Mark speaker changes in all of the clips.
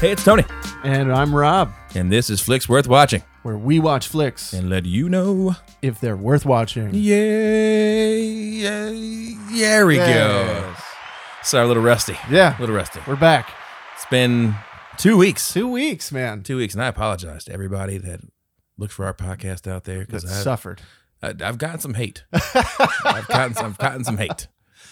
Speaker 1: Hey, it's Tony,
Speaker 2: And I'm Rob,
Speaker 1: and this is Flicks Worth Watching,
Speaker 2: where we watch flicks
Speaker 1: and let you know.
Speaker 2: if they're worth watching.
Speaker 1: Yay! Yay! There we go.
Speaker 2: Yes.
Speaker 1: Sorry, a little rusty.
Speaker 2: Yeah.
Speaker 1: a little rusty.
Speaker 2: We're back.
Speaker 1: It's been two weeks.
Speaker 2: Two weeks, man.
Speaker 1: Two weeks, and I apologize to everybody that looked for our podcast out there
Speaker 2: That
Speaker 1: because I've,
Speaker 2: suffered.
Speaker 1: I- I've gotten some hate. I've gotten some, I've gotten some hate.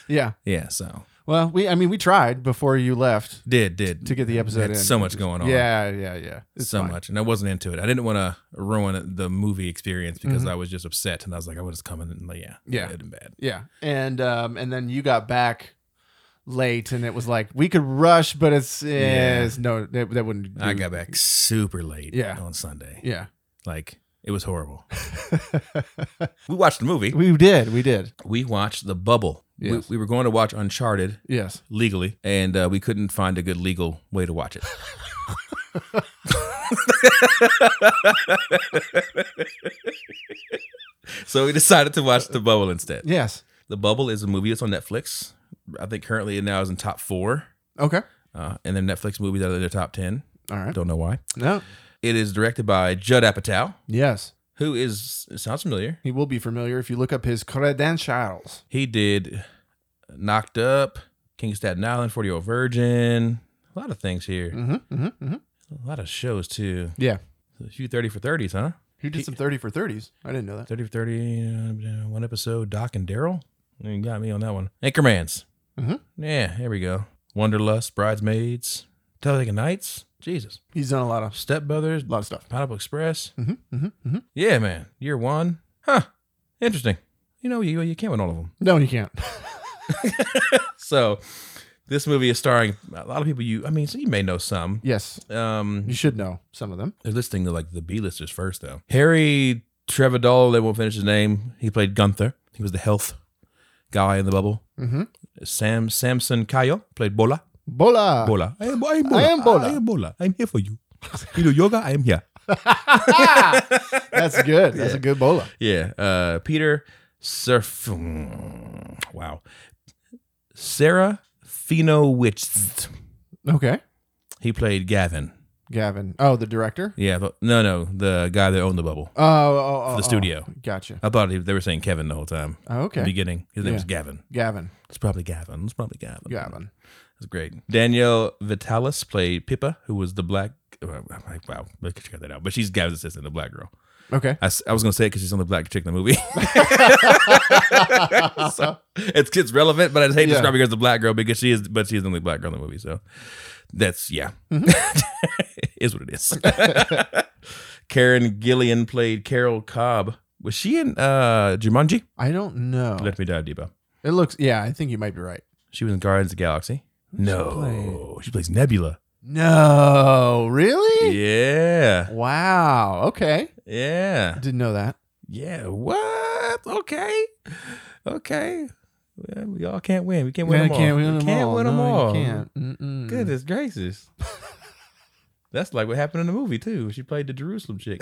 Speaker 2: Yeah.
Speaker 1: Yeah, so
Speaker 2: Well, we I mean we tried before you left
Speaker 1: did did
Speaker 2: to get the episode
Speaker 1: Had
Speaker 2: in.
Speaker 1: so much going on.
Speaker 2: Yeah, yeah, yeah. It's
Speaker 1: so
Speaker 2: fine.
Speaker 1: much, and I wasn't into it. I didn't want to ruin the movie experience because I was just upset, and I was like, I was coming, and like, yeah,
Speaker 2: Mm-hmm. Yeah.
Speaker 1: it bad.
Speaker 2: Yeah. And um and then you got back late and it was like we could rush, but it's,
Speaker 1: Yeah.
Speaker 2: it's no that, that wouldn't
Speaker 1: I
Speaker 2: do-
Speaker 1: got back super late
Speaker 2: Yeah.
Speaker 1: on Sunday.
Speaker 2: Yeah.
Speaker 1: Like it was horrible. we watched the movie.
Speaker 2: we did, we did.
Speaker 1: We watched The Bubble.
Speaker 2: Yes.
Speaker 1: We, we were going to watch Uncharted
Speaker 2: Yes.
Speaker 1: legally, and uh, we couldn't find a good legal way to watch it. so we decided to watch The Bubble instead.
Speaker 2: Yes.
Speaker 1: The Bubble is a movie that's on Netflix. I think currently it now is in top four,
Speaker 2: Okay.
Speaker 1: uh, and then Netflix movies out of their top ten.
Speaker 2: All right.
Speaker 1: Don't know why.
Speaker 2: No.
Speaker 1: It is directed by Judd Apatow,
Speaker 2: Yes.
Speaker 1: who is it sounds familiar.
Speaker 2: He will be familiar if you look up his credentials.
Speaker 1: He did Knocked Up, King of Staten Island, Forty Year Old Virgin, a lot of things here,
Speaker 2: Mm-hmm, mm-hmm, mm-hmm.
Speaker 1: a lot of shows too.
Speaker 2: Yeah.
Speaker 1: A few thirty for thirties, huh?
Speaker 2: He did some 30 for 30s. I didn't know that.
Speaker 1: Thirty for thirty, uh, one episode. Doc and Daryl, you got me on that one. Anchorman's,
Speaker 2: Mhm.
Speaker 1: yeah, here we go. Wonderlust, Bridesmaids, Talladega Nights, Jesus,
Speaker 2: He's done a lot of
Speaker 1: Step Brothers,
Speaker 2: a lot of stuff.
Speaker 1: Pineapple Express.
Speaker 2: Mm-hmm, mm-hmm, mm-hmm.
Speaker 1: Yeah, man, year one, huh? Interesting. You know, you you can't win all of them.
Speaker 2: No, you can't.
Speaker 1: So this movie is starring a lot of people you I mean, so you may know some.
Speaker 2: yes,
Speaker 1: Um
Speaker 2: you should know some of them.
Speaker 1: they're listing the like the B listers first though. Harry Trevadol, they won't finish his name. He played Gunther. He was the health guy in the bubble.
Speaker 2: Mm-hmm.
Speaker 1: Sam Samson Kayo played Bola.
Speaker 2: Bola.
Speaker 1: Bola. I am, I am
Speaker 2: I am Bola.
Speaker 1: I am Bola. I'm here for you. You do yoga, I am here. Ah!
Speaker 2: That's good. That's a good Bola.
Speaker 1: Yeah. Uh Peter Surf Wow. Sarah Finowitz.
Speaker 2: Okay.
Speaker 1: He played Gavin.
Speaker 2: Gavin. Oh, the director?
Speaker 1: Yeah, the, no, no, the guy that owned the bubble,
Speaker 2: Oh, oh, oh,
Speaker 1: the
Speaker 2: oh.
Speaker 1: studio.
Speaker 2: Gotcha.
Speaker 1: I thought he, they were saying Kevin the whole time.
Speaker 2: Oh,
Speaker 1: The
Speaker 2: okay.
Speaker 1: beginning, his name
Speaker 2: Yeah.
Speaker 1: was Gavin.
Speaker 2: Gavin.
Speaker 1: It's probably Gavin. It's probably Gavin.
Speaker 2: Gavin.
Speaker 1: that's great. Danielle Vitalis played Pippa, who was the black. Wow, wow, look at you got that out. But she's Gavin's assistant, the black girl.
Speaker 2: Okay.
Speaker 1: I, s- I was gonna say it because she's on the black chick in the movie. so it's it's relevant, but I hate
Speaker 2: Yeah.
Speaker 1: describing her as the black girl because she is, but she's the only black girl in the movie. So that's yeah,
Speaker 2: Mm-hmm.
Speaker 1: is what it is. Karen Gillian played Carol Cobb. Was she in uh, Jumanji?
Speaker 2: I don't know.
Speaker 1: Let me die, Debo.
Speaker 2: It looks. Yeah, I think you might be right.
Speaker 1: She was in Guardians of the Galaxy.
Speaker 2: she
Speaker 1: No, she plays Nebula.
Speaker 2: No, really?
Speaker 1: Yeah,
Speaker 2: Wow. Okay.
Speaker 1: yeah.
Speaker 2: Didn't know that.
Speaker 1: Yeah, what? Okay. Okay. Well, we all can't win. We can't win
Speaker 2: Man,
Speaker 1: them all.
Speaker 2: can't
Speaker 1: We
Speaker 2: win them
Speaker 1: can't
Speaker 2: all.
Speaker 1: win them
Speaker 2: No, you
Speaker 1: all.
Speaker 2: can't. Mm. Mm-mm.
Speaker 1: Goodness gracious. That's like what happened in the movie, too. She played the Jerusalem chick.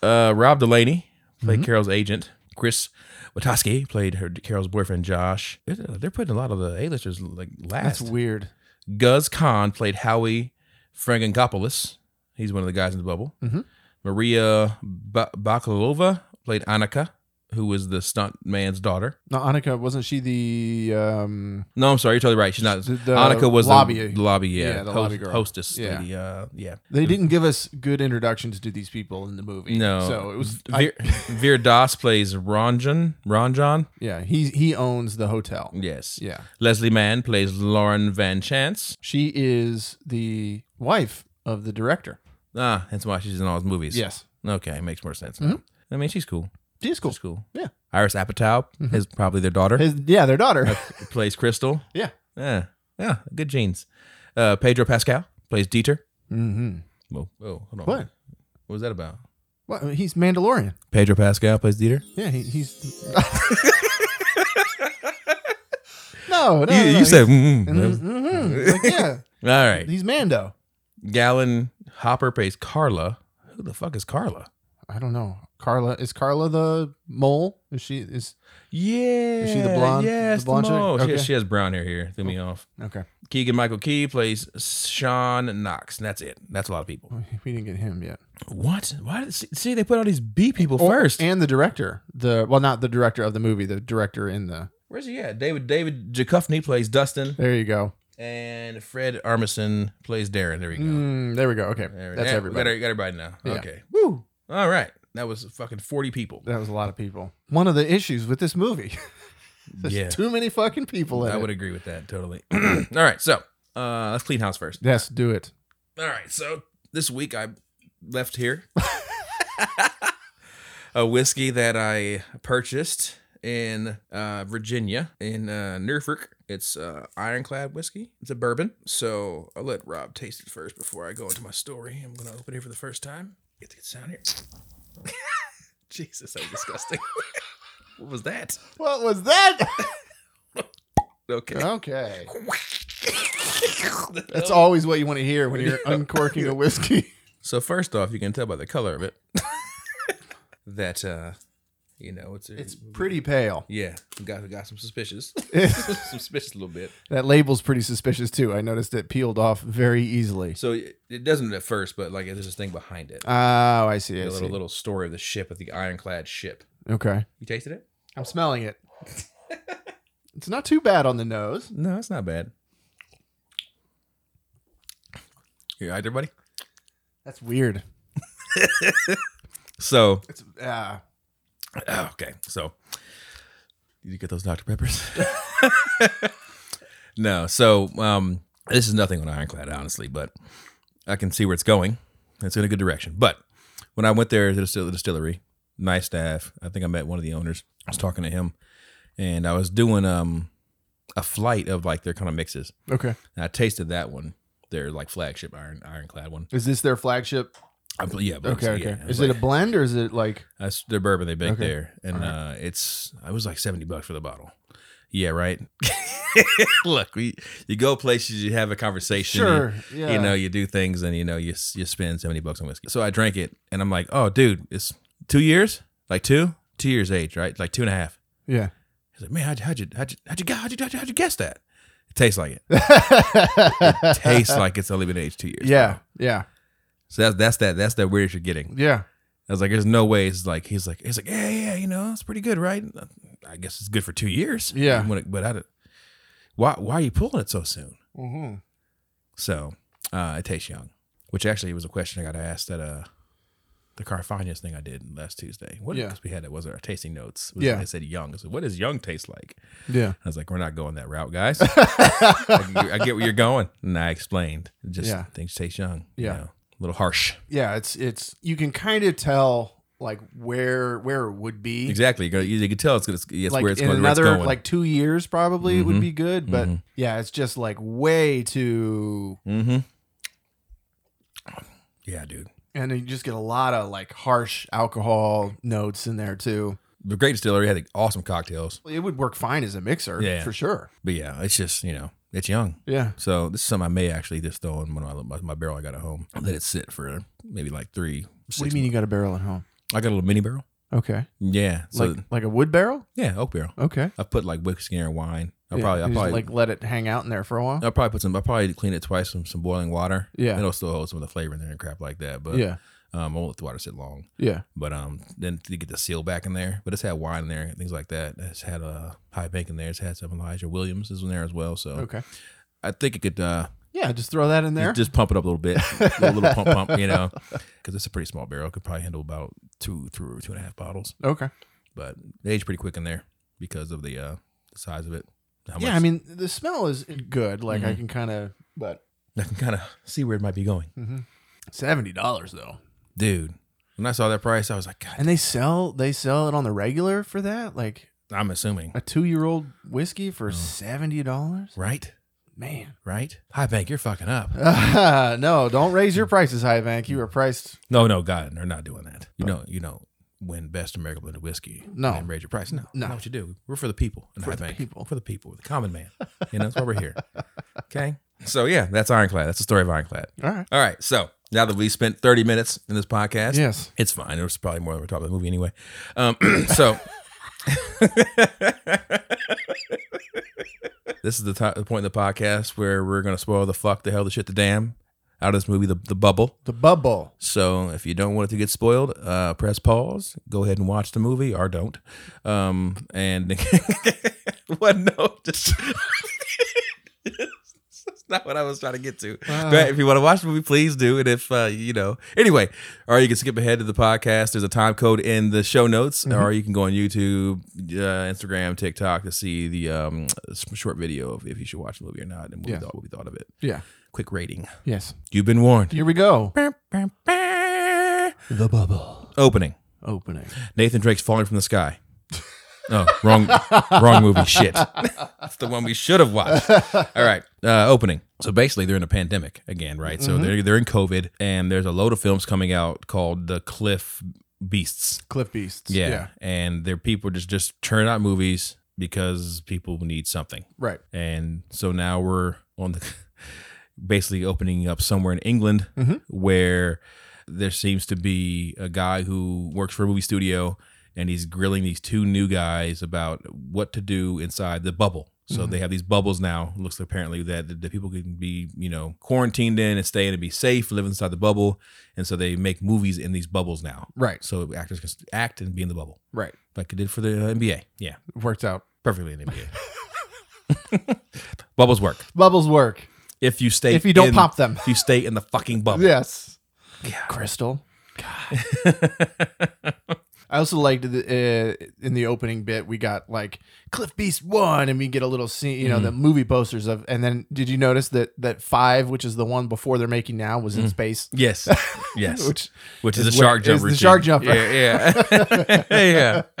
Speaker 1: uh, Rob Delaney played
Speaker 2: Mm-hmm.
Speaker 1: Carol's agent. Chris Watoski played her Carol's boyfriend, Josh. They're, they're putting a lot of the A-listers like last.
Speaker 2: That's weird.
Speaker 1: Guz Khan played Howie Frangangopoulos. He's one of the guys in the bubble.
Speaker 2: Mhm.
Speaker 1: Maria ba- Bakalova played Annika, who was the stunt man's daughter.
Speaker 2: No, Annika wasn't she the um
Speaker 1: No, I'm sorry, you're totally right. She's not.
Speaker 2: the, the
Speaker 1: Annika was
Speaker 2: lobby?
Speaker 1: the lobby, yeah,
Speaker 2: Yeah, the lobby girl.
Speaker 1: hostess,
Speaker 2: Yeah.
Speaker 1: lady, uh, yeah.
Speaker 2: they didn't give us good introductions to these people in the movie.
Speaker 1: No,
Speaker 2: so it was I-
Speaker 1: Veer, Veer Das plays Ranjan. Ranjan,
Speaker 2: yeah. He he owns the hotel.
Speaker 1: yes.
Speaker 2: Yeah,
Speaker 1: Leslie Mann plays Lauren Van Chance.
Speaker 2: she is the wife of the director.
Speaker 1: Ah, that's why she's in all his movies.
Speaker 2: Yes,
Speaker 1: Okay, makes more sense. now. I mean, she's cool.
Speaker 2: she's cool.
Speaker 1: She's cool.
Speaker 2: Yeah. Mm-hmm.
Speaker 1: Iris Apatow is probably their daughter.
Speaker 2: His, yeah, their daughter.
Speaker 1: plays Crystal.
Speaker 2: yeah.
Speaker 1: Yeah, yeah, good genes. Uh, Pedro Pascal plays Dieter.
Speaker 2: Mm-hmm.
Speaker 1: Whoa, whoa, hold on.
Speaker 2: What?
Speaker 1: What was that about?
Speaker 2: Well, I mean, he's Mandalorian.
Speaker 1: Pedro Pascal plays Dieter.
Speaker 2: Yeah, he, he's. no, no,
Speaker 1: you
Speaker 2: no,
Speaker 1: you
Speaker 2: he's-
Speaker 1: said, mm, mm.
Speaker 2: Mhm. Like, yeah,
Speaker 1: all right.
Speaker 2: he's Mando.
Speaker 1: Gallon Hopper plays Carla. Who the fuck is Carla?
Speaker 2: I don't know. Carla is Carla the mole? Is she is
Speaker 1: Yeah.
Speaker 2: she the blonde-
Speaker 1: Yes,
Speaker 2: the blonde chick?
Speaker 1: mole. She,
Speaker 2: Okay. Oh.
Speaker 1: she has brown hair here. Threw me off.
Speaker 2: okay?
Speaker 1: Keegan Michael Key plays Sean Knox. And that's it. That's a lot of people.
Speaker 2: We didn't get him yet.
Speaker 1: What? Why? Did, see- see, they put all these B people
Speaker 2: Or-
Speaker 1: first.
Speaker 2: Oh, and the director, the well, not the director of the movie, the director in the.
Speaker 1: Where's he at? David David Jacuffney plays Dustin,
Speaker 2: There you go.
Speaker 1: and Fred Armisen plays Darren. There we go.
Speaker 2: Mm, there we go. Okay,
Speaker 1: There we-
Speaker 2: that's
Speaker 1: yeah, we
Speaker 2: everybody.
Speaker 1: Got, we got everybody now.
Speaker 2: Yeah.
Speaker 1: Okay. Woo. All right. That was fucking forty people.
Speaker 2: That was a lot of people. One of the issues with this movie, there's
Speaker 1: Yeah.
Speaker 2: too many fucking people in
Speaker 1: I
Speaker 2: it.
Speaker 1: would agree with that totally. All right. So uh, let's clean house first.
Speaker 2: Yes, do it.
Speaker 1: All right. So this week I left here a whiskey that I purchased in uh, Virginia in uh, Norfolk. It's uh, Ironclad whiskey. It's a bourbon. So I'll let Rob taste it first before I go into my story. I'm gonna open it for the first time. Get the good sound here. Jesus, that was disgusting. what was that?
Speaker 2: What was that?
Speaker 1: Okay.
Speaker 2: okay, that's
Speaker 1: That's
Speaker 2: always what you want to hear when you're uncorking a whiskey.
Speaker 1: So first off, you can tell by the color of it that uh you know it's
Speaker 2: It's pretty pale.
Speaker 1: yeah got got some suspicious
Speaker 2: that
Speaker 1: suspicious a little bit.
Speaker 2: label's pretty suspicious too. I noticed it peeled off very easily.
Speaker 1: So it, it doesn't at first, but like there's this thing behind it.
Speaker 2: Oh, I see.
Speaker 1: a
Speaker 2: I
Speaker 1: little
Speaker 2: see.
Speaker 1: little story of the ship of the ironclad ship.
Speaker 2: Okay,
Speaker 1: You tasted it?
Speaker 2: I'm smelling it. it's not too bad on the nose.
Speaker 1: No, it's not bad. You all right, everybody?
Speaker 2: That's weird.
Speaker 1: So
Speaker 2: It's uh,
Speaker 1: Oh, okay, so did you get those Dr Peppers? no, so um, this is nothing on Ironclad, honestly, but I can see where it's going. It's in a good direction. But when I went there to the distil- distillery, nice staff. I think I met one of the owners. I was talking to him, and I was doing um a flight of like their kind of mixes.
Speaker 2: okay.
Speaker 1: And I tasted that one, their like flagship iron ironclad one.
Speaker 2: Is this their flagship?
Speaker 1: I, bel- yeah, I believe
Speaker 2: Okay,
Speaker 1: so,
Speaker 2: okay.
Speaker 1: yeah. I was
Speaker 2: Is
Speaker 1: like-
Speaker 2: it a blend or is it like
Speaker 1: That's their bourbon they make
Speaker 2: Okay.
Speaker 1: there, and
Speaker 2: All right.
Speaker 1: uh, it's it was like seventy bucks for the bottle. Yeah, right. Look, we, you go places, you have a conversation, you-
Speaker 2: sure? Yeah.
Speaker 1: You know, you do things, and you know, you s- you spend seventy bucks on whiskey. So I drank it, and I'm like, oh, dude, it's two years, like two, two years age, right? Like two and a half.
Speaker 2: Yeah.
Speaker 1: He's like, man, how'd, how'd you how'd you how'd you gu- how'd you, how'd you how'd you guess that? It tastes like it. Tastes like it's only been aged two years.
Speaker 2: Yeah. Yeah.
Speaker 1: So that's that's that that's that weirdest you're getting.
Speaker 2: Yeah.
Speaker 1: I was like, "There's no way." It's like he's like, "He's like, yeah, yeah, you know, it's pretty good, right? uh, I guess it's good for two years,
Speaker 2: Yeah.
Speaker 1: When it- but I, don't- why, why are you pulling it so soon?
Speaker 2: Mm-hmm.
Speaker 1: So uh, it tastes young, which actually was a question I got asked at uh the Carfagnas thing I did last Tuesday. What?
Speaker 2: Yeah.
Speaker 1: Because we had it was it our tasting notes.
Speaker 2: Yeah.
Speaker 1: I said young. I said, "What does young taste like?"
Speaker 2: Yeah.
Speaker 1: I was like, "We're not going that route, guys. I, get, I get where you're going." And I explained, just
Speaker 2: Yeah.
Speaker 1: things taste young. you
Speaker 2: Yeah.
Speaker 1: know, a little harsh.
Speaker 2: yeah. It's it's you can kind of tell like where where it would be.
Speaker 1: Exactly. You go- You can tell it's, it's, it's
Speaker 2: Like
Speaker 1: where it's
Speaker 2: in
Speaker 1: going.
Speaker 2: another
Speaker 1: where it's going.
Speaker 2: like two years probably it would
Speaker 1: Mhm.
Speaker 2: be good, but
Speaker 1: Mhm.
Speaker 2: yeah, it's just like way too,
Speaker 1: Mm-hmm. Yeah, dude.
Speaker 2: and you just get a lot of like harsh alcohol notes in there too.
Speaker 1: The great distillery had awesome cocktails.
Speaker 2: It would work fine as a mixer,
Speaker 1: Yeah.
Speaker 2: for sure.
Speaker 1: But yeah, it's just, you know, it's young.
Speaker 2: Yeah,
Speaker 1: So this is something I may actually just throw in one of my, my barrel I got at home. Let it sit for maybe like three, six
Speaker 2: what do you mean you got a barrel at home?
Speaker 1: months. I got a little mini barrel.
Speaker 2: Okay,
Speaker 1: Yeah. So
Speaker 2: like like a wood barrel.
Speaker 1: yeah, oak barrel.
Speaker 2: Okay,
Speaker 1: I put like whiskey and wine. I'll
Speaker 2: Yeah,
Speaker 1: probably I'll
Speaker 2: you just,
Speaker 1: probably
Speaker 2: like let it hang out in there for a while.
Speaker 1: I'll probably put some I'll probably clean it twice with some boiling water.
Speaker 2: Yeah.
Speaker 1: It'll still hold some of the flavor in there and crap like that. But
Speaker 2: yeah,
Speaker 1: um I won't let the water sit long.
Speaker 2: yeah,
Speaker 1: But um, then to get the seal back in there. But it's had wine in there, and things like that. It's had a uh, high bank in there. It's had some Elijah Williams is in there as well. So
Speaker 2: okay,
Speaker 1: I think it could uh,
Speaker 2: yeah. Just throw that in there.
Speaker 1: just, just pump it up a little bit, a little, little pump pump, you know, because it's a pretty small barrel. It could probably handle about two, through two and a half bottles.
Speaker 2: okay.
Speaker 1: But they age pretty quick in there because of the uh, the size of it. How Mm-hmm.
Speaker 2: yeah, I mean the smell is good. Like I can kind of, but
Speaker 1: I can kind of see where it might be going,
Speaker 2: Hmm. seventy dollars though,
Speaker 1: dude. When I saw that price, I was like, God,
Speaker 2: and they sell they sell it on the regular for that. Like
Speaker 1: I'm assuming,
Speaker 2: a two year old whiskey for seventy dollars,
Speaker 1: right,
Speaker 2: man.
Speaker 1: right? High bank, you're fucking up.
Speaker 2: no, don't raise your prices high, Bank. You were priced.
Speaker 1: No, no, God, they're not doing that. You know, you know, win best American blended whiskey.
Speaker 2: Oh. No.
Speaker 1: and raise your price. No, no,
Speaker 2: No.
Speaker 1: not what you do. We're for the people, and
Speaker 2: For
Speaker 1: I
Speaker 2: the
Speaker 1: think
Speaker 2: people.
Speaker 1: for the people, the common man. You know, that's why we're here. Okay, so yeah, that's Ironclad. That's the story of Ironclad.
Speaker 2: All right.
Speaker 1: All right, so Now that we spent 30 minutes in this podcast,
Speaker 2: Yes.
Speaker 1: it's fine. It was probably more than we're talking about the movie anyway. Um, so this is the, ti the point in the podcast where we're going to spoil the fuck, the hell, the shit, the damn out of this movie, the, the bubble.
Speaker 2: The bubble.
Speaker 1: So if you don't want it to get spoiled, uh, press pause, go ahead and watch the movie or don't. Um, and what? No, just. That's not what I was trying to get to.
Speaker 2: Wow.
Speaker 1: But if you want to watch the movie, please do. And if uh, you know, anyway, or you can skip ahead to the podcast. There's a time code in the show notes,
Speaker 2: Mm-hmm.
Speaker 1: or you can go on YouTube, uh, Instagram, TikTok to see the um, s- short video of if you should watch the movie or not, and what
Speaker 2: Yeah.
Speaker 1: we thought, what we thought of it.
Speaker 2: Yeah.
Speaker 1: Quick rating.
Speaker 2: Yes.
Speaker 1: You've been warned.
Speaker 2: Here we go. The bubble
Speaker 1: Opening.
Speaker 2: opening.
Speaker 1: Nathan Drake's falling from the sky. Oh, wrong, wrong movie. Shit, that's the one we should have watched. All right, uh, opening. So basically, they're in a pandemic again, right? So they're they're in COVID, and there's a load of films coming out called The Cliff Beasts.
Speaker 2: Cliff Beasts.
Speaker 1: Yeah, and their people just just turn out movies because people need something,
Speaker 2: Right.
Speaker 1: and so now we're on the basically opening up somewhere in England
Speaker 2: Mhm.
Speaker 1: where there seems to be a guy who works for a movie studio and he's grilling these two new guys about what to do inside the bubble. So they have these bubbles now. It looks apparently that the, the people can be, you know, quarantined in and stay in and be safe, live inside the bubble. And so they make movies in these bubbles now.
Speaker 2: Right.
Speaker 1: So actors can act and be in the bubble,
Speaker 2: Right.
Speaker 1: like it did for the uh, NBA. Yeah,
Speaker 2: Worked out.
Speaker 1: perfectly in the NBA. Bubbles work
Speaker 2: Bubbles work
Speaker 1: if you stay
Speaker 2: if you don't
Speaker 1: in-
Speaker 2: pop them.
Speaker 1: if you stay in the fucking bubble.
Speaker 2: Yes.
Speaker 1: Yeah.
Speaker 2: Crystal. I also liked the, uh, in the opening bit we got like Cliff Beast one, and we get a little scene, you know,
Speaker 1: Mm-hmm.
Speaker 2: the movie posters of, and then did you notice that that five, which is the one before they're making now, was in space,
Speaker 1: yes. Mm. Yes. Which,
Speaker 2: which
Speaker 1: is,
Speaker 2: is
Speaker 1: a shark
Speaker 2: what- is
Speaker 1: jumper.
Speaker 2: the
Speaker 1: too.
Speaker 2: shark jumper.
Speaker 1: Yeah. Yeah.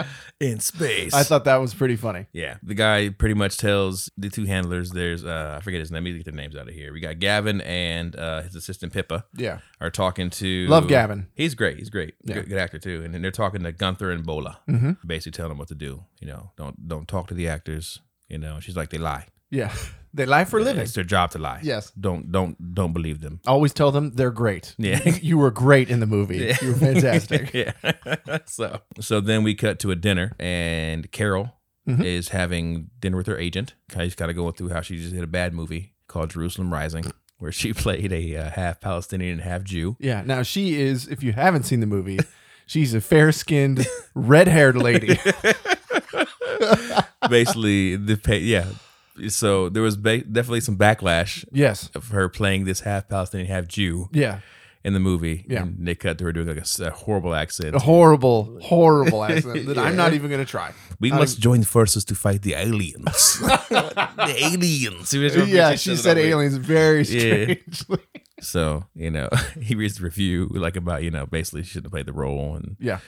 Speaker 1: yeah. In space.
Speaker 2: I thought that was pretty funny.
Speaker 1: yeah. The guy pretty much tells the two handlers there's uh I forget his name. Let me get their names out of here. We got Gavin and uh his assistant Pippa
Speaker 2: Yeah,
Speaker 1: are talking to
Speaker 2: love Gavin.
Speaker 1: He's great. He's great.
Speaker 2: Yeah.
Speaker 1: Good, good actor too. And then they're talking to Gunther and Bola,
Speaker 2: Mm-hmm.
Speaker 1: basically telling them what to do. You know, don't don't talk to the actors. You know, she's like they lie.
Speaker 2: Yeah, they lie for a living.
Speaker 1: It's their job to lie.
Speaker 2: Yes.
Speaker 1: Don't don't don't believe them.
Speaker 2: Always tell them they're great.
Speaker 1: Yeah.
Speaker 2: you were great in the movie.
Speaker 1: Yeah.
Speaker 2: You were fantastic.
Speaker 1: yeah. so so then we cut to a dinner, and Carol
Speaker 2: Mhm.
Speaker 1: is having dinner with her agent. Kind of kind of going through how she just did a bad movie called Jerusalem Rising, where she played a uh, half Palestinian and half Jew.
Speaker 2: yeah. Now she is, if you haven't seen the movie, she's a fair-skinned, red-haired lady.
Speaker 1: Basically, the pa- yeah. So there was ba- definitely some backlash
Speaker 2: yes.
Speaker 1: of her playing this half Palestinian, half Jew
Speaker 2: Yeah.
Speaker 1: in the movie.
Speaker 2: Yeah.
Speaker 1: And they cut to her doing like a, s- a horrible accent.
Speaker 2: A horrible, horrible accent that I'm not even going to try.
Speaker 1: We must join forces to fight the aliens. the aliens.
Speaker 2: yeah, she said
Speaker 1: aliens.
Speaker 2: aliens very
Speaker 1: Yeah.
Speaker 2: strangely.
Speaker 1: So you know, he reads the review like about you know basically she shouldn't have played the role and
Speaker 2: Yeah.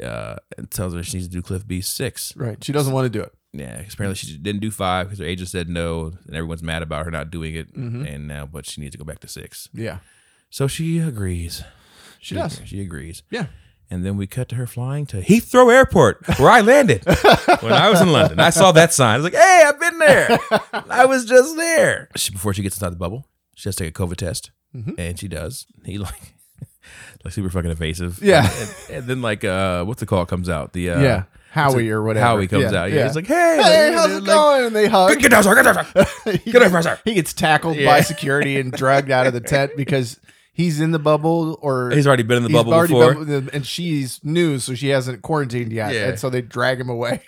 Speaker 1: uh and tells her she needs to do Cliff B six.
Speaker 2: right. She doesn't want to do it.
Speaker 1: Yeah, 'cause apparently she didn't do five because her agent said no, and everyone's mad about her not doing it.
Speaker 2: Mhm.
Speaker 1: And now, but she needs to go back to six.
Speaker 2: Yeah,
Speaker 1: So she agrees.
Speaker 2: she does.
Speaker 1: She agrees.
Speaker 2: Yeah,
Speaker 1: And then we cut to her flying to Heathrow Airport, where I landed when I was in London. I saw that sign. I was like, "Hey, I've been there. I was just there." She, before she gets inside the bubble, she has to take a COVID test,
Speaker 2: Mhm.
Speaker 1: and she does. He like, like super fucking evasive.
Speaker 2: Yeah.
Speaker 1: And, and then like, uh, what's the call comes out? The uh,
Speaker 2: yeah. Howie or whatever.
Speaker 1: Howie comes
Speaker 2: Yeah,
Speaker 1: out. Yeah. He's like, "Hey,
Speaker 2: hey,
Speaker 1: dude,"
Speaker 2: how's it
Speaker 1: like,
Speaker 2: going? And they hug.
Speaker 1: Get down, sir. Get down, sir.
Speaker 2: he,
Speaker 1: Get
Speaker 2: gets,
Speaker 1: over, sir.
Speaker 2: he gets tackled
Speaker 1: Yeah.
Speaker 2: by security and dragged out of the tent because he's in the bubble or
Speaker 1: He's already been in the
Speaker 2: he's
Speaker 1: bubble
Speaker 2: already
Speaker 1: before.
Speaker 2: bubble- and she's new, so she hasn't quarantined yet,
Speaker 1: Yeah.
Speaker 2: and so they drag him away.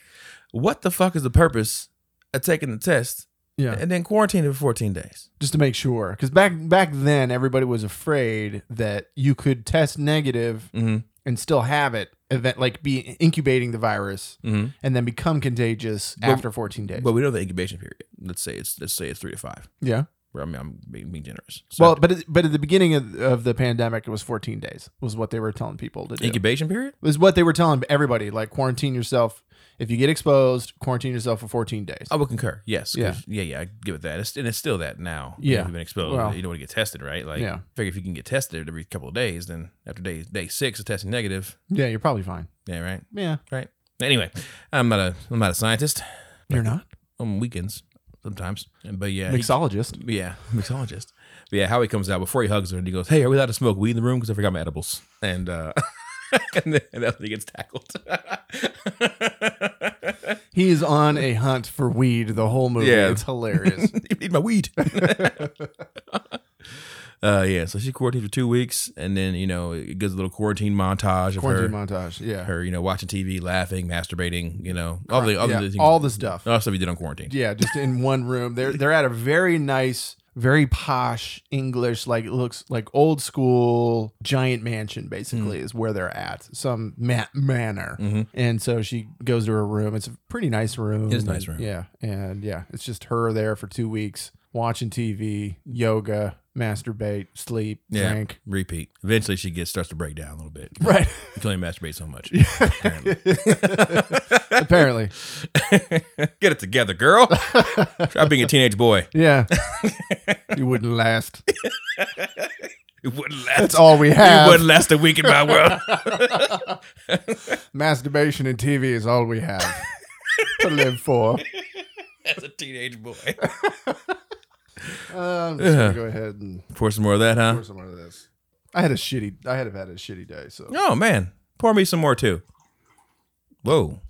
Speaker 1: What the fuck is the purpose of taking the test
Speaker 2: Yeah,
Speaker 1: and then quarantining for fourteen days?
Speaker 2: just to make sure, because back back then everybody was afraid that you could test negative
Speaker 1: Mm-hmm.
Speaker 2: and still have it, event like be incubating the virus
Speaker 1: Mm-hmm.
Speaker 2: and then become contagious
Speaker 1: But-
Speaker 2: after 14 days.
Speaker 1: But we know the incubation period. Let's say it's let's say it's three to five.
Speaker 2: yeah.
Speaker 1: Well, I mean, I'm being, being generous. So
Speaker 2: Well, but at, but at the beginning of, of the pandemic, it was 14 days was what they were telling people to do.
Speaker 1: incubation period.
Speaker 2: was what they were telling everybody. Like quarantine yourself. If you get exposed, quarantine yourself for 14 days.
Speaker 1: I would concur. Yes. 'cause-
Speaker 2: Yeah.
Speaker 1: Yeah. Yeah. I give it that. It's, and it's still that now.
Speaker 2: Yeah.
Speaker 1: If you've been exposed.
Speaker 2: Well-
Speaker 1: you don't want to get tested, right? Like,
Speaker 2: Yeah.
Speaker 1: figure if you can get tested every couple of days, then after day day six of testing negative.
Speaker 2: Yeah, you're probably fine.
Speaker 1: Yeah. Right.
Speaker 2: Yeah,
Speaker 1: Right. Anyway, I'm not a I'm not a scientist.
Speaker 2: you're not.
Speaker 1: On weekends,
Speaker 2: Mixologist.
Speaker 1: yeah, mixologist. But yeah, how he comes out before he hugs her and he goes, "Hey, are we allowed to smoke weed in the room? Because I forgot my edibles." And uh, and, then, and that's when he gets tackled.
Speaker 2: He is on a hunt for weed the whole movie.
Speaker 1: Yeah.
Speaker 2: It's hilarious.
Speaker 1: you need my weed. uh, yeah, so she quarantined for two weeks, and then you know it gives a little quarantine montage of
Speaker 2: Quarantine
Speaker 1: her,
Speaker 2: montage. Yeah.
Speaker 1: her you know watching TV, laughing, masturbating, you know all the all
Speaker 2: yeah,
Speaker 1: the things, Oh.
Speaker 2: all the stuff.
Speaker 1: all the stuff you did on quarantine.
Speaker 2: Yeah, just in one room. They're they're at a very nice, very posh English, like it looks like old school giant mansion. Basically,
Speaker 1: Hmm.
Speaker 2: is where they're at some ma- manor.
Speaker 1: Mhm.
Speaker 2: And so she goes to her room. It's a pretty nice room.
Speaker 1: It is a nice room.
Speaker 2: Yeah, and yeah, it's just her there for two weeks watching TV, yoga, masturbate, sleep,
Speaker 1: Yeah.
Speaker 2: drink.
Speaker 1: Repeat. Eventually, she gets starts to break down a little bit. You
Speaker 2: Right.
Speaker 1: can only masturbate so much.
Speaker 2: Apparently.
Speaker 1: Get it together, girl. Try being a teenage boy.
Speaker 2: Yeah. you wouldn't last.
Speaker 1: It wouldn't last.
Speaker 2: That's all we
Speaker 1: It
Speaker 2: have.
Speaker 1: wouldn't last a week in my world.
Speaker 2: Masturbation and TV is all we have to live for.
Speaker 1: As a teenage boy.
Speaker 2: Uh, I'm just
Speaker 1: Yeah.
Speaker 2: gonna go ahead and
Speaker 1: Pour some more of that, huh?
Speaker 2: pour some more of this. I had a shitty. I had have had a shitty day. So
Speaker 1: Oh man, pour me some more too. Whoa.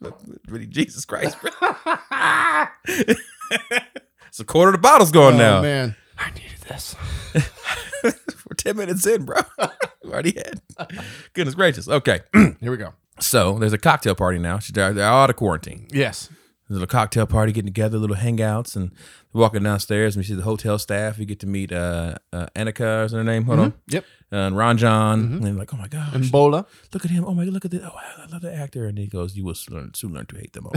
Speaker 1: really, Jesus Christ, bro. it's a quarter of the bottle's gone
Speaker 2: Oh,
Speaker 1: now.
Speaker 2: man, I needed this.
Speaker 1: We're ten minutes in, bro. we already had. Goodness gracious. Okay,
Speaker 2: Here we go.
Speaker 1: so there's a cocktail party now. She- They're they're all out of quarantine.
Speaker 2: Yes,
Speaker 1: a little cocktail party getting together, little hangouts, and walking downstairs. And we see the hotel staff. We get to meet uh, uh Annika is her name. Hold on.
Speaker 2: Mm-hmm. Yep. Mm-hmm.
Speaker 1: Uh, and Ron John. And they're like, oh my gosh,
Speaker 2: Embola.
Speaker 1: look at him. Oh my, look at this. Oh, I love the actor. And he goes, you will soon soon learn to hate them all.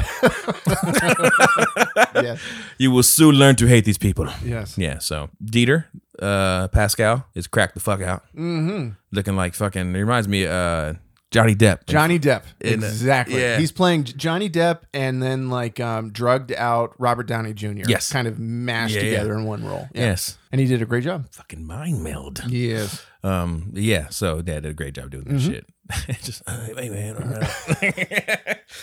Speaker 2: yes,
Speaker 1: you will soon learn to hate these people.
Speaker 2: yes.
Speaker 1: Yeah. So Dieter, uh, Pascal is cracked the fuck out,
Speaker 2: Mm-hmm.
Speaker 1: looking like fucking. It reminds me, uh, Johnny Depp.
Speaker 2: Johnny Depp.
Speaker 1: In a-
Speaker 2: exactly.
Speaker 1: yeah.
Speaker 2: He's playing J- Johnny Depp and then like um, drugged out Robert Downey Jr.
Speaker 1: Yes.
Speaker 2: kind of mashed
Speaker 1: Yeah, yeah.
Speaker 2: together in one role. Yeah.
Speaker 1: Yes.
Speaker 2: and he did a great job.
Speaker 1: Fucking mind meld.
Speaker 2: Yes.
Speaker 1: Um, yeah, so dad did a great job doing that
Speaker 2: Mm-hmm.
Speaker 1: shit. Just, uh, hey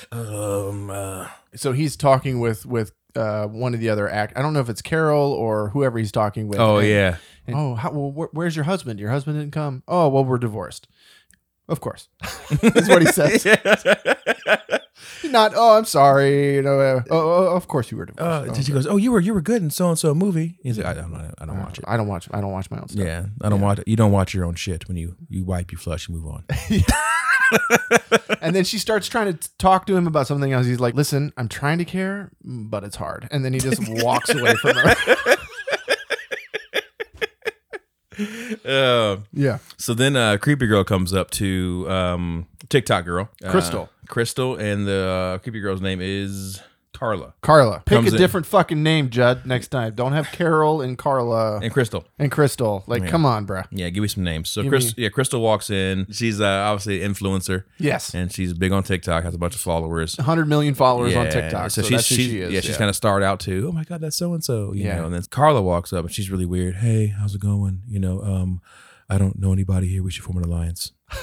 Speaker 1: man, uh, um, uh,
Speaker 2: so he's talking with with uh, one of the other act. I don't know if it's Carol or whoever he's talking with.
Speaker 1: oh
Speaker 2: And-
Speaker 1: yeah,
Speaker 2: and, oh, how, well, where, where's your husband? Your husband didn't come. Oh, well, we're divorced. Of course, is what he says. Not. Oh, I'm sorry. You know. Uh, oh, oh, of course you were divorced.
Speaker 1: uh,
Speaker 2: Oh,
Speaker 1: she goes, oh, you were you were good in so and so movie. He's like, I don't, I don't watch it.
Speaker 2: I don't watch. I don't watch my own stuff.
Speaker 1: Yeah, I don't watch it. You don't watch your own shit when you you wipe, you flush, you move on.
Speaker 2: And then she starts trying to t- talk to him about something else. He's like, "Listen, I'm trying to care, but it's hard." And then he just walks away from her.
Speaker 1: Uh,
Speaker 2: yeah.
Speaker 1: so then, uh, creepy girl comes up to um TikTok girl, uh,
Speaker 2: Crystal.
Speaker 1: Crystal, and the uh, creepy girl's name is Carla
Speaker 2: Carla, pick
Speaker 1: Comes
Speaker 2: a
Speaker 1: in.
Speaker 2: different fucking name, Judd. Next time, don't have Carol and Carla.
Speaker 1: and Crystal.
Speaker 2: and Crystal. Like, come on, bruh.
Speaker 1: Yeah, give me some names. So
Speaker 2: Give
Speaker 1: Chris, yeah, Crystal walks in. She's uh, obviously an influencer.
Speaker 2: Yes.
Speaker 1: and she's big on TikTok, has a bunch of followers.
Speaker 2: 100 million followers on
Speaker 1: Yeah,
Speaker 2: TikTok. So, that's who she is.
Speaker 1: Yeah, she's kind of started out to, oh my God, that's so and so. You
Speaker 2: Yeah.
Speaker 1: know, and then Carla walks up and she's really weird. Hey, how's it going? You know, um, I don't know anybody here. We should form an alliance.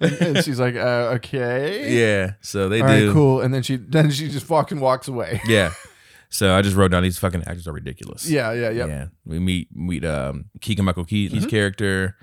Speaker 2: and she's like, uh, okay.
Speaker 1: Yeah. So they
Speaker 2: All
Speaker 1: do.
Speaker 2: right, cool. And then she then she just fucking walks away.
Speaker 1: Yeah. So I just wrote down these fucking actors are ridiculous.
Speaker 2: Yeah, yeah, yeah.
Speaker 1: Yeah. We meet meet um Keegan Michael Keaton's character,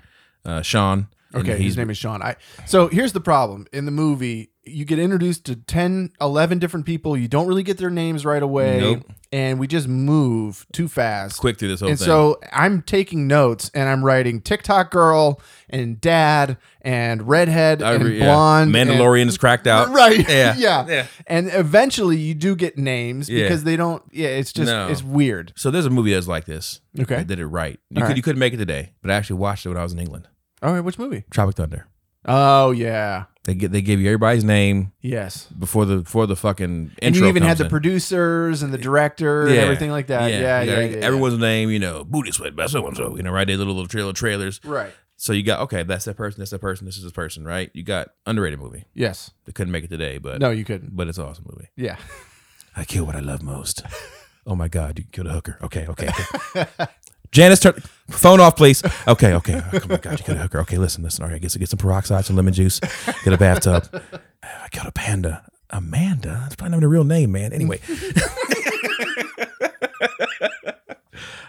Speaker 1: uh Sean. and
Speaker 2: Mm-hmm. Okay,
Speaker 1: he's
Speaker 2: his name is Sean. I so here's the problem. In the movie, you get introduced to 10, 11 different people. You don't really get their names right away.
Speaker 1: Nope.
Speaker 2: And we just move too fast.
Speaker 1: quick through this whole
Speaker 2: And
Speaker 1: thing.
Speaker 2: so I'm taking notes and I'm writing TikTok girl and dad and redhead
Speaker 1: I
Speaker 2: and
Speaker 1: re- yeah.
Speaker 2: blonde and-
Speaker 1: Mandalorian is cracked out.
Speaker 2: Right.
Speaker 1: Yeah.
Speaker 2: yeah.
Speaker 1: Yeah.
Speaker 2: And eventually you do get names
Speaker 1: Yeah.
Speaker 2: because they don't yeah, it's just
Speaker 1: No.
Speaker 2: it's weird.
Speaker 1: So there's a movie that's like this.
Speaker 2: Okay.
Speaker 1: That did it right. You could
Speaker 2: All right.
Speaker 1: you couldn't make it today, but I actually watched it when I was in England.
Speaker 2: All right, which movie?
Speaker 1: Tropic Thunder.
Speaker 2: Oh yeah.
Speaker 1: They get they give you everybody's name
Speaker 2: Yes.
Speaker 1: before the before the fucking intro.
Speaker 2: And you even had
Speaker 1: comes
Speaker 2: the
Speaker 1: in.
Speaker 2: producers and the director and
Speaker 1: Yeah.
Speaker 2: everything like that. Yeah, yeah, yeah. yeah,
Speaker 1: Everyone's name, you know, booty sweat by so and so. You know, right? They little little trailer trailers.
Speaker 2: Right.
Speaker 1: So you got okay, that's that person, that's that person, this is this person, right? You got underrated movie.
Speaker 2: Yes.
Speaker 1: They couldn't make it today, but
Speaker 2: No, you couldn't.
Speaker 1: but it's an awesome movie.
Speaker 2: Yeah.
Speaker 1: I kill what I love most. Oh my god, you killed a hooker. Okay, okay. okay. Janice, turn phone off, please. Okay, okay. Oh my God, you got a hooker. Okay, listen, listen. All right, I guess I get some peroxide, some lemon juice, get a bathtub. I killed a panda. Amanda? That's probably not even a real name, man. Anyway.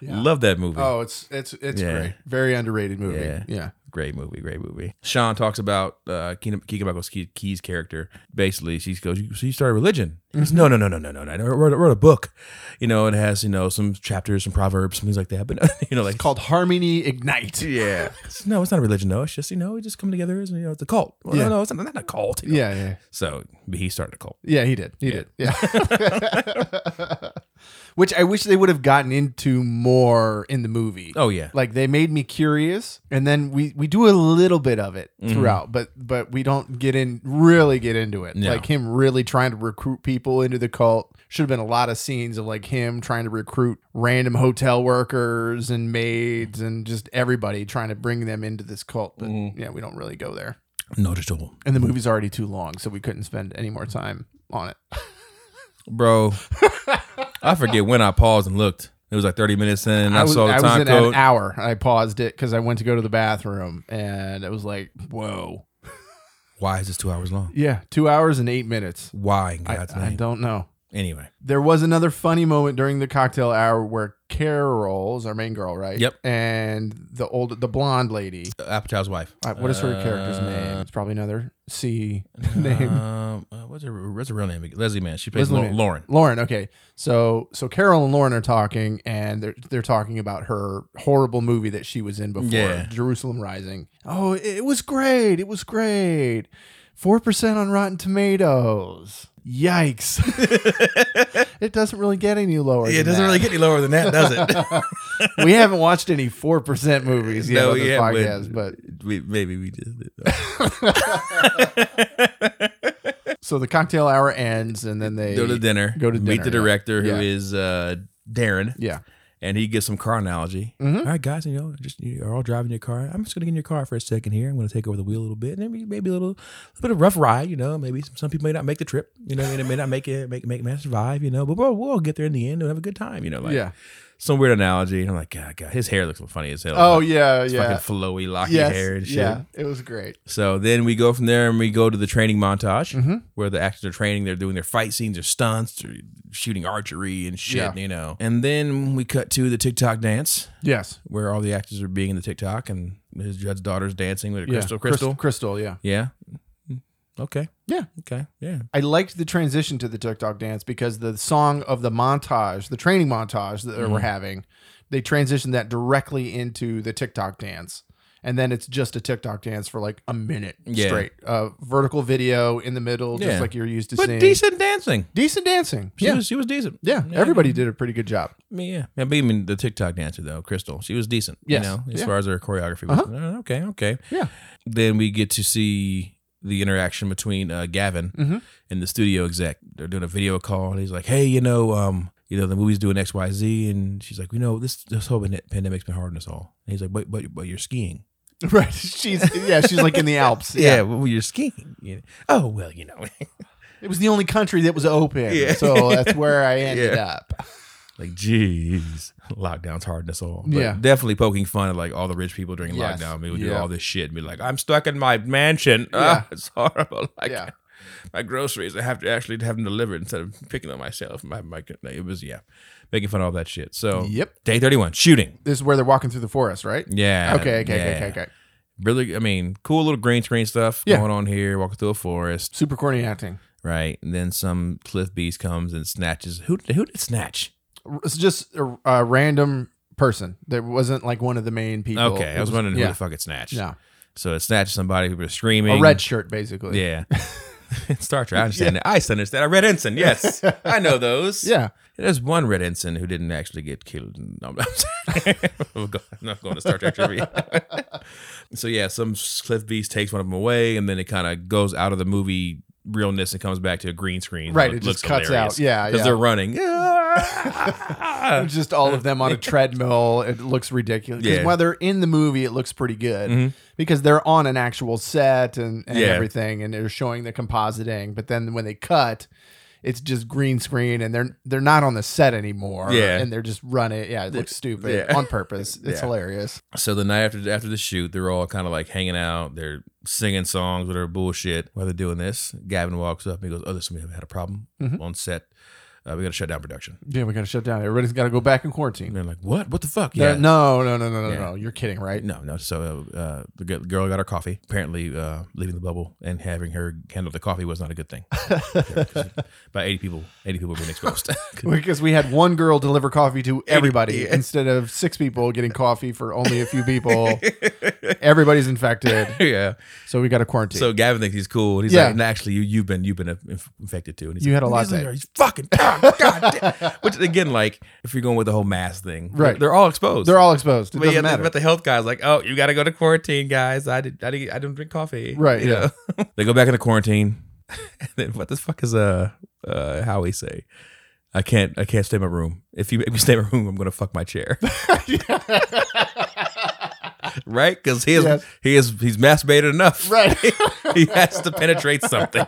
Speaker 2: Yeah.
Speaker 1: Love that movie.
Speaker 2: Oh, it's it's it's
Speaker 1: Yeah.
Speaker 2: great. Very underrated movie.
Speaker 1: Yeah.
Speaker 2: Yeah.
Speaker 1: Great movie, great movie. Sean talks about uh, Keegan Michael Key's character. Basically, she goes, "You- "So you started religion?" He
Speaker 2: Mm-hmm.
Speaker 1: goes, no, no, no, no, no, no. no. I wrote, I wrote a book. You know, it has you know some chapters, some proverbs, some things like that. But you know, like
Speaker 2: It's called Harmony Ignite.
Speaker 1: yeah, no, it's not a religion though. It's just you know, we just come together as you know, it's a cult. Well,
Speaker 2: Yeah.
Speaker 1: No, no, it's not, not a cult. you know.
Speaker 2: Yeah, yeah.
Speaker 1: So but he started a cult.
Speaker 2: Yeah, he did. He did. Yeah. Which I wish they would have gotten into more in the movie.
Speaker 1: Oh yeah,
Speaker 2: Like they made me curious and then we we do a little bit of it
Speaker 1: Mm-hmm.
Speaker 2: throughout, but but we don't get in really get into it.
Speaker 1: No.
Speaker 2: Like him really trying to recruit people into the cult. Should have been a lot of scenes of like him trying to recruit random hotel workers and maids and just everybody trying to bring them into this cult. But
Speaker 1: Mm-hmm.
Speaker 2: yeah, we don't really go there.
Speaker 1: noticeable,
Speaker 2: And the movie's already too long, so we couldn't spend any more time on it.
Speaker 1: bro. I forget when I paused and looked. It was like thirty minutes in. and I, saw the
Speaker 2: I
Speaker 1: time
Speaker 2: in
Speaker 1: code.
Speaker 2: an hour. I paused it because I went to go to the bathroom, and it was like, whoa,
Speaker 1: Why is this two hours long?
Speaker 2: yeah, two hours and eight minutes.
Speaker 1: Why in
Speaker 2: I,
Speaker 1: God's
Speaker 2: I
Speaker 1: name?
Speaker 2: don't know.
Speaker 1: Anyway.
Speaker 2: There was another funny moment during the cocktail hour where Carol is our main girl, right?
Speaker 1: Yep.
Speaker 2: And the old, the blonde lady.
Speaker 1: Apatow's wife.
Speaker 2: Uh, What is her character's
Speaker 1: Uh,
Speaker 2: name? It's probably another C name.
Speaker 1: Um, uh, what's her, what's her real name? Leslie Man. She plays
Speaker 2: Leslie
Speaker 1: Lau-
Speaker 2: Mann.
Speaker 1: Lauren.
Speaker 2: Lauren. Okay, so so Carol and Lauren are talking, and they're they're talking about her horrible movie that she was in before,
Speaker 1: Yeah.
Speaker 2: Jerusalem Rising. Oh, it it was great! It was great. Four percent on Rotten Tomatoes. Yikes! it doesn't really get any lower. than that.
Speaker 1: get any lower than that, does it?
Speaker 2: we haven't watched any four percent movies yet
Speaker 1: No,
Speaker 2: on this
Speaker 1: yeah, but-
Speaker 2: podcast, but
Speaker 1: we, maybe we just did.
Speaker 2: so the cocktail hour ends, and then they
Speaker 1: Go to dinner.
Speaker 2: Go to
Speaker 1: Meet
Speaker 2: dinner,
Speaker 1: the
Speaker 2: yeah.
Speaker 1: director
Speaker 2: Yeah.
Speaker 1: who is uh, Darren,
Speaker 2: yeah.
Speaker 1: and he gives some car analogy.
Speaker 2: Mhm.
Speaker 1: All right, guys, you know, just you're all driving your car. I'm just gonna get in your car for a second here. I'm gonna take over the wheel a little bit, and maybe maybe a little, little bit of rough ride. You know, maybe some, some people may not make the trip. You know, and it may not make it make make man survive. You know, but we'll, we'll get there in the end and have a good time. You know, like
Speaker 2: yeah.
Speaker 1: some weird analogy. And I'm like, God, God, his hair looks funny as hell.
Speaker 2: Oh
Speaker 1: Like,
Speaker 2: yeah,
Speaker 1: it's
Speaker 2: yeah.
Speaker 1: fucking flowy, locky
Speaker 2: Yes,
Speaker 1: hair and shit.
Speaker 2: yeah. It was great.
Speaker 1: So then we go from there and we go to the training montage
Speaker 2: Mhm.
Speaker 1: where the actors are training. They're doing their fight scenes, their stunts, they're shooting archery and shit,
Speaker 2: Yeah.
Speaker 1: you know. And then we cut to the TikTok dance
Speaker 2: Yes.
Speaker 1: where all the actors are being in the TikTok and his judge's daughter's dancing with a
Speaker 2: Yeah.
Speaker 1: crystal. Crystal.
Speaker 2: Crystal, yeah.
Speaker 1: Yeah. Mm-hmm. Okay.
Speaker 2: Yeah.
Speaker 1: Okay. Yeah.
Speaker 2: I liked the transition to the TikTok dance because the song of the montage, the training montage that
Speaker 1: Mm.
Speaker 2: we're having, they transitioned that directly into the TikTok dance. And then it's just a TikTok dance for like a minute
Speaker 1: Yeah.
Speaker 2: straight. Uh, vertical video in the middle, just
Speaker 1: Yeah.
Speaker 2: like you're used to
Speaker 1: But
Speaker 2: seeing.
Speaker 1: decent dancing.
Speaker 2: Decent dancing.
Speaker 1: She
Speaker 2: yeah.
Speaker 1: was she was decent.
Speaker 2: yeah. Everybody did a pretty good job.
Speaker 1: I mean, yeah. I mean, I mean, the TikTok dancer though, Crystal, she was decent.
Speaker 2: Yes.
Speaker 1: You know, as
Speaker 2: Yeah.
Speaker 1: far as her choreography was. Uh, Okay, okay.
Speaker 2: Yeah.
Speaker 1: Then we get to see the interaction between uh, Gavin
Speaker 2: Mhm.
Speaker 1: and the studio exec. They're doing a video call, and he's like, "Hey, you know, um, you know, the movie's doing X, Y, Z," and she's like, "You know, this this whole pan- pandemic's been hard on us all." And he's like, "But but but you're skiing."
Speaker 2: Right. She's, yeah, she's like in the Alps.
Speaker 1: Yeah, well, you're skiing. You know, Oh well, you know,
Speaker 2: It was the only country that was open.
Speaker 1: Yeah.
Speaker 2: So that's where I ended up.
Speaker 1: like jeez, lockdown's hard on us all. But
Speaker 2: Yeah.
Speaker 1: definitely poking fun at like all the rich people during
Speaker 2: Yes.
Speaker 1: lockdown. We would do
Speaker 2: Yeah.
Speaker 1: all this shit and be like, "I'm stuck in my mansion. Ah, it's horrible." Like,
Speaker 2: Yeah.
Speaker 1: my groceries. I have to actually have them delivered instead of picking them myself. My, my it was yeah, making fun of all that shit. So
Speaker 2: Yep.
Speaker 1: day thirty one shooting.
Speaker 2: This is where they're walking through the forest, right?
Speaker 1: Yeah.
Speaker 2: Okay, okay, okay,
Speaker 1: yeah.
Speaker 2: okay, okay.
Speaker 1: Really, I mean, cool little green screen stuff
Speaker 2: Yeah.
Speaker 1: going on here. Walking through a forest,
Speaker 2: Super corny acting.
Speaker 1: right? And then some cliff beast comes and snatches. Who who did snatch?
Speaker 2: R- It's just a, a random person. There wasn't like one of the main people.
Speaker 1: Okay, I was wondering who the fuck it snatched.
Speaker 2: No,
Speaker 1: So it snatches somebody who was screaming.
Speaker 2: a red shirt basically.
Speaker 1: Yeah. Star Trek. I understand that. I understand. A red ensign. Yes, I know those.
Speaker 2: Yeah.
Speaker 1: There's one red ensign who didn't actually get killed. No, I'm sorry. I'm go- I'm not going to Star Trek trivia. so yeah, some cliff beast takes one of them away, and then it kind of goes out of the movie realness and comes back to a green screen.
Speaker 2: Right, it just cuts out. Yeah,
Speaker 1: because
Speaker 2: yeah.
Speaker 1: they're running.
Speaker 2: It was just all of them on a treadmill. It looks ridiculous.
Speaker 1: Yeah. Mm-hmm.
Speaker 2: Because while they're in the movie, it looks pretty good because they're on an actual set and, and
Speaker 1: Yeah.
Speaker 2: everything, and they're showing the compositing. But then when they cut, it's just green screen and they're they're not on the set anymore.
Speaker 1: Yeah.
Speaker 2: and they're just running. Yeah, it looks stupid
Speaker 1: yeah.
Speaker 2: on purpose. It's
Speaker 1: Yeah.
Speaker 2: hilarious.
Speaker 1: So the night after after the shoot, they're all kind of like hanging out. They're singing songs, whatever bullshit. While they're doing this, Gavin walks up and he goes, "Oh, this we had a problem
Speaker 2: Mhm.
Speaker 1: on set. Uh, we got to shut down production."
Speaker 2: Yeah, we got to shut down. Everybody's got to go back in quarantine.
Speaker 1: And they're like, "What? What the fuck?"
Speaker 2: Yeah. No, no, no, no, no,
Speaker 1: Yeah.
Speaker 2: no. You're kidding, right?
Speaker 1: No, no. So uh, uh, the g- girl got her coffee. Apparently, uh, leaving the bubble and having her handle the coffee was not a good thing. About eighty people, eighty people were being exposed.
Speaker 2: Because we had one girl deliver coffee to everybody
Speaker 1: yeah.
Speaker 2: instead of six people getting coffee for only a few people. Everybody's infected,
Speaker 1: yeah.
Speaker 2: so we got to quarantine.
Speaker 1: So Gavin thinks he's cool. And he's
Speaker 2: Yeah.
Speaker 1: like, "No, actually, you you've been you've been inf- infected too. And he's
Speaker 2: You
Speaker 1: like,
Speaker 2: had a
Speaker 1: "These
Speaker 2: latte."
Speaker 1: are- He's fucking oh, god. damn." Which again, like if you're going with the whole mask thing,
Speaker 2: Right.
Speaker 1: They're, they're all exposed.
Speaker 2: They're all exposed. It
Speaker 1: But,
Speaker 2: doesn't
Speaker 1: yeah,
Speaker 2: matter.
Speaker 1: but the health guy's like, oh, you got to go to quarantine, guys. I did, I didn't, I didn't drink coffee.
Speaker 2: Right,
Speaker 1: You
Speaker 2: yeah.
Speaker 1: know? they go back into quarantine. and then what the fuck is uh, uh Howie say? I can't, I can't stay in my room. If you make me stay in my room, I'm gonna fuck my chair. right? Because he is,
Speaker 2: Yes.
Speaker 1: he is, he's masturbated enough.
Speaker 2: Right.
Speaker 1: he has to penetrate something.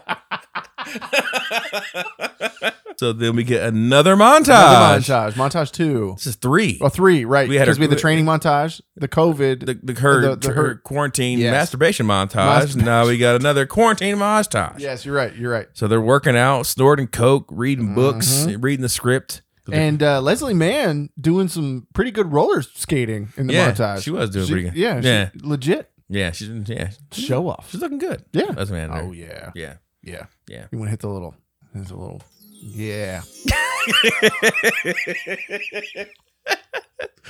Speaker 1: so then we get another montage.
Speaker 2: Another montage. Montage two.
Speaker 1: This is three.
Speaker 2: Or three, right.
Speaker 1: We had
Speaker 2: Because
Speaker 1: our-
Speaker 2: we had the training montage, the COVID.
Speaker 1: the, the, her,
Speaker 2: The- the-
Speaker 1: her,
Speaker 2: her-
Speaker 1: quarantine
Speaker 2: Yes.
Speaker 1: masturbation montage.
Speaker 2: Masturbation.
Speaker 1: Now we got another quarantine montage.
Speaker 2: yes, you're right. You're right.
Speaker 1: So they're working out, snorting coke, reading books, reading the script.
Speaker 2: Mm-hmm. And uh, Leslie Mann doing some pretty good roller skating in the
Speaker 1: yeah,
Speaker 2: montage.
Speaker 1: she was doing
Speaker 2: She-
Speaker 1: pretty good.
Speaker 2: Yeah, she-
Speaker 1: yeah,
Speaker 2: legit
Speaker 1: yeah. She's yeah,
Speaker 2: show off.
Speaker 1: she's looking good.
Speaker 2: Yeah.
Speaker 1: that's man.
Speaker 2: Oh yeah,
Speaker 1: yeah,
Speaker 2: yeah,
Speaker 1: yeah.
Speaker 2: You want to hit the little, hit the little, yeah.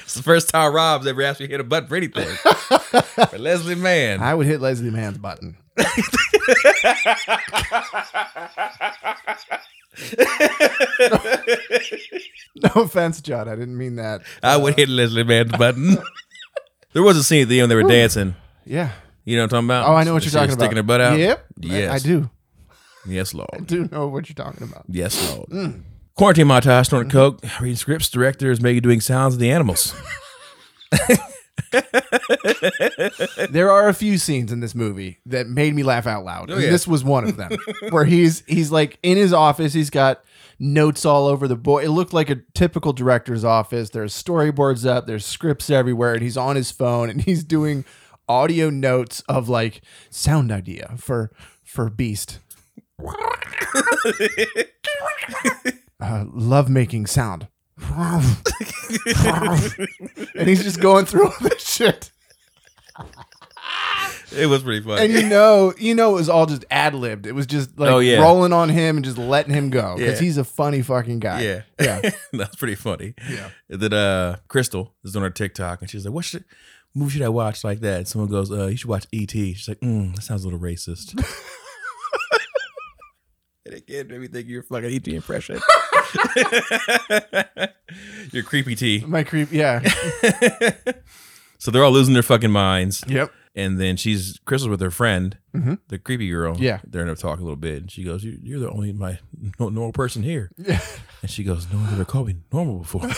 Speaker 1: It's the first time Rob's ever asked me to hit a button for anything. for Leslie Mann.
Speaker 2: I would hit Leslie Mann's button. No offense, John. I didn't mean that.
Speaker 1: I would hit Leslie Mann's button. there was a scene at the end they were dancing.
Speaker 2: Yeah.
Speaker 1: You know what I'm talking about?
Speaker 2: Oh, I know what
Speaker 1: She
Speaker 2: you're
Speaker 1: was
Speaker 2: talking about.
Speaker 1: sticking her butt out.
Speaker 2: Yep. I-
Speaker 1: Yes.
Speaker 2: I, do.
Speaker 1: Yes,
Speaker 2: I
Speaker 1: Lord.
Speaker 2: do know what you're talking about.
Speaker 1: Yes, Lord.
Speaker 2: Mm.
Speaker 1: Quarantine montage, snorting coke,
Speaker 2: Mm-hmm.
Speaker 1: reading scripts, directors, maybe doing sounds of the animals.
Speaker 2: There are a few scenes in this movie that made me laugh out loud. and
Speaker 1: yeah.
Speaker 2: This was one of them, where he's he's like in his office. He's got notes all over the board. It looked like a typical director's office. There's storyboards up. There's scripts everywhere, and he's on his phone and he's doing audio notes of like sound idea for for Beast. uh, love making sound. and he's just going through all this shit
Speaker 1: it was pretty funny.
Speaker 2: and you know, you know, it was all just ad libbed. It was just like
Speaker 1: Oh, yeah.
Speaker 2: rolling on him and just letting him go
Speaker 1: Yeah.
Speaker 2: because he's a funny fucking guy.
Speaker 1: Yeah.
Speaker 2: Yeah.
Speaker 1: That's pretty funny.
Speaker 2: Yeah.
Speaker 1: That uh Crystal is on her TikTok and she's like, What should movie should I watch like that? And someone goes, uh, you should watch E. T. She's like, mm, that sounds a little racist. and again made me think of your fucking E. T. impression. your creepy T.
Speaker 2: My creep. Yeah.
Speaker 1: so they're all losing their fucking minds.
Speaker 2: yep.
Speaker 1: And then she's Crystal's with her friend,
Speaker 2: Mhm.
Speaker 1: the creepy girl.
Speaker 2: Yeah.
Speaker 1: They're in there talking a little bit. And she goes, you, You're the only my no- normal person here. And she goes, No one's ever called me normal before.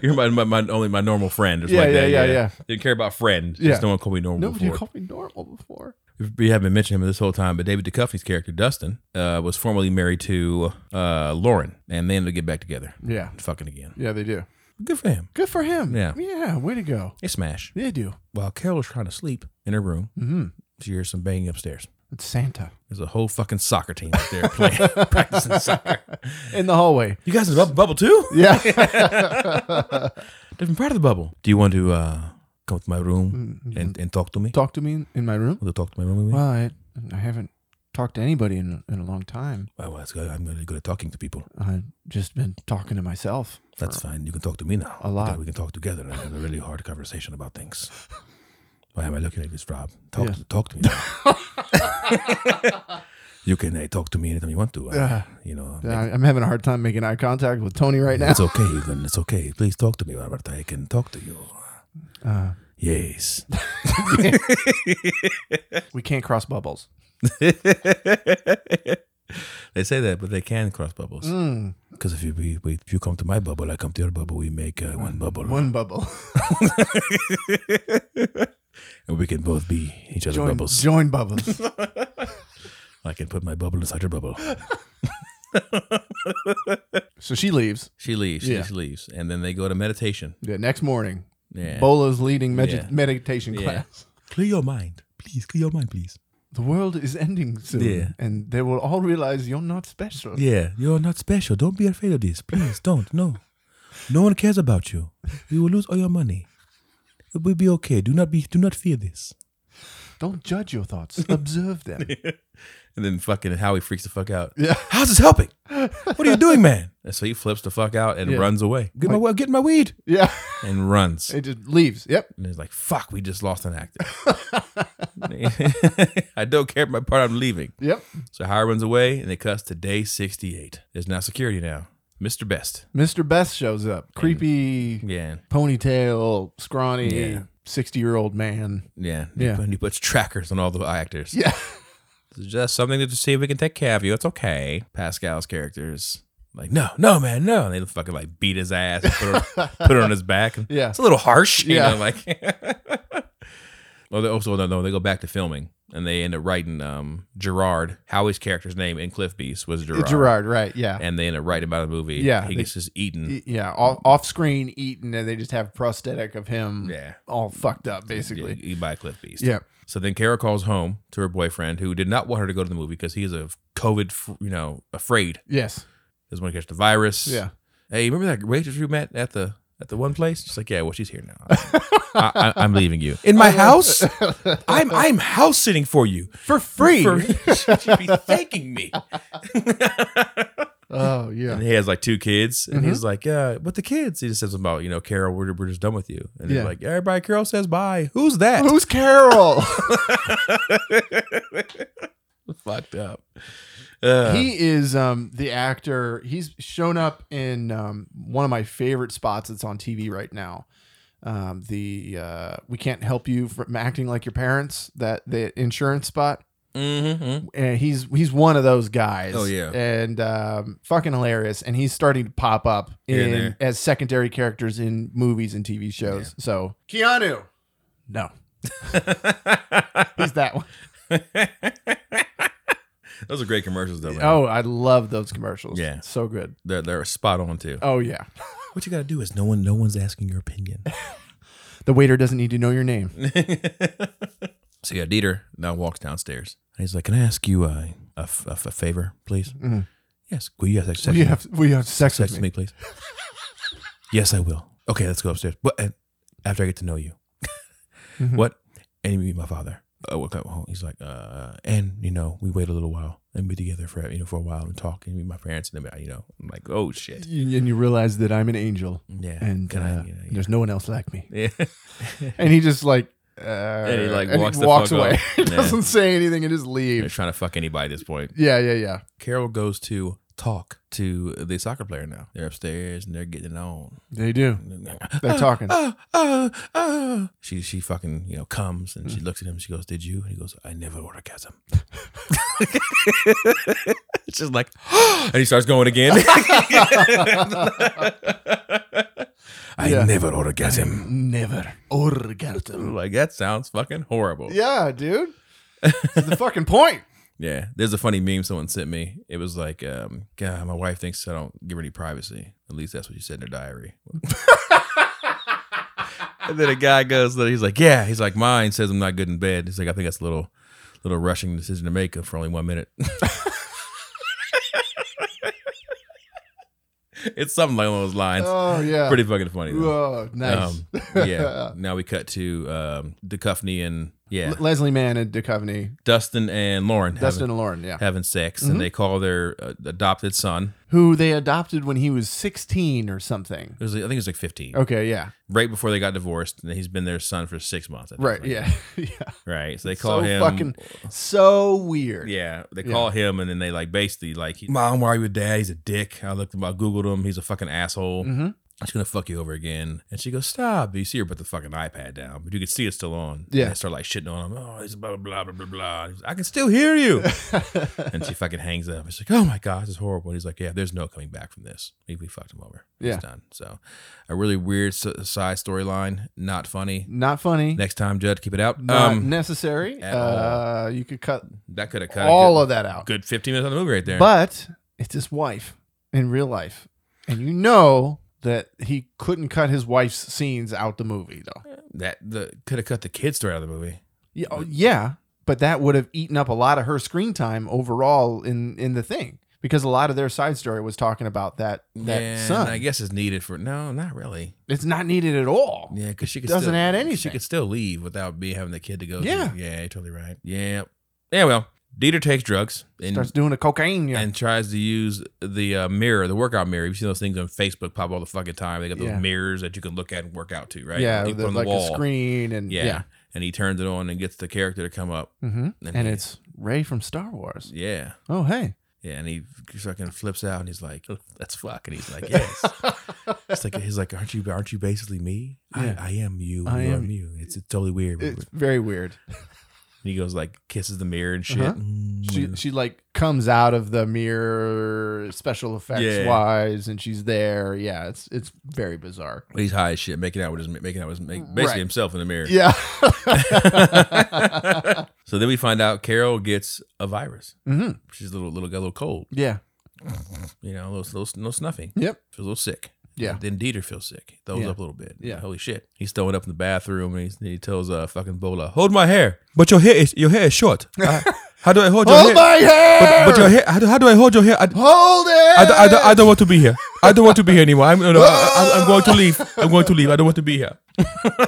Speaker 1: You're my, my, my only my normal friend. Or something
Speaker 2: Yeah,
Speaker 1: like
Speaker 2: yeah,
Speaker 1: that.
Speaker 2: yeah, yeah.
Speaker 1: Didn't care about friend.
Speaker 2: Yeah.
Speaker 1: Just no one called me normal
Speaker 2: Nobody
Speaker 1: before.
Speaker 2: called me normal before.
Speaker 1: we haven't been mentioning him this whole time, but David Duchovny's character, Dustin, uh, was formerly married to uh, Lauren, and they ended up getting back together.
Speaker 2: Yeah.
Speaker 1: Fucking again.
Speaker 2: Yeah, they do.
Speaker 1: Good for him.
Speaker 2: Good for him.
Speaker 1: Yeah.
Speaker 2: Yeah. Way to go.
Speaker 1: They smash.
Speaker 2: They do.
Speaker 1: While Carol was trying to sleep in her room,
Speaker 2: Mm-hmm.
Speaker 1: she hears some banging upstairs.
Speaker 2: It's Santa
Speaker 1: There's a whole fucking soccer team out there playing, practicing soccer.
Speaker 2: in the hallway.
Speaker 1: You guys in the bub- bubble too?
Speaker 2: Yeah.
Speaker 1: Different part of the bubble. Do you want to uh, come to my room and, and talk to me?
Speaker 2: Mm, Talk to me in, in my room.
Speaker 1: Want to talk to my room with me?
Speaker 2: Well, I, I haven't talked to anybody in, in a long time.
Speaker 1: Oh, well, that's good. I'm really good at talking to people.
Speaker 2: I've just been talking to myself.
Speaker 1: That's fine. You can talk to me now.
Speaker 2: A lot.
Speaker 1: Then We can talk together and have a really hard conversation about things. Why am I looking like this, Rob? Talk,
Speaker 2: Yeah.
Speaker 1: to, talk to me. now. you can uh, talk to me anytime you want to. Uh,
Speaker 2: Yeah.
Speaker 1: you know,
Speaker 2: I- I'm having a hard time making eye contact with Tony right now.
Speaker 1: it's okay. You can, it's okay. Please talk to me, Robert. I can talk to you.
Speaker 2: Uh,
Speaker 1: Yes.
Speaker 2: we can't cross bubbles.
Speaker 1: they say that, but they can cross bubbles.
Speaker 2: Hmm.
Speaker 1: Because if you we, we, if you come to my bubble, I come to your bubble. We make uh, one bubble,
Speaker 2: One bubble.
Speaker 1: and we can both be each other's
Speaker 2: Join
Speaker 1: bubbles.
Speaker 2: bubbles. Join bubbles.
Speaker 1: I can put my bubble inside your bubble.
Speaker 2: So she leaves.
Speaker 1: she leaves.
Speaker 2: Yeah.
Speaker 1: She leaves, and then they go to meditation.
Speaker 2: The next morning,
Speaker 1: Yeah.
Speaker 2: Bola's leading med-
Speaker 1: Yeah.
Speaker 2: meditation
Speaker 1: Yeah.
Speaker 2: class.
Speaker 1: clear your mind, please. Clear your mind, please.
Speaker 2: The world is ending soon,
Speaker 1: Yeah.
Speaker 2: and they will all realize you're not special.
Speaker 1: Yeah, you're not special. Don't be afraid of this, please. Don't. No, no one cares about you. You will lose all your money. It will be okay. Do not be. Do not fear this.
Speaker 2: Don't judge your thoughts; observe them.
Speaker 1: And then fucking Howie freaks the fuck out.
Speaker 2: Yeah.
Speaker 1: How's this helping? What are you doing, man? And so he flips the fuck out and
Speaker 2: Yeah.
Speaker 1: runs away. Get my get my weed
Speaker 2: Yeah,
Speaker 1: and runs.
Speaker 2: it just leaves. Yep.
Speaker 1: And he's like, fuck, we just lost an actor. I don't care about my part, I'm leaving.
Speaker 2: Yep.
Speaker 1: So Howard runs away and it cuts to day 68. There's now security now. Mr. Best.
Speaker 2: Mr. Best shows up. Creepy
Speaker 1: Yeah.
Speaker 2: ponytail, scrawny,
Speaker 1: Yeah.
Speaker 2: 60 year old man.
Speaker 1: Yeah.
Speaker 2: Yeah.
Speaker 1: And he puts trackers on all the actors.
Speaker 2: Yeah.
Speaker 1: It's just something to see if we can take care of you. It's okay. Pascal's characters. Like, no, no, man, no. And they fucking like beat his ass and put it on, put it on his back.
Speaker 2: Yeah.
Speaker 1: It's a little harsh. You
Speaker 2: Yeah.
Speaker 1: know, like Well they also no, no, they go back to filming and they end up writing um Gerard, Howie's character's name in Cliff Beast was Gerard.
Speaker 2: Gerard, right. Yeah.
Speaker 1: And they end up writing about the movie.
Speaker 2: Yeah,
Speaker 1: He
Speaker 2: they-
Speaker 1: gets just eaten.
Speaker 2: Y- yeah. Off, off screen, eaten, and they just have prosthetic of him
Speaker 1: yeah.
Speaker 2: all fucked up,
Speaker 1: Yeah,
Speaker 2: basically.
Speaker 1: eaten by a Cliff Beast.
Speaker 2: Yeah.
Speaker 1: So then Kara calls home to her boyfriend who did not want her to go to the movie because he is a COVID, f- you know, afraid.
Speaker 2: Yes.
Speaker 1: Doesn't want to catch the virus.
Speaker 2: Yeah.
Speaker 1: hey, remember that waitress we met at the at the one place? She's like, yeah, well, she's here now. I, I, I'm leaving you in my house. I'm I'm house sitting for you
Speaker 2: For free.
Speaker 1: For, she'd be thanking me.
Speaker 2: oh, yeah. Mm-hmm.
Speaker 1: And he has like two kids, and he's like, yeah, but the kids. He just says about you know, Carol, we're, we're just done with you. And
Speaker 2: Yeah.
Speaker 1: he's like, everybody, Carol says bye. Who's that?
Speaker 2: Who's Carol?
Speaker 1: fucked up? Uh,
Speaker 2: he is um, the actor. He's shown up in um, one of my favorite spots that's on TV right now. Um, the uh, we can't help you from acting like your parents. That the insurance spot.
Speaker 1: mhm, mhm.
Speaker 2: and he's he's one of those guys.
Speaker 1: Oh, yeah.
Speaker 2: and um, fucking hilarious. And he's starting to pop up
Speaker 1: Here
Speaker 2: in
Speaker 1: and there.
Speaker 2: as secondary characters in movies and TV shows. So Keanu, no,
Speaker 1: mm-hmm.
Speaker 2: he's that one.
Speaker 1: Those are great commercials, though. Man.
Speaker 2: Oh, I love those commercials.
Speaker 1: Yeah.
Speaker 2: so good.
Speaker 1: They're, they're spot on too.
Speaker 2: Oh yeah,
Speaker 1: What you got to do is no one, no one's asking your opinion.
Speaker 2: the waiter doesn't need to know your name.
Speaker 1: So yeah, Dieter now walks downstairs. And he's like, "Can I ask you uh, a, f- a f- a favor, please?" Yes. Will you have sex,
Speaker 2: Will
Speaker 1: with
Speaker 2: you
Speaker 1: me?
Speaker 2: have will you have sex,
Speaker 1: sex
Speaker 2: with
Speaker 1: with
Speaker 2: me?
Speaker 1: me, please? yes, I will. Okay, let's go upstairs. But and after I get to know you,
Speaker 2: Mhm.
Speaker 1: what? And you meet my father. Oh, okay. Well, he's like, uh, and you know, we wait a little while and be together for you know for a while and talk and meet my parents and then you know, I'm like, oh shit,
Speaker 2: You- and you realize that I'm an angel,
Speaker 1: yeah.
Speaker 2: and
Speaker 1: can
Speaker 2: uh,
Speaker 1: I? You know, yeah.
Speaker 2: there's no one else like me.
Speaker 1: Yeah.
Speaker 2: And he just like. Uh,
Speaker 1: And he like
Speaker 2: and
Speaker 1: walks, the fuck
Speaker 2: away.
Speaker 1: off.
Speaker 2: He
Speaker 1: Yeah.
Speaker 2: doesn't say anything and just
Speaker 1: They're
Speaker 2: leaves.
Speaker 1: trying to fuck anybody at this point.
Speaker 2: Yeah, yeah, yeah.
Speaker 1: Carol goes to talk to the soccer player now. They're upstairs and they're getting it on.
Speaker 2: They do. They're
Speaker 1: Ah,
Speaker 2: talking.
Speaker 1: ah, ah, ah. She she fucking you know comes and she
Speaker 2: Mm.
Speaker 1: looks at him. She goes, "Did you?" And he goes, "I never orgasm." She's like, and he starts going again. I
Speaker 2: Yeah.
Speaker 1: never orgasm.
Speaker 2: Never orgasm.
Speaker 1: Like that sounds fucking horrible.
Speaker 2: Yeah, dude. That's the fucking point.
Speaker 1: Yeah, there's a funny meme someone sent me. It was like, um, God, my wife thinks I don't give her any privacy. At least that's what she said in her diary. and then a guy goes, he's like, Yeah, he's like, mine says I'm not good in bed. He's like, I think that's a little, little rushing decision to make for only one minute. it's something along those lines.
Speaker 2: Oh yeah.
Speaker 1: Pretty fucking funny. Though.
Speaker 2: Whoa, nice.
Speaker 1: Um, yeah. Now we cut to um, Duchovny and yeah,
Speaker 2: L- Leslie Mann and Duchovny,
Speaker 1: Dustin and Lauren. having-
Speaker 2: Dustin and Lauren, Mm-hmm. yeah,
Speaker 1: having sex and they call their uh, adopted son
Speaker 2: who they adopted when he was sixteen or something.
Speaker 1: it was, i think it was like 15
Speaker 2: Okay, yeah,
Speaker 1: right before they got divorced and he's been their son for six months I think,
Speaker 2: right,
Speaker 1: like-
Speaker 2: yeah, yeah.
Speaker 1: right so they call
Speaker 2: so
Speaker 1: him
Speaker 2: fucking so weird.
Speaker 1: yeah they call him and then they like basically like mom why are you with dad he's a dick i looked him i googled him he's a fucking asshole
Speaker 2: hmm
Speaker 1: I'm just gonna fuck you over again. And she goes, Stop. You see her put the fucking iPad down, but you can see it's still on.
Speaker 2: Yeah.
Speaker 1: And they start like shitting on him. Oh, he's blah blah blah blah blah. He's like, I can still hear you. and she fucking hangs up. It's like, Oh my god, this is horrible. And he's like, Yeah, there's no coming back from this. We, we fucked him over.
Speaker 2: Yeah.
Speaker 1: It's done. So a really weird s- side storyline. Not funny.
Speaker 2: Not funny.
Speaker 1: Next time, Judge, keep it out.
Speaker 2: Not
Speaker 1: um
Speaker 2: necessary.
Speaker 1: at all.
Speaker 2: Uh, you could cut
Speaker 1: that could have cut
Speaker 2: all
Speaker 1: a
Speaker 2: of that out.
Speaker 1: good, good 15 minutes on the movie right there.
Speaker 2: But it's his wife in real life, and you know that he couldn't cut his wife's scenes out the movie though.
Speaker 1: That the could have cut the kid story out of the movie.
Speaker 2: Yeah, oh, yeah, but that would have eaten up a lot of her screen time overall in in the thing because a lot of their side story was talking about that that
Speaker 1: Yeah,
Speaker 2: son.
Speaker 1: I guess it's needed for no, not really.
Speaker 2: it's not needed at all.
Speaker 1: Yeah, because she could
Speaker 2: doesn't
Speaker 1: still,
Speaker 2: add
Speaker 1: She
Speaker 2: anything.
Speaker 1: could still leave without be having the kid to go. through.
Speaker 2: Yeah.
Speaker 1: yeah, you're totally right. Yeah, yeah. Well, Dieter takes drugs and
Speaker 2: Starts doing a cocaine. Yeah.
Speaker 1: and tries to use the uh, mirror, the workout mirror. You've seen those things on Facebook pop all the fucking time. They got those
Speaker 2: Yeah.
Speaker 1: mirrors that you can look at and work out to, right?
Speaker 2: yeah,
Speaker 1: You
Speaker 2: with
Speaker 1: put on
Speaker 2: like a screen and
Speaker 1: Yeah.
Speaker 2: yeah,
Speaker 1: and he turns it on and gets the character to come up.
Speaker 2: hmm
Speaker 1: And
Speaker 2: and,
Speaker 1: he-
Speaker 2: it's Ray from Star Wars.
Speaker 1: Yeah,
Speaker 2: Oh hey,
Speaker 1: yeah, and he fucking flips out and he's like, "Let's fuck," and he's like, "Yes." it's like he's like, "Aren't you? Aren't you basically me?
Speaker 2: Yeah.
Speaker 1: I, I am you.
Speaker 2: I
Speaker 1: I am
Speaker 2: am-
Speaker 1: you. It's, it's totally weird."
Speaker 2: it's very weird.
Speaker 1: And he goes like kisses the mirror and shit.
Speaker 2: Uh-huh.
Speaker 1: Mm.
Speaker 2: She she like comes out of the mirror special effects
Speaker 1: Yeah.
Speaker 2: wise, and she's there. Yeah, it's it's very bizarre.
Speaker 1: He's high as shit, making out with his making out with his, make, basically
Speaker 2: Right.
Speaker 1: himself in the mirror.
Speaker 2: Yeah,
Speaker 1: so then we find out Carol gets a virus.
Speaker 2: hmm
Speaker 1: She's a little little got a little cold.
Speaker 2: yeah,
Speaker 1: You know, a little, little no snuffing.
Speaker 2: yep,
Speaker 1: Feels a little sick.
Speaker 2: yeah.
Speaker 1: Then Dieter feels sick. Throws
Speaker 2: Yeah.
Speaker 1: up a little bit.
Speaker 2: Yeah.
Speaker 1: Holy shit. He's throwing up in the bathroom and he's, he tells uh fucking Bola, hold my hair. But your hair is your hair is short. Uh, how do I hold your
Speaker 2: Hold
Speaker 1: hair?
Speaker 2: my hair.
Speaker 1: But, but your hair. How do, how do I hold your hair? I,
Speaker 2: Hold it.
Speaker 1: I, don't- I, don't- I don't want to be here. I don't want to be here anymore. I'm, no, no, I, am going to leave. I'm going to leave. I don't want to be here. then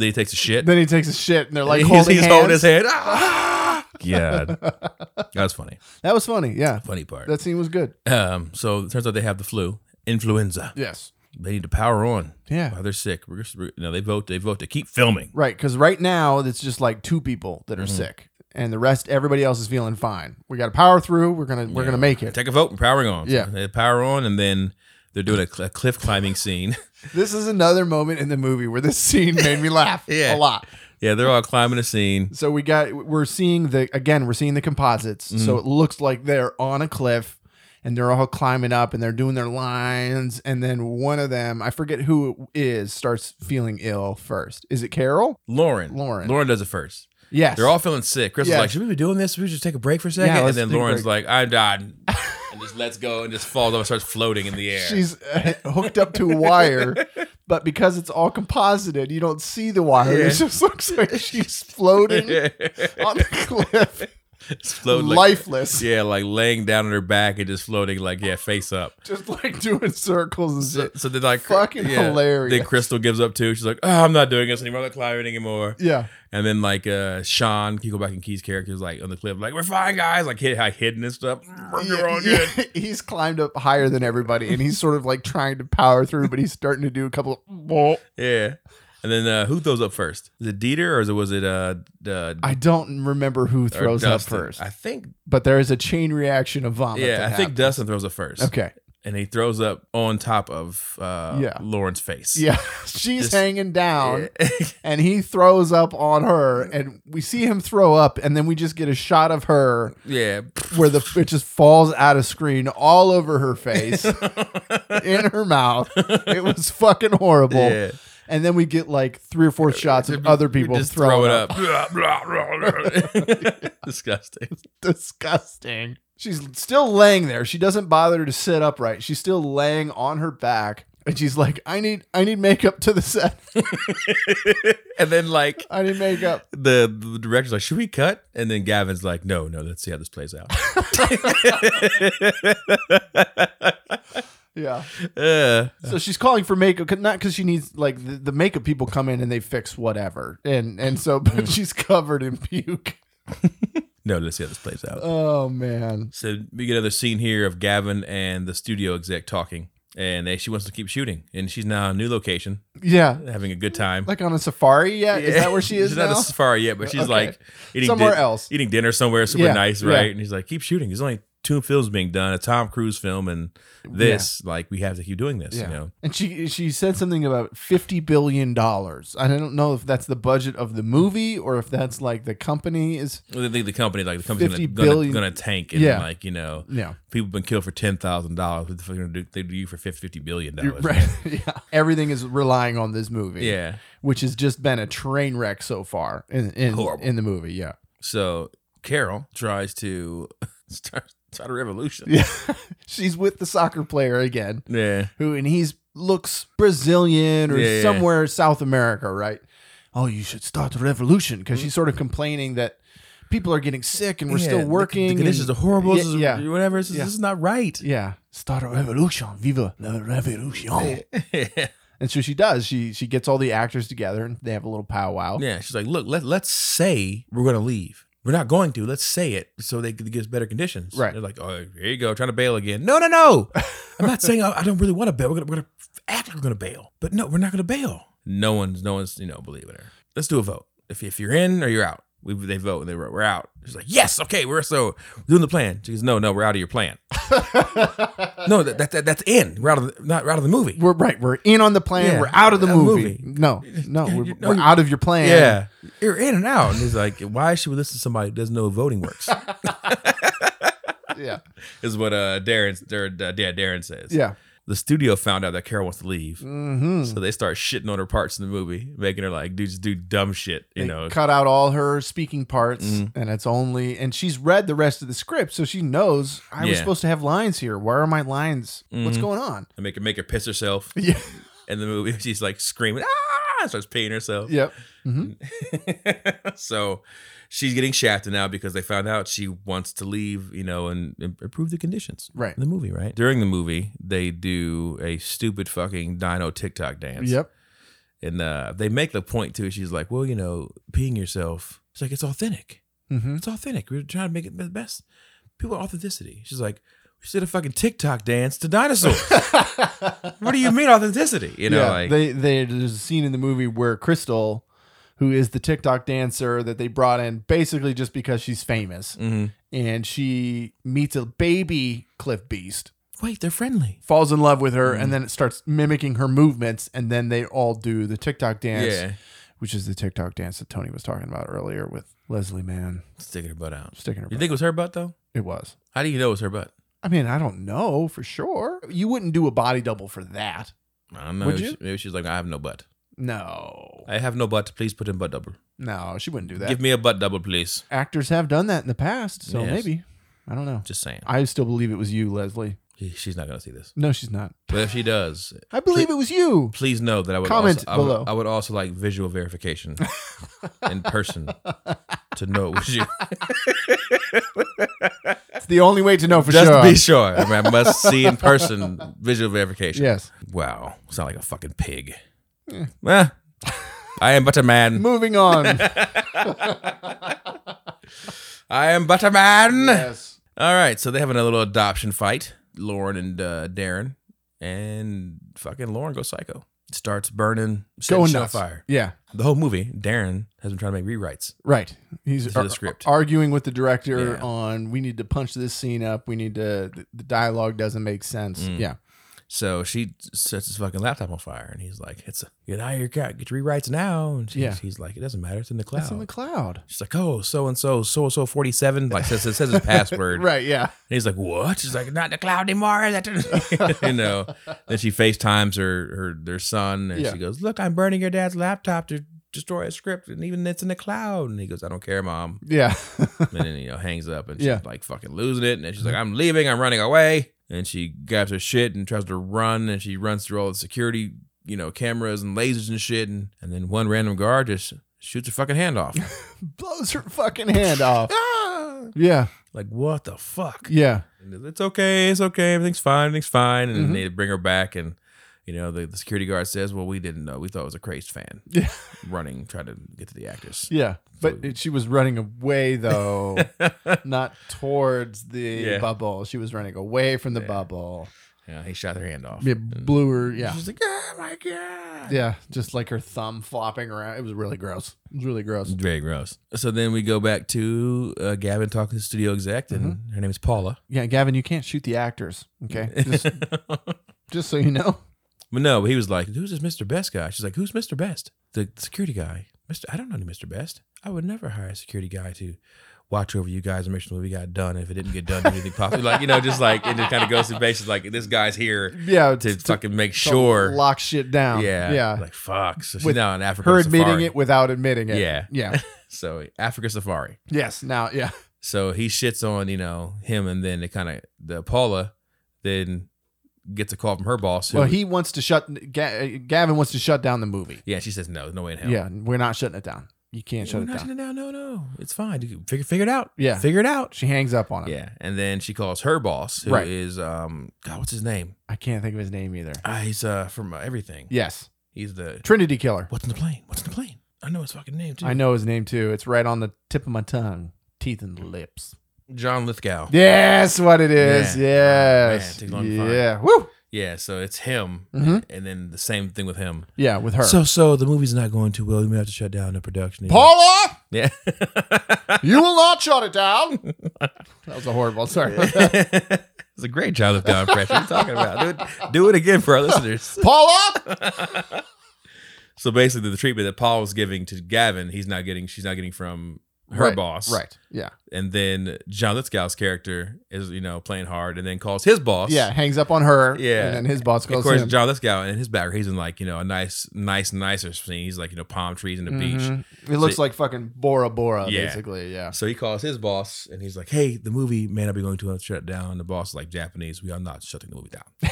Speaker 1: he takes a shit.
Speaker 2: then he takes a shit, and they're like
Speaker 1: he's
Speaker 2: holding
Speaker 1: he's
Speaker 2: hands.
Speaker 1: holding his head. Ah! God, that was funny.
Speaker 2: That was funny. Yeah,
Speaker 1: Funny part.
Speaker 2: that scene was good.
Speaker 1: Um, so it turns out they have the flu, influenza.
Speaker 2: Yes.
Speaker 1: They need to power on.
Speaker 2: Yeah.
Speaker 1: While they're sick. We're just, we're- no, they vote. They vote to keep filming.
Speaker 2: Right, because right now it's just like two people that are
Speaker 1: Mm-hmm.
Speaker 2: sick, and the rest, everybody else is feeling fine. We got to power through. We're gonna we're gonna make it.
Speaker 1: Take a vote. We're powering on.
Speaker 2: Yeah.
Speaker 1: They power on, and then they're doing a, cl- a cliff climbing scene.
Speaker 2: This is another moment in the movie where this scene made me laugh
Speaker 1: Yeah.
Speaker 2: a lot.
Speaker 1: yeah, they're all climbing a scene.
Speaker 2: So we got we're seeing the again we're seeing the composites.
Speaker 1: Mm-hmm.
Speaker 2: So it looks like they're on a cliff and they're all climbing up and they're doing their lines and then one of them, I forget who it is, starts feeling ill first. Is it Carol?
Speaker 1: Lauren.
Speaker 2: Lauren.
Speaker 1: Lauren does it first.
Speaker 2: Yes.
Speaker 1: They're all feeling sick. Chris is
Speaker 2: Yeah.
Speaker 1: like, should we be doing this? Should we just take a break for a second? and
Speaker 2: let's
Speaker 1: then
Speaker 2: take a
Speaker 1: Lauren's like, I'm done. and just lets go and just falls off and starts floating in the air.
Speaker 2: She's uh, hooked up to a wire, but because it's all composited, you don't see the wire.
Speaker 1: Yeah.
Speaker 2: It just looks like she's floating on the cliff,
Speaker 1: Just floating like-
Speaker 2: lifeless,
Speaker 1: yeah, like laying down on her back and just floating like, yeah, face up.
Speaker 2: just like doing circles and shit.
Speaker 1: So then like
Speaker 2: Fucking hilarious.
Speaker 1: Then Crystal gives up too. She's like, oh, I'm not doing this anymore. I'm not climbing anymore.
Speaker 2: Yeah.
Speaker 1: And then like uh Sean, Kiko back and Key's characters like on the cliff, like, we're fine, guys. Like hit like, hidden and stuff. You're
Speaker 2: Yeah,
Speaker 1: all
Speaker 2: yeah.
Speaker 1: good.
Speaker 2: He's climbed up higher than everybody, and he's sort of like trying to power through, but he's starting to do a couple. Of,
Speaker 1: Yeah. And then uh, who throws up first? Is it Dieter or is it was it uh, uh
Speaker 2: I don't remember who
Speaker 1: or
Speaker 2: throws up
Speaker 1: Dustin?
Speaker 2: first,
Speaker 1: I think
Speaker 2: but there is a chain reaction of vomit.
Speaker 1: yeah, I
Speaker 2: that
Speaker 1: think
Speaker 2: happens.
Speaker 1: Dustin throws up first.
Speaker 2: Okay,
Speaker 1: And he throws up on top of uh
Speaker 2: Yeah.
Speaker 1: Lauren's face.
Speaker 2: yeah, she's
Speaker 1: Just-
Speaker 2: hanging down,
Speaker 1: Yeah.
Speaker 2: and he throws up on her, and we see him throw up, and then we just get a shot of her
Speaker 1: yeah.
Speaker 2: where the it just falls out of screen all over her face, in her mouth. It was fucking horrible.
Speaker 1: Yeah.
Speaker 2: And then we get like three or four shots of other people
Speaker 1: Just
Speaker 2: throwing
Speaker 1: throw it
Speaker 2: up.
Speaker 1: up. Blah, blah, blah, blah. Disgusting.
Speaker 2: disgusting. She's still laying there. She doesn't bother to sit upright. She's still laying on her back. And she's like, I need I need makeup to the set.
Speaker 1: and then like
Speaker 2: I need makeup.
Speaker 1: the, the director's like, should we cut? And then Gavin's like, no, no, let's see how this plays out.
Speaker 2: Yeah.
Speaker 1: uh,
Speaker 2: So she's calling for makeup, 'cause- not because she needs like the, the makeup people come in and they fix whatever. And and so but she's covered in puke.
Speaker 1: no, let's see how this plays out.
Speaker 2: Oh man.
Speaker 1: So we get another scene here of Gavin and the studio exec talking, and they, she wants to keep shooting, and she's now in a new location,
Speaker 2: Yeah.
Speaker 1: having a good time.
Speaker 2: Like on a safari yet? Is that where she is
Speaker 1: she's
Speaker 2: now?
Speaker 1: not a safari yet, but she's
Speaker 2: Okay.
Speaker 1: like eating
Speaker 2: Somewhere
Speaker 1: din-
Speaker 2: else.
Speaker 1: eating dinner somewhere super
Speaker 2: Yeah,
Speaker 1: nice,
Speaker 2: yeah.
Speaker 1: right? And he's like, keep shooting. There's only two films being done: a Tom Cruise film and this. Like we have to keep doing this,
Speaker 2: Yeah.
Speaker 1: you know.
Speaker 2: And she she said something about fifty billion dollars. I don't know if that's the budget of the movie or if that's like the company is.
Speaker 1: Well, They think the company, like the company's
Speaker 2: 50
Speaker 1: gonna, gonna,
Speaker 2: billion.
Speaker 1: gonna tank, and
Speaker 2: Yeah.
Speaker 1: like you know,
Speaker 2: Yeah,
Speaker 1: people been killed for ten thousand dollars. What the fuck are they gonna do? They do you for 50, billion dollars?
Speaker 2: right. yeah, everything is relying on this movie.
Speaker 1: Yeah.
Speaker 2: which has just been a train wreck so far in in,
Speaker 1: Horrible.
Speaker 2: in the movie. Yeah,
Speaker 1: So Carol tries to start It's not a revolution.
Speaker 2: Yeah. She's with the soccer player again,
Speaker 1: Yeah.
Speaker 2: who and he's looks Brazilian or
Speaker 1: Yeah, yeah.
Speaker 2: somewhere South America, right? Oh, you should start a revolution because she's sort of complaining that people are getting sick and we're
Speaker 1: Yeah,
Speaker 2: still
Speaker 1: the-
Speaker 2: working.
Speaker 1: The, conditions
Speaker 2: and-
Speaker 1: are horrible.
Speaker 2: Yeah,
Speaker 1: this is-
Speaker 2: yeah.
Speaker 1: Whatever. This, is-
Speaker 2: Yeah.
Speaker 1: this is not right.
Speaker 2: yeah, start a revolution, viva la revolution. And so she does. She she gets all the actors together and they have a little powwow.
Speaker 1: Yeah, she's like, look, let let's say we're gonna leave. We're not going to. Let's say it so they could get us better conditions.
Speaker 2: Right.
Speaker 1: They're like, oh, here you go, trying to bail again. No, no, no. I'm not saying I, I don't really want to bail. We're gonna, we're gonna act like we're gonna bail, but no, we're not gonna bail. No one's, no one's, you know, believing her. Let's do a vote. If if you're in or you're out, we they vote and they wrote, we're out. She's like, yes, okay, we're so we're doing the plan. She goes, no, no, we're out of your plan. No, that, that, that that's in. We're out of the, not we're out of the movie.
Speaker 2: we're right. We're in on the plan.
Speaker 1: Yeah,
Speaker 2: we're out of the
Speaker 1: out of the
Speaker 2: movie. No, no,
Speaker 1: You
Speaker 2: we're,
Speaker 1: know
Speaker 2: we're
Speaker 1: you-
Speaker 2: out of your plan.
Speaker 1: Yeah. You're in and out. And he's like, why should we listen to somebody who doesn't know how voting works?
Speaker 2: yeah,
Speaker 1: is what uh Darren, Darren uh, yeah, Darren says.
Speaker 2: yeah.
Speaker 1: The studio found out that Carol wants to leave.
Speaker 2: hmm
Speaker 1: So they start shitting on her parts in the movie, making her like do just do dumb shit, you
Speaker 2: they
Speaker 1: know.
Speaker 2: cut out all her speaking parts,
Speaker 1: Mhm.
Speaker 2: and it's only and she's read the rest of the script, so she knows I was
Speaker 1: Yeah.
Speaker 2: supposed to have lines here. Where are my lines? What's
Speaker 1: Mhm.
Speaker 2: going on?
Speaker 1: And make her make her piss herself
Speaker 2: Yeah,
Speaker 1: in the movie. She's like screaming, ah starts peeing herself.
Speaker 2: yep. hmm
Speaker 1: so she's getting shafted now because they found out she wants to leave, you know, and, and improve the conditions.
Speaker 2: Right.
Speaker 1: In the movie, right? During the movie, they do a stupid fucking dino TikTok dance.
Speaker 2: Yep.
Speaker 1: And uh, they make the point too. She's like, well, you know, peeing yourself. It's like it's authentic.
Speaker 2: hmm
Speaker 1: It's authentic. We're trying to make it the best. People want authenticity. She's like, we should did a fucking TikTok dance to dinosaurs. what do you mean authenticity? You know,
Speaker 2: yeah,
Speaker 1: like
Speaker 2: they, they there's a scene in the movie where Crystal, who is the TikTok dancer that they brought in basically just because she's famous,
Speaker 1: mhm.
Speaker 2: and she meets a baby Cliff Beast,
Speaker 1: wait, they're friendly.
Speaker 2: falls in love with her,
Speaker 1: Mhm.
Speaker 2: and then it starts mimicking her movements, and then they all do the TikTok dance,
Speaker 1: Yeah,
Speaker 2: which is the TikTok dance that Tony was talking about earlier with Leslie Mann
Speaker 1: sticking her butt out.
Speaker 2: sticking her.
Speaker 1: You
Speaker 2: butt.
Speaker 1: think it was her butt though?
Speaker 2: it was?
Speaker 1: How do you know it was her butt?
Speaker 2: I mean, I don't know for sure. You wouldn't do a body double for that.
Speaker 1: I don't know.
Speaker 2: Would
Speaker 1: Maybe
Speaker 2: you?
Speaker 1: she- maybe she's like, I have no butt.
Speaker 2: No,
Speaker 1: I have no butt. Please put in butt double.
Speaker 2: no, she wouldn't do that.
Speaker 1: Give me a butt double, please.
Speaker 2: actors have done that in the past, so
Speaker 1: Yes.
Speaker 2: maybe. I don't know.
Speaker 1: Just saying.
Speaker 2: I still believe it was you, Leslie.
Speaker 1: She- She's not gonna see this.
Speaker 2: No, she's not.
Speaker 1: But if she does,
Speaker 2: I believe it was you.
Speaker 1: please know that I would
Speaker 2: Comment
Speaker 1: also, I would-
Speaker 2: below.
Speaker 1: I would also like visual verification in person to know it was you.
Speaker 2: It's the only way to know for
Speaker 1: Just
Speaker 2: sure.
Speaker 1: to be sure. I, mean, I must see in person visual verification.
Speaker 2: yes.
Speaker 1: Wow. Sound like a fucking pig. Eh, I am but a man.
Speaker 2: Moving on.
Speaker 1: I am but a man.
Speaker 2: yes.
Speaker 1: All right. So they have another little adoption fight. Lauren and uh, Darren. And fucking Lauren goes psycho. Starts burning, setting
Speaker 2: Going
Speaker 1: shit on
Speaker 2: nuts.
Speaker 1: fire.
Speaker 2: Yeah.
Speaker 1: The whole movie, Darren has been trying to make rewrites.
Speaker 2: Right. He's
Speaker 1: To
Speaker 2: ar-
Speaker 1: the script.
Speaker 2: arguing with the director
Speaker 1: Yeah.
Speaker 2: on we need to punch this scene up. We need to the, the dialogue doesn't make sense.
Speaker 1: Mm.
Speaker 2: Yeah.
Speaker 1: So she sets his fucking laptop on fire, and he's like, "It's a, get out of your car, get your rewrites now." And she's,
Speaker 2: Yeah.
Speaker 1: he's like, "It doesn't matter. It's in the cloud."
Speaker 2: It's in the cloud.
Speaker 1: She's like, "Oh, so and so, so and so, forty-seven. Like says it says his password.
Speaker 2: Right, yeah.
Speaker 1: And he's like, "What?" She's like, "Not in the cloud anymore." That you know. Then she FaceTimes her her their son, and
Speaker 2: Yeah.
Speaker 1: she goes, "Look, I'm burning your dad's laptop to destroy a script, and even it's in the cloud." And he goes, "I don't care, mom."
Speaker 2: Yeah.
Speaker 1: And then you know hangs up and she's
Speaker 2: Yeah. Mm-hmm.
Speaker 1: like fucking losing it. And then she's like, I'm leaving, I'm running away. And she grabs her shit and tries to run and she runs through all the security, you know, cameras and lasers and shit. And, and then one random guard just shoots her fucking hand off.
Speaker 2: Blows her fucking hand off.
Speaker 1: Ah!
Speaker 2: Yeah.
Speaker 1: like, what the fuck?
Speaker 2: Yeah.
Speaker 1: And It's okay, it's okay, everything's fine, everything's fine. And
Speaker 2: Mhm.
Speaker 1: they bring her back and you know, the, the security guard says, Well, we didn't know. We thought it was a crazed fan
Speaker 2: Yeah.
Speaker 1: running, trying to get to the actress.
Speaker 2: Yeah. But it, she was running away though. Not towards the
Speaker 1: Yeah.
Speaker 2: bubble. She was running away from the
Speaker 1: Yeah.
Speaker 2: bubble.
Speaker 1: Yeah, he shot her hand off.
Speaker 2: It
Speaker 1: And
Speaker 2: blew her. Yeah.
Speaker 1: She's like, Oh my god.
Speaker 2: Yeah. Just like her thumb flopping around. It was really gross. It was really gross.
Speaker 1: It's very gross. So then we go back to uh, Gavin talking to the studio exec, and her name is Paula.
Speaker 2: Yeah, Gavin, you can't shoot the actors. Mm-hmm. Okay. Just, just so you know.
Speaker 1: But no, he was like, "Who's this Mr. Best guy?" She's like, "Who's Mr. Best?" The security guy. Mr. I don't know any Mr. Best. I would never hire a security guy to watch over you guys and make sure the movie got done. If it didn't get done, do anything possible. Like you know, just like it just kind of goes to basis. Like this guy's here
Speaker 2: Yeah.
Speaker 1: to fucking make
Speaker 2: to
Speaker 1: sure.
Speaker 2: Lock shit down.
Speaker 1: Yeah,
Speaker 2: Yeah.
Speaker 1: Like fuck. So she's
Speaker 2: With
Speaker 1: now in Africa.
Speaker 2: Her admitting
Speaker 1: safari.
Speaker 2: it without admitting it.
Speaker 1: Yeah.
Speaker 2: Yeah.
Speaker 1: So Africa Safari.
Speaker 2: yes. Now, yeah.
Speaker 1: So he shits on you know him, and then it kind of the Paula then gets a call from her boss. Who,
Speaker 2: Well, he wants to shut. Ga- uh, Gavin wants to shut down the movie.
Speaker 1: yeah, she says no, no way in hell.
Speaker 2: Yeah, we're not shutting it down. You can't
Speaker 1: We're
Speaker 2: shut it
Speaker 1: not
Speaker 2: down.
Speaker 1: shutting it down. No, no, it's fine. You Figure, figure it out.
Speaker 2: Yeah.
Speaker 1: figure it out.
Speaker 2: She hangs up on him.
Speaker 1: Yeah, and then she calls her boss, who is
Speaker 2: Right.
Speaker 1: um, God, what's his name?
Speaker 2: I can't think of his name either.
Speaker 1: Ah, he's uh from uh, everything.
Speaker 2: Yes,
Speaker 1: He's the
Speaker 2: Trinity Killer.
Speaker 1: what's in the plane? What's in the plane? I know his fucking name too.
Speaker 2: I know his name too. It's right on the tip of my tongue, teeth and lips.
Speaker 1: John Lithgow.
Speaker 2: Yes, what it is.
Speaker 1: Yeah.
Speaker 2: Yes.
Speaker 1: Man, it took long to find.
Speaker 2: yeah. Woo.
Speaker 1: Yeah, so it's him,
Speaker 2: Mhm.
Speaker 1: and then the same thing with him.
Speaker 2: Yeah, with her.
Speaker 1: So, so the movie's not going too well. We may have to shut down the production.
Speaker 2: Paula,
Speaker 1: yeah,
Speaker 2: you will not shut it down. that was a horrible. Sorry.
Speaker 1: it's a great John Lithgow impression. What are you talking about? Do it, do it again for our listeners.
Speaker 2: Paula.
Speaker 1: So basically, the treatment that Paul was giving to Gavin, he's not getting. She's not getting from her
Speaker 2: Right,
Speaker 1: boss,
Speaker 2: Right. Yeah.
Speaker 1: And then John Lithgow's character is you know playing hard, and then calls his boss.
Speaker 2: Yeah. Hangs up on her.
Speaker 1: Yeah.
Speaker 2: And then his boss
Speaker 1: Of
Speaker 2: goes.
Speaker 1: course,
Speaker 2: him.
Speaker 1: John Lithgow in his background, he's in like you know a nice, nice, nicer scene. He's like you know palm trees and the beach.
Speaker 2: Mhm. It looks like fucking Bora Bora,
Speaker 1: Yeah.
Speaker 2: basically. Yeah.
Speaker 1: So he calls his boss and he's like, "Hey, the movie may not be going to shut down." The boss is like, "Japanese, we are not shutting the movie down."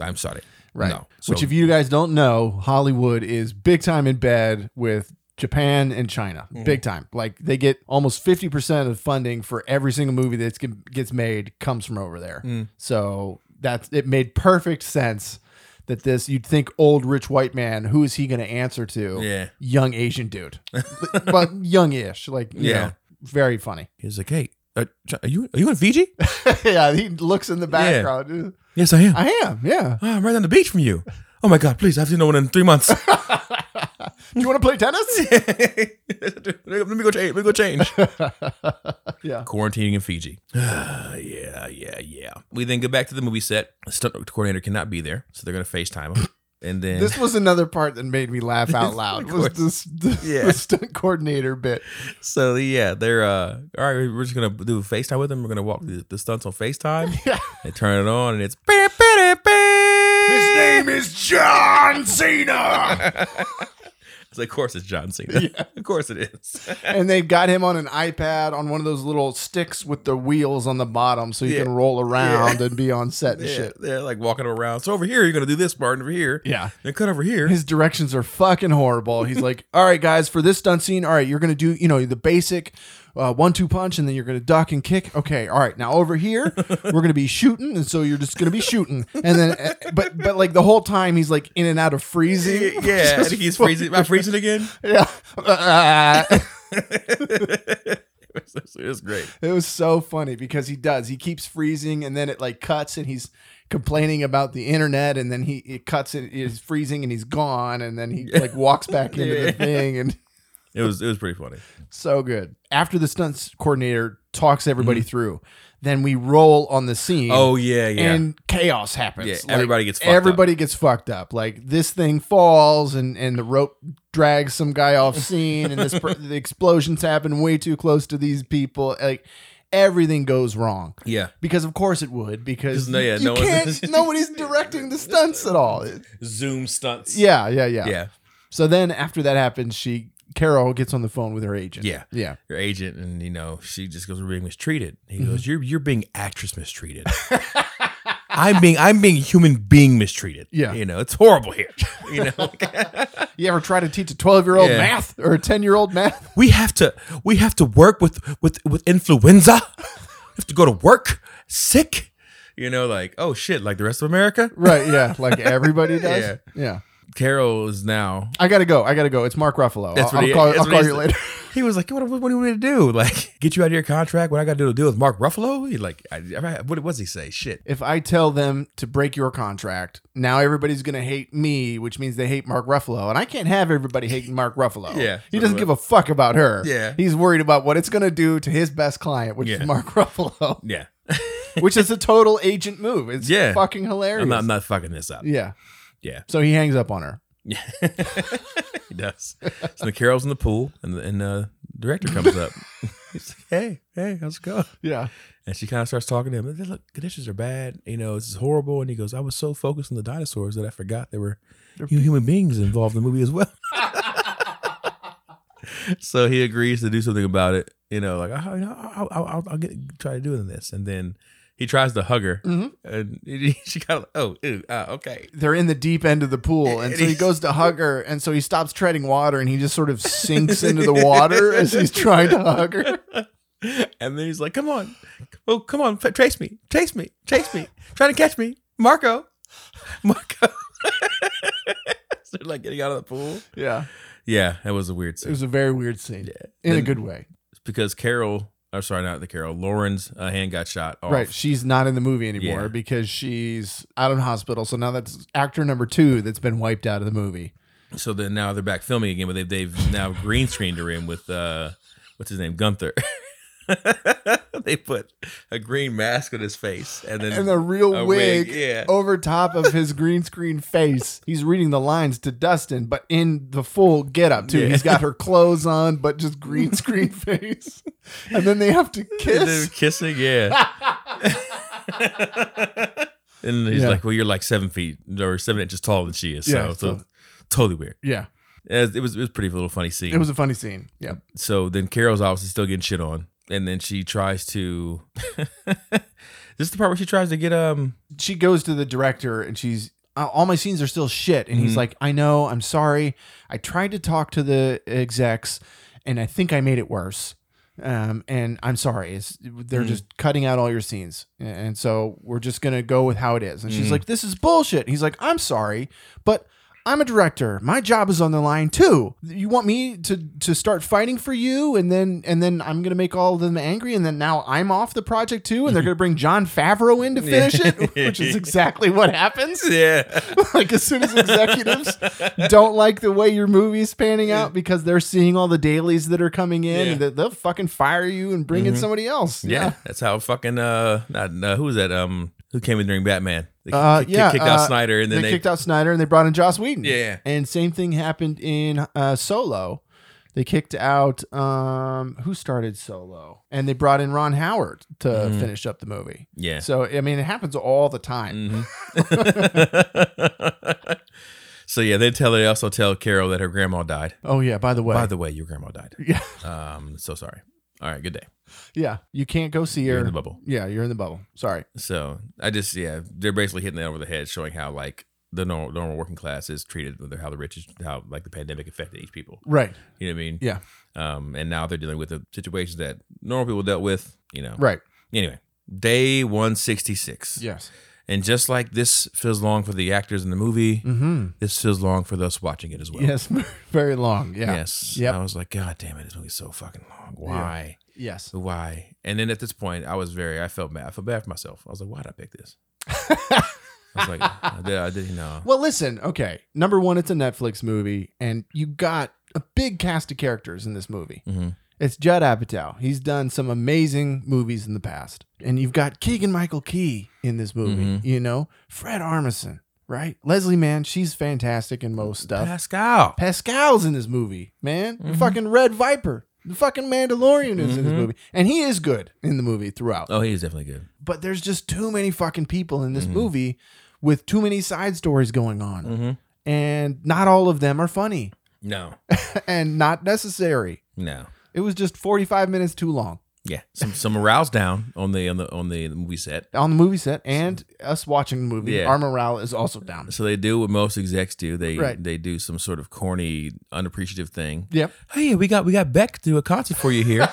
Speaker 1: I'm sorry.
Speaker 2: Right.
Speaker 1: No. So
Speaker 2: Which, if you guys don't know, Hollywood is big time in bed with Japan and China.
Speaker 1: Mhm.
Speaker 2: Big time. Like they get almost 50% of funding for every single movie that gets made comes from over there.
Speaker 1: Mm.
Speaker 2: So that's it made perfect sense that this you'd think old rich white man, who is he going to answer to?
Speaker 1: yeah,
Speaker 2: Young Asian dude. but young-ish, like you
Speaker 1: Yeah.
Speaker 2: know, very funny.
Speaker 1: he's like, "Hey, are, are you are you in Fiji?"
Speaker 2: yeah, he looks in the
Speaker 1: Yeah.
Speaker 2: background.
Speaker 1: yes, I am.
Speaker 2: I am. Yeah.
Speaker 1: "Ah, I'm right on the beach from you. Oh my god, please! I haven't seen no one in three months.
Speaker 2: Do you want to play tennis?
Speaker 1: Let me go change. Let me go change.
Speaker 2: yeah.
Speaker 1: Quarantining in Fiji. yeah, yeah, yeah. We then go back to the movie set. The stunt coordinator cannot be there, so they're gonna FaceTime him. And then
Speaker 2: This was another part that made me laugh out loud.
Speaker 1: Of
Speaker 2: Was
Speaker 1: course.
Speaker 2: this the,
Speaker 1: Yeah.
Speaker 2: the stunt coordinator bit?
Speaker 1: So yeah, they're uh all right. We're just gonna do FaceTime with them. We're gonna walk the, the stunts on FaceTime.
Speaker 2: Yeah.
Speaker 1: They turn it on, and it's beep, beep, beep.
Speaker 2: is John Cena,
Speaker 1: It's like, of course it's John Cena. of course it is.
Speaker 2: and they got him on an iPad on one of those little sticks with the wheels on the bottom, so he
Speaker 1: Yeah.
Speaker 2: can roll around and be on set and
Speaker 1: Yeah,
Speaker 2: shit.
Speaker 1: they're like walking around. So over here, you're gonna do this part, and over here,
Speaker 2: Yeah.
Speaker 1: Then cut over here.
Speaker 2: His directions are fucking horrible. He's like, all right, guys, for this stunt scene, all right, you're going to do, you know, the basic uh, one two punch and then you're going to duck and kick. Okay. All right. Now over here, we're going to be shooting. And so you're just going to be shooting. And then, uh, but, but like the whole time he's like in and out of freezing.
Speaker 1: yeah, I think he's freezing. Am I freezing again?
Speaker 2: Yeah.
Speaker 1: it's great.
Speaker 2: it was so funny because he does. He keeps freezing and then it like cuts and he's complaining about the internet and then he it cuts it is freezing and he's gone and then he like walks back into
Speaker 1: Yeah.
Speaker 2: the thing and
Speaker 1: It was it was pretty funny.
Speaker 2: So good. After the stunts coordinator talks everybody through, then we roll on the scene.
Speaker 1: Mm-hmm. Oh yeah, yeah.
Speaker 2: And chaos happens.
Speaker 1: Yeah, everybody gets fucked up.
Speaker 2: everybody gets fucked up. Like this thing falls, and and the rope drags some guy off scene, and this per- the explosions happen way too close to these people. Like everything goes wrong
Speaker 1: yeah,
Speaker 2: because of course it would because
Speaker 1: Just no- yeah,
Speaker 2: you
Speaker 1: no one-
Speaker 2: can't, nobody's directing the stunts at all.
Speaker 1: zoom stunts.
Speaker 2: Yeah, yeah, yeah,
Speaker 1: yeah.
Speaker 2: So then after that happens, she Carol gets on the phone with her agent.
Speaker 1: Yeah.
Speaker 2: yeah.
Speaker 1: your agent and you know she just goes we're being mistreated he
Speaker 2: Mm-hmm.
Speaker 1: goes you're you're being actress mistreated i'm being i'm being human being mistreated
Speaker 2: Yeah.
Speaker 1: you know it's horrible here you know
Speaker 2: You ever try to teach a 12 year old
Speaker 1: Yeah.
Speaker 2: math or a 10 year old math?
Speaker 1: we have to we have to work with with with influenza we have to go to work sick you know like oh shit like the rest of america
Speaker 2: Right. Yeah. Like everybody does. yeah.
Speaker 1: carol is now
Speaker 2: I got to go. I got to go. It's Mark Ruffalo.
Speaker 1: That's
Speaker 2: I'll,
Speaker 1: what he-
Speaker 2: I'll call,
Speaker 1: that's
Speaker 2: I'll
Speaker 1: what
Speaker 2: call
Speaker 1: he
Speaker 2: you
Speaker 1: said.
Speaker 2: later.
Speaker 1: he was like what, what, what do you want me to do like get you out of your contract what i gotta do to deal with mark ruffalo he like I, I, what was he say shit
Speaker 2: If I tell them to break your contract, now everybody's going to hate me, which means they hate Mark Ruffalo. And I can't have everybody hating Mark Ruffalo.
Speaker 1: Yeah.
Speaker 2: He doesn't give a fuck about her.
Speaker 1: Yeah.
Speaker 2: He's worried about what it's going to do to his best client, which
Speaker 1: Yeah.
Speaker 2: is Mark Ruffalo,
Speaker 1: yeah
Speaker 2: which is a total agent move. It's
Speaker 1: Yeah.
Speaker 2: fucking hilarious.
Speaker 1: I'm not, I'm not fucking this up
Speaker 2: yeah.
Speaker 1: Yeah.
Speaker 2: So he hangs up on her.
Speaker 1: Yeah, he does. So the Carol's in the pool, and the and the director comes up. He's like, "Hey, hey, how's it going?"
Speaker 2: Yeah.
Speaker 1: And she kind of starts talking to him. Look, conditions are bad. You know, this is horrible. And he goes, "I was so focused on the dinosaurs that I forgot there were hu- human beings involved in the movie as well." so he agrees to do something about it, you know, like oh, you know, I'll, I'll, I'll, I'll get try doing this, and then he tries to hug her,
Speaker 2: Mhm.
Speaker 1: and she kind of oh ew, ah, okay,
Speaker 2: They're in the deep end of the pool, and
Speaker 1: And
Speaker 2: so he
Speaker 1: he's-
Speaker 2: goes to hug her, and so he stops treading water, and he just sort of sinks into the water as he's trying to hug her.
Speaker 1: and then he's like, come on, oh come on, fa- chase me, chase me, chase me, trying to catch me, Marco, Marco. so like getting out of the pool.
Speaker 2: Yeah,
Speaker 1: Yeah, that was a weird
Speaker 2: it
Speaker 1: scene.
Speaker 2: was a very weird scene
Speaker 1: Yeah.
Speaker 2: in a
Speaker 1: Then-
Speaker 2: good way.
Speaker 1: because Carol, or sorry, not the Carol, Lauren's uh, hand got shot off.
Speaker 2: Right, she's not in the movie anymore
Speaker 1: Yeah.
Speaker 2: because she's out in hospital. So now that's actor number two that's been wiped out of the movie.
Speaker 1: So then now they're back filming again, but they've, they've now green screened her in with, uh, what's his name, Gunther. they put a green mask on his face and then
Speaker 2: And the real
Speaker 1: a
Speaker 2: wig,
Speaker 1: Yeah.
Speaker 2: over top of his green screen face. He's reading the lines to Dustin, but in the full getup too.
Speaker 1: Yeah.
Speaker 2: He's got her clothes on, but just green screen face. And then they have to
Speaker 1: And then
Speaker 2: kiss.
Speaker 1: kissing, yeah. and he's
Speaker 2: Yeah.
Speaker 1: like, well, you're like seven feet or seven inches taller than she is.
Speaker 2: Yeah,
Speaker 1: so, so
Speaker 2: so-
Speaker 1: totally weird.
Speaker 2: Yeah,
Speaker 1: As- It was, it was a pretty little funny scene.
Speaker 2: it was a funny scene. Yeah,
Speaker 1: so then Carol's obviously still getting shit on, and then she tries to. this is the part where she tries to get um.
Speaker 2: she goes to the director and she's "Uh, all my scenes are still shit, and he's
Speaker 1: Mhm.
Speaker 2: like, I know, I'm sorry. I tried to talk to the execs, and I think I made it worse. Um, and I'm sorry. It's, they're
Speaker 1: Mhm.
Speaker 2: just cutting out all your scenes, and so we're just gonna go with how it is. And she's
Speaker 1: Mhm.
Speaker 2: like, This is bullshit. And he's like, I'm sorry, but I'm a director. My job is on the line too. You want me to to start fighting for you, and then and then I'm gonna make all of them angry, and then now I'm off the project too, and they're gonna bring John Favreau in to
Speaker 1: Yeah.
Speaker 2: finish it, which is exactly what happens.
Speaker 1: Yeah.
Speaker 2: like as soon as executives don't like the way your movie is panning out because they're seeing all the dailies that are coming in,
Speaker 1: Yeah.
Speaker 2: and that they'll fucking fire you and bring in
Speaker 1: Mhm.
Speaker 2: somebody else.
Speaker 1: Yeah, that's how fucking uh, not uh, who was that um, who came in during Batman? They
Speaker 2: Uh,
Speaker 1: kick-
Speaker 2: yeah,
Speaker 1: kicked out
Speaker 2: uh,
Speaker 1: Snyder, and
Speaker 2: they,
Speaker 1: then they,
Speaker 2: kicked out Snyder and they brought in Joss Whedon.
Speaker 1: Yeah.
Speaker 2: And same thing happened in uh, Solo. They kicked out um, who started Solo, and they brought in Ron Howard to
Speaker 1: Mhm.
Speaker 2: finish up the movie.
Speaker 1: yeah. Mm-hmm.
Speaker 2: So I mean, it happens all the time.
Speaker 1: Mhm. so yeah, they tell they also tell Carol that her grandma died.
Speaker 2: Oh yeah. By the way,
Speaker 1: By the way, your grandma died.
Speaker 2: yeah,
Speaker 1: Um, so sorry. All right, good day.
Speaker 2: yeah, you can't go see
Speaker 1: You're
Speaker 2: her.
Speaker 1: in the bubble.
Speaker 2: yeah, you're in the bubble. Sorry.
Speaker 1: So I just yeah, they're basically hitting it over the head, showing how like the normal, normal working class is treated, with how the rich is, how like the pandemic affected each people.
Speaker 2: Right.
Speaker 1: You know what I mean?
Speaker 2: Yeah.
Speaker 1: Um, and now they're dealing with the situations that normal people dealt with. You know.
Speaker 2: Right.
Speaker 1: Anyway, day one sixty six.
Speaker 2: Yes.
Speaker 1: And just like this feels long for the actors in the movie,
Speaker 2: Mm-hmm.
Speaker 1: this feels long for us watching it as well.
Speaker 2: Yes. Very long. Yeah.
Speaker 1: Yes.
Speaker 2: Yep.
Speaker 1: I was like, God damn it, this movie's so fucking long. Why?
Speaker 2: Yes.
Speaker 1: Why? And then at this point, I was very, I felt bad. I felt bad for myself. I was like, why did I pick this? I was like, I did, I did, you know.
Speaker 2: Well, listen, okay. Number one, it's a Netflix movie, and you got a big cast of characters in this movie.
Speaker 1: Mhm.
Speaker 2: It's Judd Apatow. He's done some amazing movies in the past. And you've got Keegan Michael Key in this movie,
Speaker 1: Mhm.
Speaker 2: you know, Fred Armisen, right? Leslie Mann, she's fantastic in most stuff.
Speaker 1: Pascal.
Speaker 2: Pascal's in this movie, man. The
Speaker 1: Mhm.
Speaker 2: fucking Red Viper. The fucking Mandalorian is in this
Speaker 1: Mhm.
Speaker 2: movie. And he is good in the movie throughout
Speaker 1: Oh, he's definitely good.
Speaker 2: but there's just too many fucking people in this
Speaker 1: Mhm.
Speaker 2: movie with too many side stories going on
Speaker 1: Mm-hmm.
Speaker 2: and not all of them are funny
Speaker 1: No,
Speaker 2: and not necessary
Speaker 1: no.
Speaker 2: it was just 45 minutes too long
Speaker 1: Yeah, some some morale's down on the on the on the movie set.
Speaker 2: on the movie set and us watching the movie
Speaker 1: Yeah.
Speaker 2: our morale is also down
Speaker 1: So they do what most execs do. They
Speaker 2: Right.
Speaker 1: they do some sort of corny, unappreciative thing.
Speaker 2: yep
Speaker 1: Hey, we got we got Beck to do a concert for you here.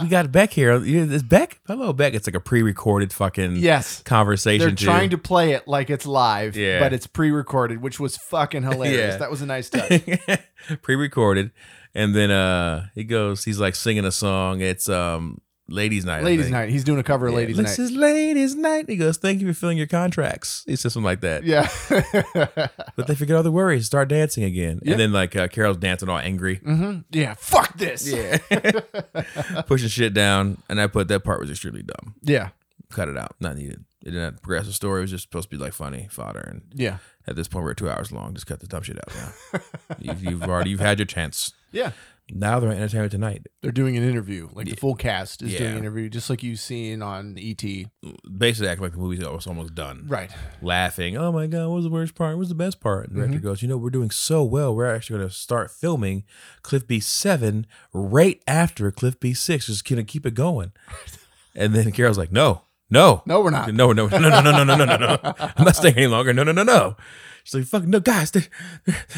Speaker 1: we got Beck here. Yeah, Is Beck? Hello, Beck. It's like a pre-recorded fucking
Speaker 2: yes
Speaker 1: conversation.
Speaker 2: they're
Speaker 1: too.
Speaker 2: trying to play it like it's live
Speaker 1: Yeah.
Speaker 2: but it's pre-recorded which was fucking hilarious
Speaker 1: Yeah.
Speaker 2: that was a nice touch
Speaker 1: pre-recorded and then uh he goes he's like singing a song it's um ladies night I
Speaker 2: ladies
Speaker 1: think.
Speaker 2: night he's doing a cover of
Speaker 1: Yeah,
Speaker 2: ladies
Speaker 1: this
Speaker 2: night
Speaker 1: is ladies night he goes thank you for filling your contracts he says something like that
Speaker 2: yeah
Speaker 1: but they forget all the worries start dancing again
Speaker 2: Yeah.
Speaker 1: and then like uh, carol's dancing all angry
Speaker 2: hmm yeah fuck this
Speaker 1: yeah pushing shit down and i put that part was extremely dumb
Speaker 2: yeah
Speaker 1: cut it out not needed it did not progress the story it was just supposed to be like funny fodder and
Speaker 2: yeah
Speaker 1: at this point we're two hours long just cut the dumb shit out now you've, you've already you've had your chance
Speaker 2: yeah
Speaker 1: Now they're on Entertainment Tonight.
Speaker 2: They're doing an interview. Like
Speaker 1: Yeah.
Speaker 2: the full cast is doing
Speaker 1: Yeah.
Speaker 2: an interview, just like you've seen on E ET.
Speaker 1: Basically, acting like the movie's almost almost done.
Speaker 2: Right.
Speaker 1: Laughing. Oh my God, what was the worst part? What was the best part? And the director goes, You know, we're doing so well. We're actually going to start filming Cliff B7 right after Cliff B6. Just going to keep it going. And then Carol's like, No, no.
Speaker 2: No, we're not.
Speaker 1: No, no, no, no, no, no, no, no, no, no. I'm not staying any longer. No, no, no, no. She's like, fuck, no, guys, they're,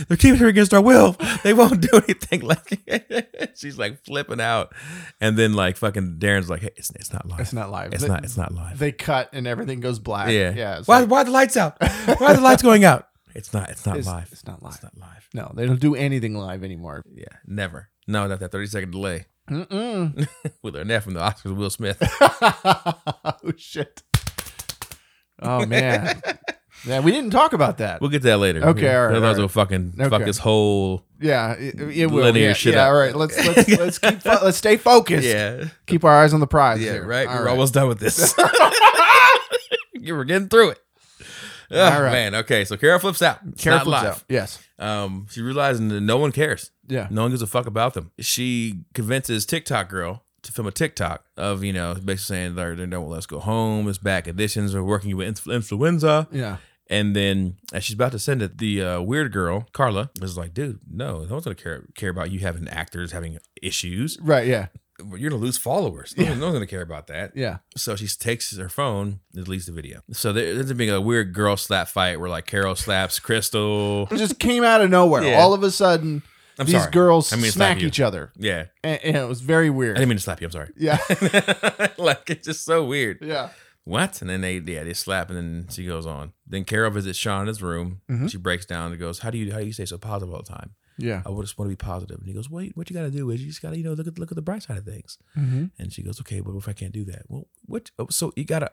Speaker 1: they're keeping her against our will. They won't do anything. Like, she's like flipping out. And then, like, fucking Darren's like, hey, it's, it's not live.
Speaker 2: It's not live.
Speaker 1: It's
Speaker 2: they,
Speaker 1: not, it's not live.
Speaker 2: They cut and everything goes black.
Speaker 1: yeah.
Speaker 2: Yeah. It's,
Speaker 1: Why,
Speaker 2: like-
Speaker 1: why are the lights out? Why are the lights going out? It's not, it's not
Speaker 2: it's,
Speaker 1: live.
Speaker 2: it's not live.
Speaker 1: It's not live.
Speaker 2: no, they don't do anything live anymore.
Speaker 1: Yeah, never. No, not that 30 second delay
Speaker 2: Mm-mm.
Speaker 1: with our net from the Oscars, Will Smith.
Speaker 2: oh shit. Oh man. yeah, we didn't talk about that.
Speaker 1: We'll get to that later.
Speaker 2: Okay, all right,
Speaker 1: Otherwise,
Speaker 2: all right.
Speaker 1: we'll fucking fuck
Speaker 2: Okay.
Speaker 1: this whole.
Speaker 2: yeah, it, it will.
Speaker 1: Linear
Speaker 2: yeah,
Speaker 1: shit
Speaker 2: yeah,
Speaker 1: up.
Speaker 2: all right. Let's let's let's keep fo- let's stay focused.
Speaker 1: Yeah.
Speaker 2: Keep our eyes on the prize.
Speaker 1: Yeah,
Speaker 2: here.
Speaker 1: right.
Speaker 2: All
Speaker 1: We're almost done with this. you were getting through it. Oh,
Speaker 2: All right.
Speaker 1: man. Okay. So Carol flips out. It's
Speaker 2: Carol
Speaker 1: not
Speaker 2: flips
Speaker 1: live.
Speaker 2: out. Yes.
Speaker 1: Um, she realizing that no one cares.
Speaker 2: Yeah.
Speaker 1: No one gives a fuck about them. She convinces TikTok girl to film a TikTok of, you know, basically saying they're, they don't let us go home. It's back editions. We're working with influ- influenza.
Speaker 2: Yeah.
Speaker 1: And then as she's about to send it, the uh, weird girl, Carla, is like, dude, no, no one's going to care, care about you having actors having issues.
Speaker 2: Right. Yeah.
Speaker 1: You're going to lose followers. No, no one's going to care about that.
Speaker 2: Yeah.
Speaker 1: So she takes her phone and deletes the video. So there ends up being a weird girl slap fight where like Carol slaps Crystal.
Speaker 2: It just came out of nowhere.
Speaker 1: Yeah.
Speaker 2: All of a sudden,
Speaker 1: I'm
Speaker 2: these
Speaker 1: sorry.
Speaker 2: girls
Speaker 1: I mean, it's not
Speaker 2: smack
Speaker 1: you.
Speaker 2: each other,
Speaker 1: Yeah.
Speaker 2: and, and it was very
Speaker 1: I
Speaker 2: weird.
Speaker 1: didn't mean to slap you. I'm sorry.
Speaker 2: yeah.
Speaker 1: like it's just so weird.
Speaker 2: Yeah.
Speaker 1: What? And then they yeah they slap and then she goes on. Then Carol visits Sean in his room.
Speaker 2: Mhm.
Speaker 1: She breaks down and goes, "How do you how do you stay so positive all the time?
Speaker 2: Yeah.
Speaker 1: I would just want to be positive." And he goes, "Wait, what you got to do is you just got to you know look at look at the bright side of things."
Speaker 2: Mm-hmm.
Speaker 1: And she goes, "Okay, but if I can't do that, well, what? oh, So you gotta."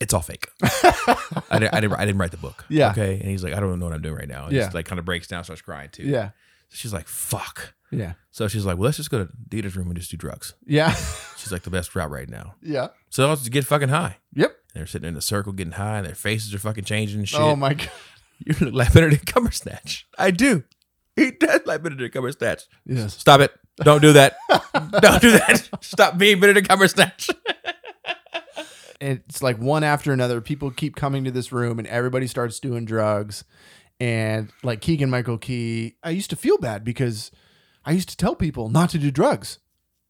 Speaker 1: It's all fake. I didn't, I didn't. I didn't write the book.
Speaker 2: Yeah.
Speaker 1: Okay. And he's like, I don't know what I'm doing right now. And
Speaker 2: Yeah.
Speaker 1: Just like kind of breaks down, starts crying too.
Speaker 2: Yeah.
Speaker 1: She's like, fuck.
Speaker 2: Yeah.
Speaker 1: So she's like, well, let's just go to Dita's room and just do drugs.
Speaker 2: Yeah.
Speaker 1: She's like, the best route right now.
Speaker 2: yeah.
Speaker 1: So let's just get fucking high.
Speaker 2: Yep.
Speaker 1: And they're sitting in a circle getting high, and their faces are fucking changing and shit.
Speaker 2: Oh my god.
Speaker 1: you look like Benedict Cumberbatch. I do. He does like Benedict Cumberbatch.
Speaker 2: Yes.
Speaker 1: Stop it. Don't do that. don't do that. Stop being Benedict Cumberbatch.
Speaker 2: It's like one after another. People keep coming to this room, and everybody starts doing drugs. And like Keegan Michael Key, I used to feel bad because I used to tell people not to do drugs.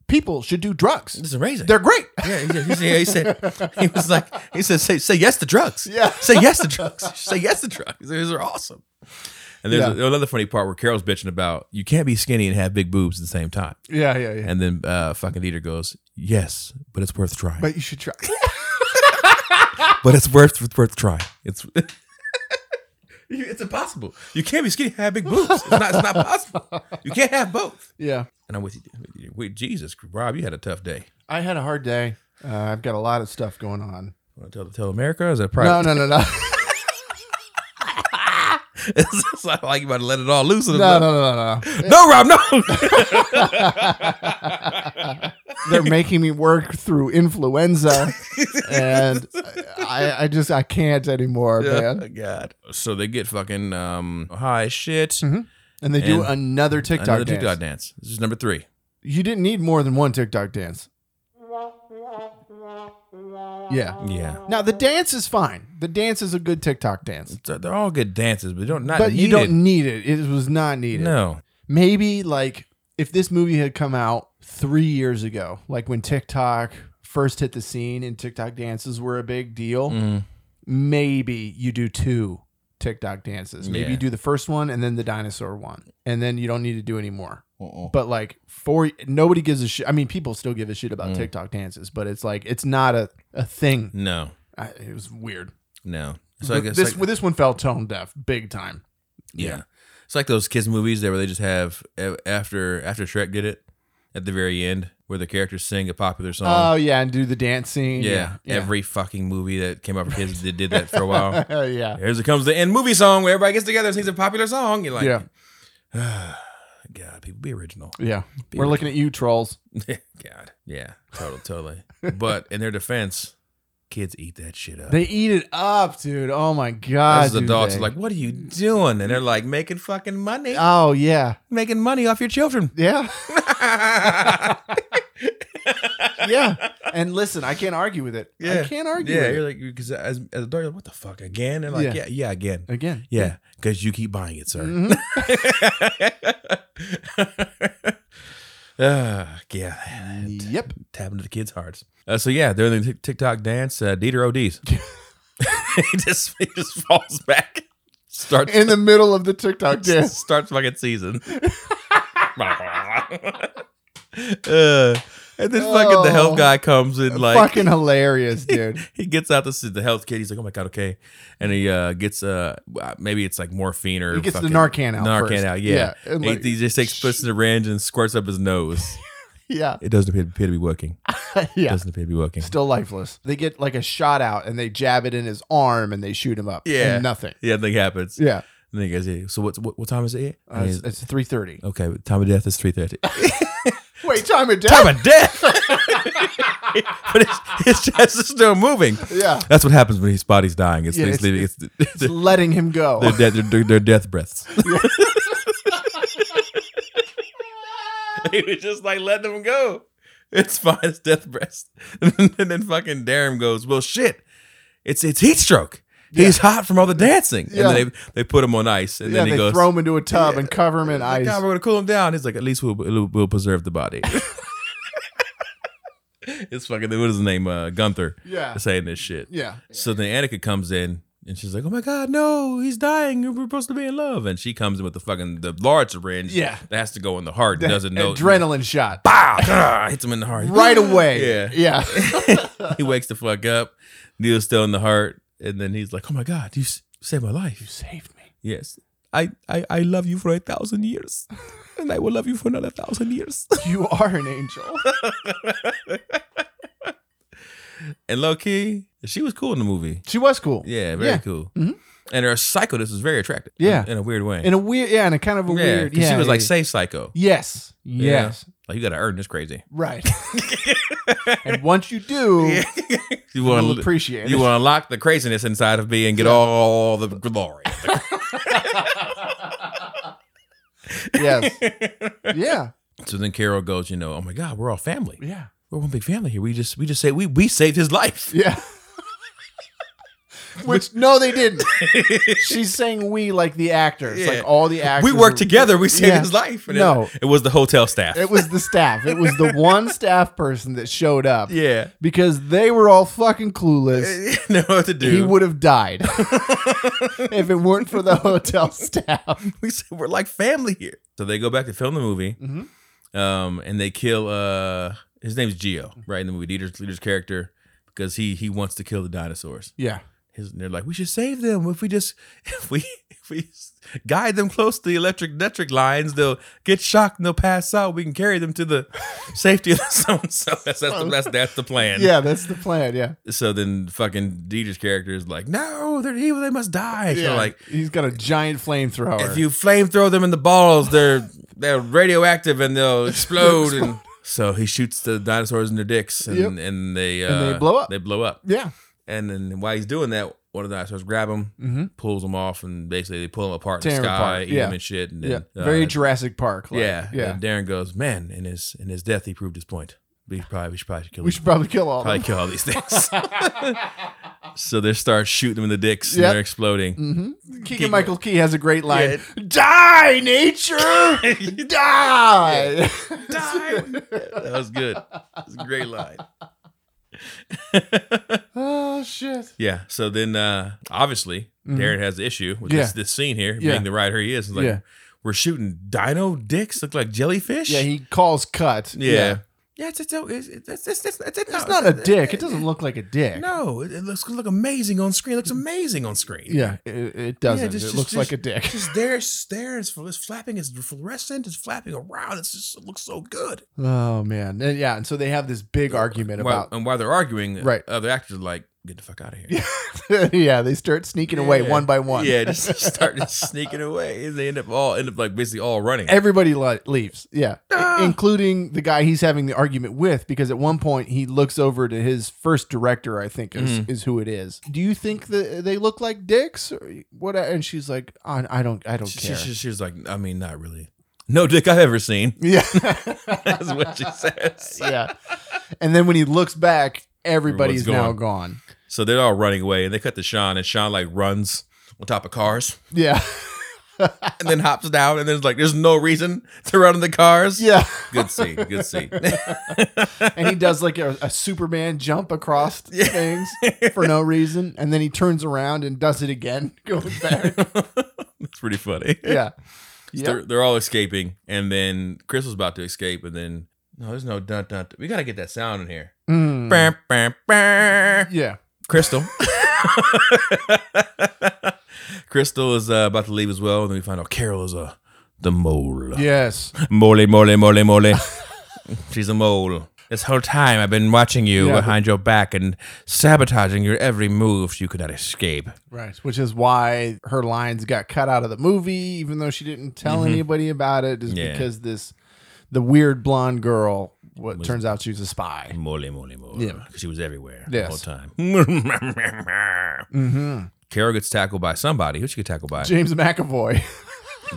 Speaker 2: People should do drugs.
Speaker 1: This is amazing.
Speaker 2: They're great.
Speaker 1: Yeah, he said, he said, he said- he was like, he said, say, say yes to drugs.
Speaker 2: Yeah.
Speaker 1: Say yes to drugs. Say yes to drugs. These are awesome. And there's another funny part where Carol's bitching about you can't be skinny and have big boobs at the same time.
Speaker 2: Yeah. Yeah. Yeah.
Speaker 1: And then uh, fucking Dieter goes, yes, but it's worth trying. But,
Speaker 2: But you should try.
Speaker 1: it's worth it's worth trying. It's it's impossible. You can't be skinny and have big boobs. It's not, it's not possible. You can't have both.
Speaker 2: yeah.
Speaker 1: And I'm with you. Wait, Jesus, Rob, you had a tough day.
Speaker 2: I had a hard day. Uh, I've got a lot of stuff going on.
Speaker 1: Want to tell, tell America? Is that private?
Speaker 2: No, no, no, no,
Speaker 1: it's not like you about to let it all loose. in the
Speaker 2: no, no, no, no,
Speaker 1: No, Rob, no.
Speaker 2: no. They're making me work through influenza, and I, I just I can't anymore, man.
Speaker 1: God. So they get fucking um high shit.
Speaker 2: And they do
Speaker 1: And
Speaker 2: another Mm, TikTok
Speaker 1: Another
Speaker 2: dance.
Speaker 1: TikTok dance. This is number three.
Speaker 2: You didn't need more than one TikTok dance. Yeah.
Speaker 1: Yeah.
Speaker 2: Now the dance is fine. The dance is a good TikTok dance,
Speaker 1: So they're all good dances, but you don't not
Speaker 2: but you
Speaker 1: needed.
Speaker 2: don't need it. It was not needed.
Speaker 1: No.
Speaker 2: maybe like if this movie had come out three years ago, like when TikTok first hit the scene and TikTok dances were a big deal,
Speaker 1: Mm.
Speaker 2: maybe you do two TikTok dances. Maybe
Speaker 1: Yeah.
Speaker 2: you do the first one and then the dinosaur one, and then you don't need to do any more.
Speaker 1: Mm.
Speaker 2: But like for nobody gives a shit. I mean, people still give a shit about
Speaker 1: Mm.
Speaker 2: TikTok dances, but it's like it's not a, a thing.
Speaker 1: No.
Speaker 2: I, it was weird.
Speaker 1: No. It's like it's
Speaker 2: this
Speaker 1: like,
Speaker 2: this one fell tone deaf, big time.
Speaker 1: yeah. It's like those kids movies there where they just have a- after after Shrek did it at the very end where the characters sing a popular song.
Speaker 2: Oh yeah, and do the dance scene.
Speaker 1: yeah, Every fucking movie that came out for kids did, did that for a while.
Speaker 2: yeah.
Speaker 1: Here's it comes the end movie song where everybody gets together and sings a popular song. You're like,
Speaker 2: Yeah.
Speaker 1: God, people be original.
Speaker 2: Yeah.
Speaker 1: Be
Speaker 2: We're
Speaker 1: original.
Speaker 2: looking at you, trolls.
Speaker 1: God. Yeah. Totally. Totally. but in their defense, Kids eat that shit up.
Speaker 2: They eat it up, dude. Oh my god.
Speaker 1: As the
Speaker 2: do
Speaker 1: adults
Speaker 2: they.
Speaker 1: are like, what are you doing? And they're like, making fucking money,
Speaker 2: oh yeah,
Speaker 1: making money off your children.
Speaker 2: yeah,
Speaker 1: yeah,
Speaker 2: yeah. And listen, I can't argue with it. I
Speaker 1: Yeah.
Speaker 2: can't argue with
Speaker 1: you're
Speaker 2: it.
Speaker 1: like, because as, as a dog, you're like, what the fuck again? They're like,
Speaker 2: Yeah.
Speaker 1: yeah, yeah, again,
Speaker 2: again.
Speaker 1: yeah, because you keep buying it, sir.
Speaker 2: Mhm. Mm-hmm.
Speaker 1: Ah, yeah,
Speaker 2: Yep.
Speaker 1: tapping to the kids' hearts. Uh, so yeah, during the Tik- TikTok dance, uh, Dieter ODs. he just he just falls back, starts
Speaker 2: In the middle of the TikTok dance.
Speaker 1: starts fucking season. Uh, and then fucking the
Speaker 2: Oh.
Speaker 1: health guy comes in like
Speaker 2: Fucking hilarious, dude.
Speaker 1: he gets out the the health kid. He's like, oh my god, okay, and he uh, gets uh maybe it's like morphine or
Speaker 2: He gets the
Speaker 1: fucking-
Speaker 2: Narcan out.
Speaker 1: Narcan
Speaker 2: first.
Speaker 1: out, yeah.
Speaker 2: and
Speaker 1: He-
Speaker 2: like-
Speaker 1: he, just takes puts in the syringe and squirts up his nose.
Speaker 2: yeah.
Speaker 1: It doesn't appear, appear to be working.
Speaker 2: yeah.
Speaker 1: Doesn't appear to be working.
Speaker 2: Still lifeless. They get like a shot out and they jab it in his arm and they shoot him up.
Speaker 1: Yeah.
Speaker 2: And nothing.
Speaker 1: Yeah, nothing happens.
Speaker 2: Yeah.
Speaker 1: And then he goes, yeah, so what, what, what time is it? here?"
Speaker 2: Uh,
Speaker 1: And
Speaker 2: it's,
Speaker 1: he's,
Speaker 2: it's 3.30.
Speaker 1: okay, time of death is 3.30.
Speaker 2: Wait, time of death?
Speaker 1: time of death! but his, his chest is still moving.
Speaker 2: yeah.
Speaker 1: That's what happens when his body's dying. It's,
Speaker 2: Yeah,
Speaker 1: it's,
Speaker 2: it's-
Speaker 1: leaving- it's,
Speaker 2: It's letting him go.
Speaker 1: their, death, their, their death breaths. he was just like, let them go. It's fine. It's death breaths. And then fucking Darren goes, well, shit. It's it's heat stroke. He's hot from all the dancing.
Speaker 2: Yeah.
Speaker 1: And then they, they put him on ice. And
Speaker 2: yeah,
Speaker 1: then he
Speaker 2: they
Speaker 1: goes,
Speaker 2: throw him into a tub and cover him in
Speaker 1: "God,
Speaker 2: ice.
Speaker 1: we're going to cool him down. He's like, at least we'll, we'll, we'll preserve the body. it's fucking, what is his name? Uh, Gunther
Speaker 2: Yeah.
Speaker 1: saying this shit.
Speaker 2: Yeah.
Speaker 1: So then Annika comes in and she's like, "Oh my god, no, he's dying. We're supposed to be in love." And she comes in with the fucking the large syringe.
Speaker 2: Yeah.
Speaker 1: that has to go in the heart. and doesn't know.
Speaker 2: Adrenaline shot.
Speaker 1: Bah! hits him in the heart
Speaker 2: Right away.
Speaker 1: Yeah.
Speaker 2: Yeah.
Speaker 1: he wakes the fuck up. Neil's still in the heart, and then he's like, "Oh my god, you s- saved my
Speaker 2: You
Speaker 1: life."
Speaker 2: saved me.
Speaker 1: Yes, I I, I love you for a thousand years, and I will love you for another thousand years.
Speaker 2: You are an angel.
Speaker 1: and low key, she was cool in the movie.
Speaker 2: She was cool.
Speaker 1: Yeah, very
Speaker 2: Yeah.
Speaker 1: cool.
Speaker 2: Mhm.
Speaker 1: And her psychoness was very attractive.
Speaker 2: Yeah.
Speaker 1: in a weird way.
Speaker 2: In a weird, yeah, in a kind of a
Speaker 1: yeah,
Speaker 2: weird.
Speaker 1: 'cause
Speaker 2: Yeah,
Speaker 1: she was
Speaker 2: yeah,
Speaker 1: like
Speaker 2: yeah.
Speaker 1: say psycho.
Speaker 2: Yes. Yes.
Speaker 1: Like you gotta earn this crazy.
Speaker 2: Right. and once you do,
Speaker 1: you
Speaker 2: you will
Speaker 1: want to
Speaker 2: appreciate
Speaker 1: you
Speaker 2: it.
Speaker 1: want to unlock the craziness inside of me and get all the glory.
Speaker 2: yes. Yeah.
Speaker 1: so then Carol goes, you know, oh my God, we're all family.
Speaker 2: Yeah.
Speaker 1: We're one big family here. We just we just say we we saved his life.
Speaker 2: Yeah. Which no, they didn't. She's saying we like the actors,
Speaker 1: Yeah.
Speaker 2: like all the
Speaker 1: we
Speaker 2: actors.
Speaker 1: worked
Speaker 2: were-
Speaker 1: together. We saved
Speaker 2: Yeah.
Speaker 1: his life. it-
Speaker 2: No.
Speaker 1: it, was the hotel staff.
Speaker 2: It was the staff. It was the one staff person that showed up
Speaker 1: yeah.
Speaker 2: because they were all fucking clueless.
Speaker 1: They know what to do.
Speaker 2: He would have died if it weren't for the hotel staff.
Speaker 1: we said we're like family here. So they go back to film the movie.
Speaker 2: Mhm.
Speaker 1: um, and they kill uh his name's Geo,
Speaker 2: Mm-hmm.
Speaker 1: right in the movie Dieter's leader's character because he he wants to kill the dinosaurs.
Speaker 2: Yeah.
Speaker 1: His, and they're like, we should save them if we just if we if we guide them close to the electric electric lines, they'll get shocked and they'll pass out. We can carry them to the safety of the so and so. That's that's the, that's, that's the plan.
Speaker 2: Yeah, that's the plan. Yeah.
Speaker 1: So then fucking Dieter's character is like, no, they're evil. They must die. So
Speaker 2: yeah.
Speaker 1: like,
Speaker 2: he's got a giant flamethrower.
Speaker 1: if you flamethrow them in the balls, they're they're radioactive and they'll explode. and so he shoots the dinosaurs in their dicks, and
Speaker 2: Yep.
Speaker 1: and they uh,
Speaker 2: And they blow up.
Speaker 1: They blow up.
Speaker 2: yeah.
Speaker 1: And then while he's doing that, one of the dinosaurs grab him,
Speaker 2: Mm-hmm.
Speaker 1: pulls him off, and basically they pull him apart in
Speaker 2: Tear
Speaker 1: the
Speaker 2: him
Speaker 1: sky,
Speaker 2: apart,
Speaker 1: eat
Speaker 2: yeah.
Speaker 1: him and shit. And then,
Speaker 2: Yeah.
Speaker 1: uh,
Speaker 2: Very Jurassic Park. Like.
Speaker 1: yeah,
Speaker 2: Yeah.
Speaker 1: And Darren goes, man, in his in his death, he proved his point. We probably we should probably kill
Speaker 2: we
Speaker 1: him.
Speaker 2: should probably kill all of
Speaker 1: probably
Speaker 2: them.
Speaker 1: kill all these things. so they start shooting them in the dicks,
Speaker 2: Yep.
Speaker 1: and they're exploding.
Speaker 2: hmm Keegan,
Speaker 1: Keegan-
Speaker 2: Michael Key has a great line Die, nature! Die!
Speaker 1: Die. that was good. That's a great line.
Speaker 2: oh, shit.
Speaker 1: Yeah. So then, uh, obviously,
Speaker 2: Mhm.
Speaker 1: Darren has the issue with
Speaker 2: Yeah.
Speaker 1: this, this scene here,
Speaker 2: Yeah.
Speaker 1: being the writer he is. It's like,
Speaker 2: Yeah.
Speaker 1: we're shooting dino dicks, look like jellyfish.
Speaker 2: Yeah, he calls cut.
Speaker 1: yeah. yeah. it's, it's, it's, it's, it's, it's, it's, it's,
Speaker 2: It's not a dick. It doesn't look like a dick.
Speaker 1: No, it, it looks gonna look amazing on screen. It looks amazing on screen.
Speaker 2: Yeah, it, it doesn't.
Speaker 1: just-
Speaker 2: it
Speaker 1: just-
Speaker 2: looks
Speaker 1: just-
Speaker 2: like a dick.
Speaker 1: Just there, it's there. It's, it's flapping. It's fluorescent. It's flapping around. It's just, it looks so good.
Speaker 2: Oh, man. And yeah, and so they have this big argument
Speaker 1: While-
Speaker 2: about.
Speaker 1: and while they're arguing,
Speaker 2: Right.
Speaker 1: other actors are like, get the fuck out of here.
Speaker 2: yeah, they start sneaking away
Speaker 1: Yeah.
Speaker 2: one by one.
Speaker 1: Yeah, just start just sneaking away. They end up all end up like basically all running.
Speaker 2: Everybody li- leaves. Yeah.
Speaker 1: Ah!
Speaker 2: Including the guy he's having the argument with, because at one point he looks over to his first director, I think is,
Speaker 1: Mm-hmm.
Speaker 2: is who it is. Do you think that they look like dicks? Or what? And she's like, I, I don't, I don't
Speaker 1: She, she,
Speaker 2: care.
Speaker 1: she- she was like, I mean, not really. No dick I've ever seen.
Speaker 2: yeah.
Speaker 1: That's what she says.
Speaker 2: yeah. And then when he looks back, everybody's
Speaker 1: Everyone's
Speaker 2: now gone.
Speaker 1: So they're all running away, and they cut to Sean, and Sean like runs on top of cars,
Speaker 2: Yeah.
Speaker 1: and then hops down, and there's like, there's no reason to run on the cars.
Speaker 2: Yeah.
Speaker 1: Good scene. Good scene.
Speaker 2: And he does like a, a Superman jump across
Speaker 1: Yeah.
Speaker 2: things for no reason. And then he turns around and does it again, going back.
Speaker 1: it's pretty funny.
Speaker 2: Yeah.
Speaker 1: So
Speaker 2: Yeah.
Speaker 1: They're, they're all escaping, and then Chris was about to escape, and then no, there's no dun dun. dun. We gotta get that sound in here.
Speaker 2: Mm.
Speaker 1: Bam, bam, bam.
Speaker 2: Yeah.
Speaker 1: Crystal. Crystal is uh, about to leave as well, and then we find out Carol is uh, the mole.
Speaker 2: Yes.
Speaker 1: Mole, mole, mole, mole. She's a mole. This whole time I've been watching you
Speaker 2: Yeah, but-
Speaker 1: behind your back and sabotaging your every move so you could not escape.
Speaker 2: Right. Which is why her lines got cut out of the movie, even though she didn't tell anybody about it, is
Speaker 1: Yeah.
Speaker 2: because this, the weird blonde girl, what turns out she was a spy.
Speaker 1: Mole, mole, mole.
Speaker 2: Yeah.
Speaker 1: 'Cause she was everywhere
Speaker 2: Yes.
Speaker 1: the whole time.
Speaker 2: Mm-hmm.
Speaker 1: Carol gets tackled by somebody. Who she get tackled by?
Speaker 2: James McAvoy.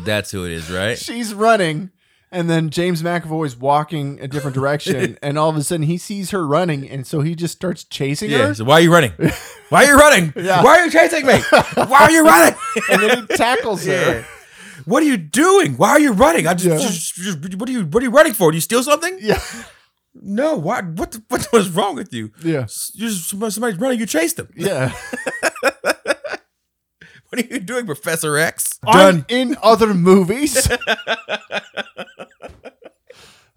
Speaker 1: That's who it is, right?
Speaker 2: she's running and then James McAvoy's walking a different direction and all of a sudden he sees her running and so he just starts chasing
Speaker 1: Yeah.
Speaker 2: her
Speaker 1: So why are you running? Why are you running?
Speaker 2: Yeah.
Speaker 1: Why are you chasing me? Why are you running?
Speaker 2: and then he tackles her.
Speaker 1: What are you doing? Why are you running? I just,
Speaker 2: Yeah.
Speaker 1: just- just- what are you what are you running for? Do you steal something?
Speaker 2: Yeah.
Speaker 1: No. Why? What the, what was wrong with you?
Speaker 2: Yeah.
Speaker 1: S- You're just, somebody- somebody's running. You chased them.
Speaker 2: Yeah.
Speaker 1: What are you doing, Professor X?
Speaker 2: Done. in other movies.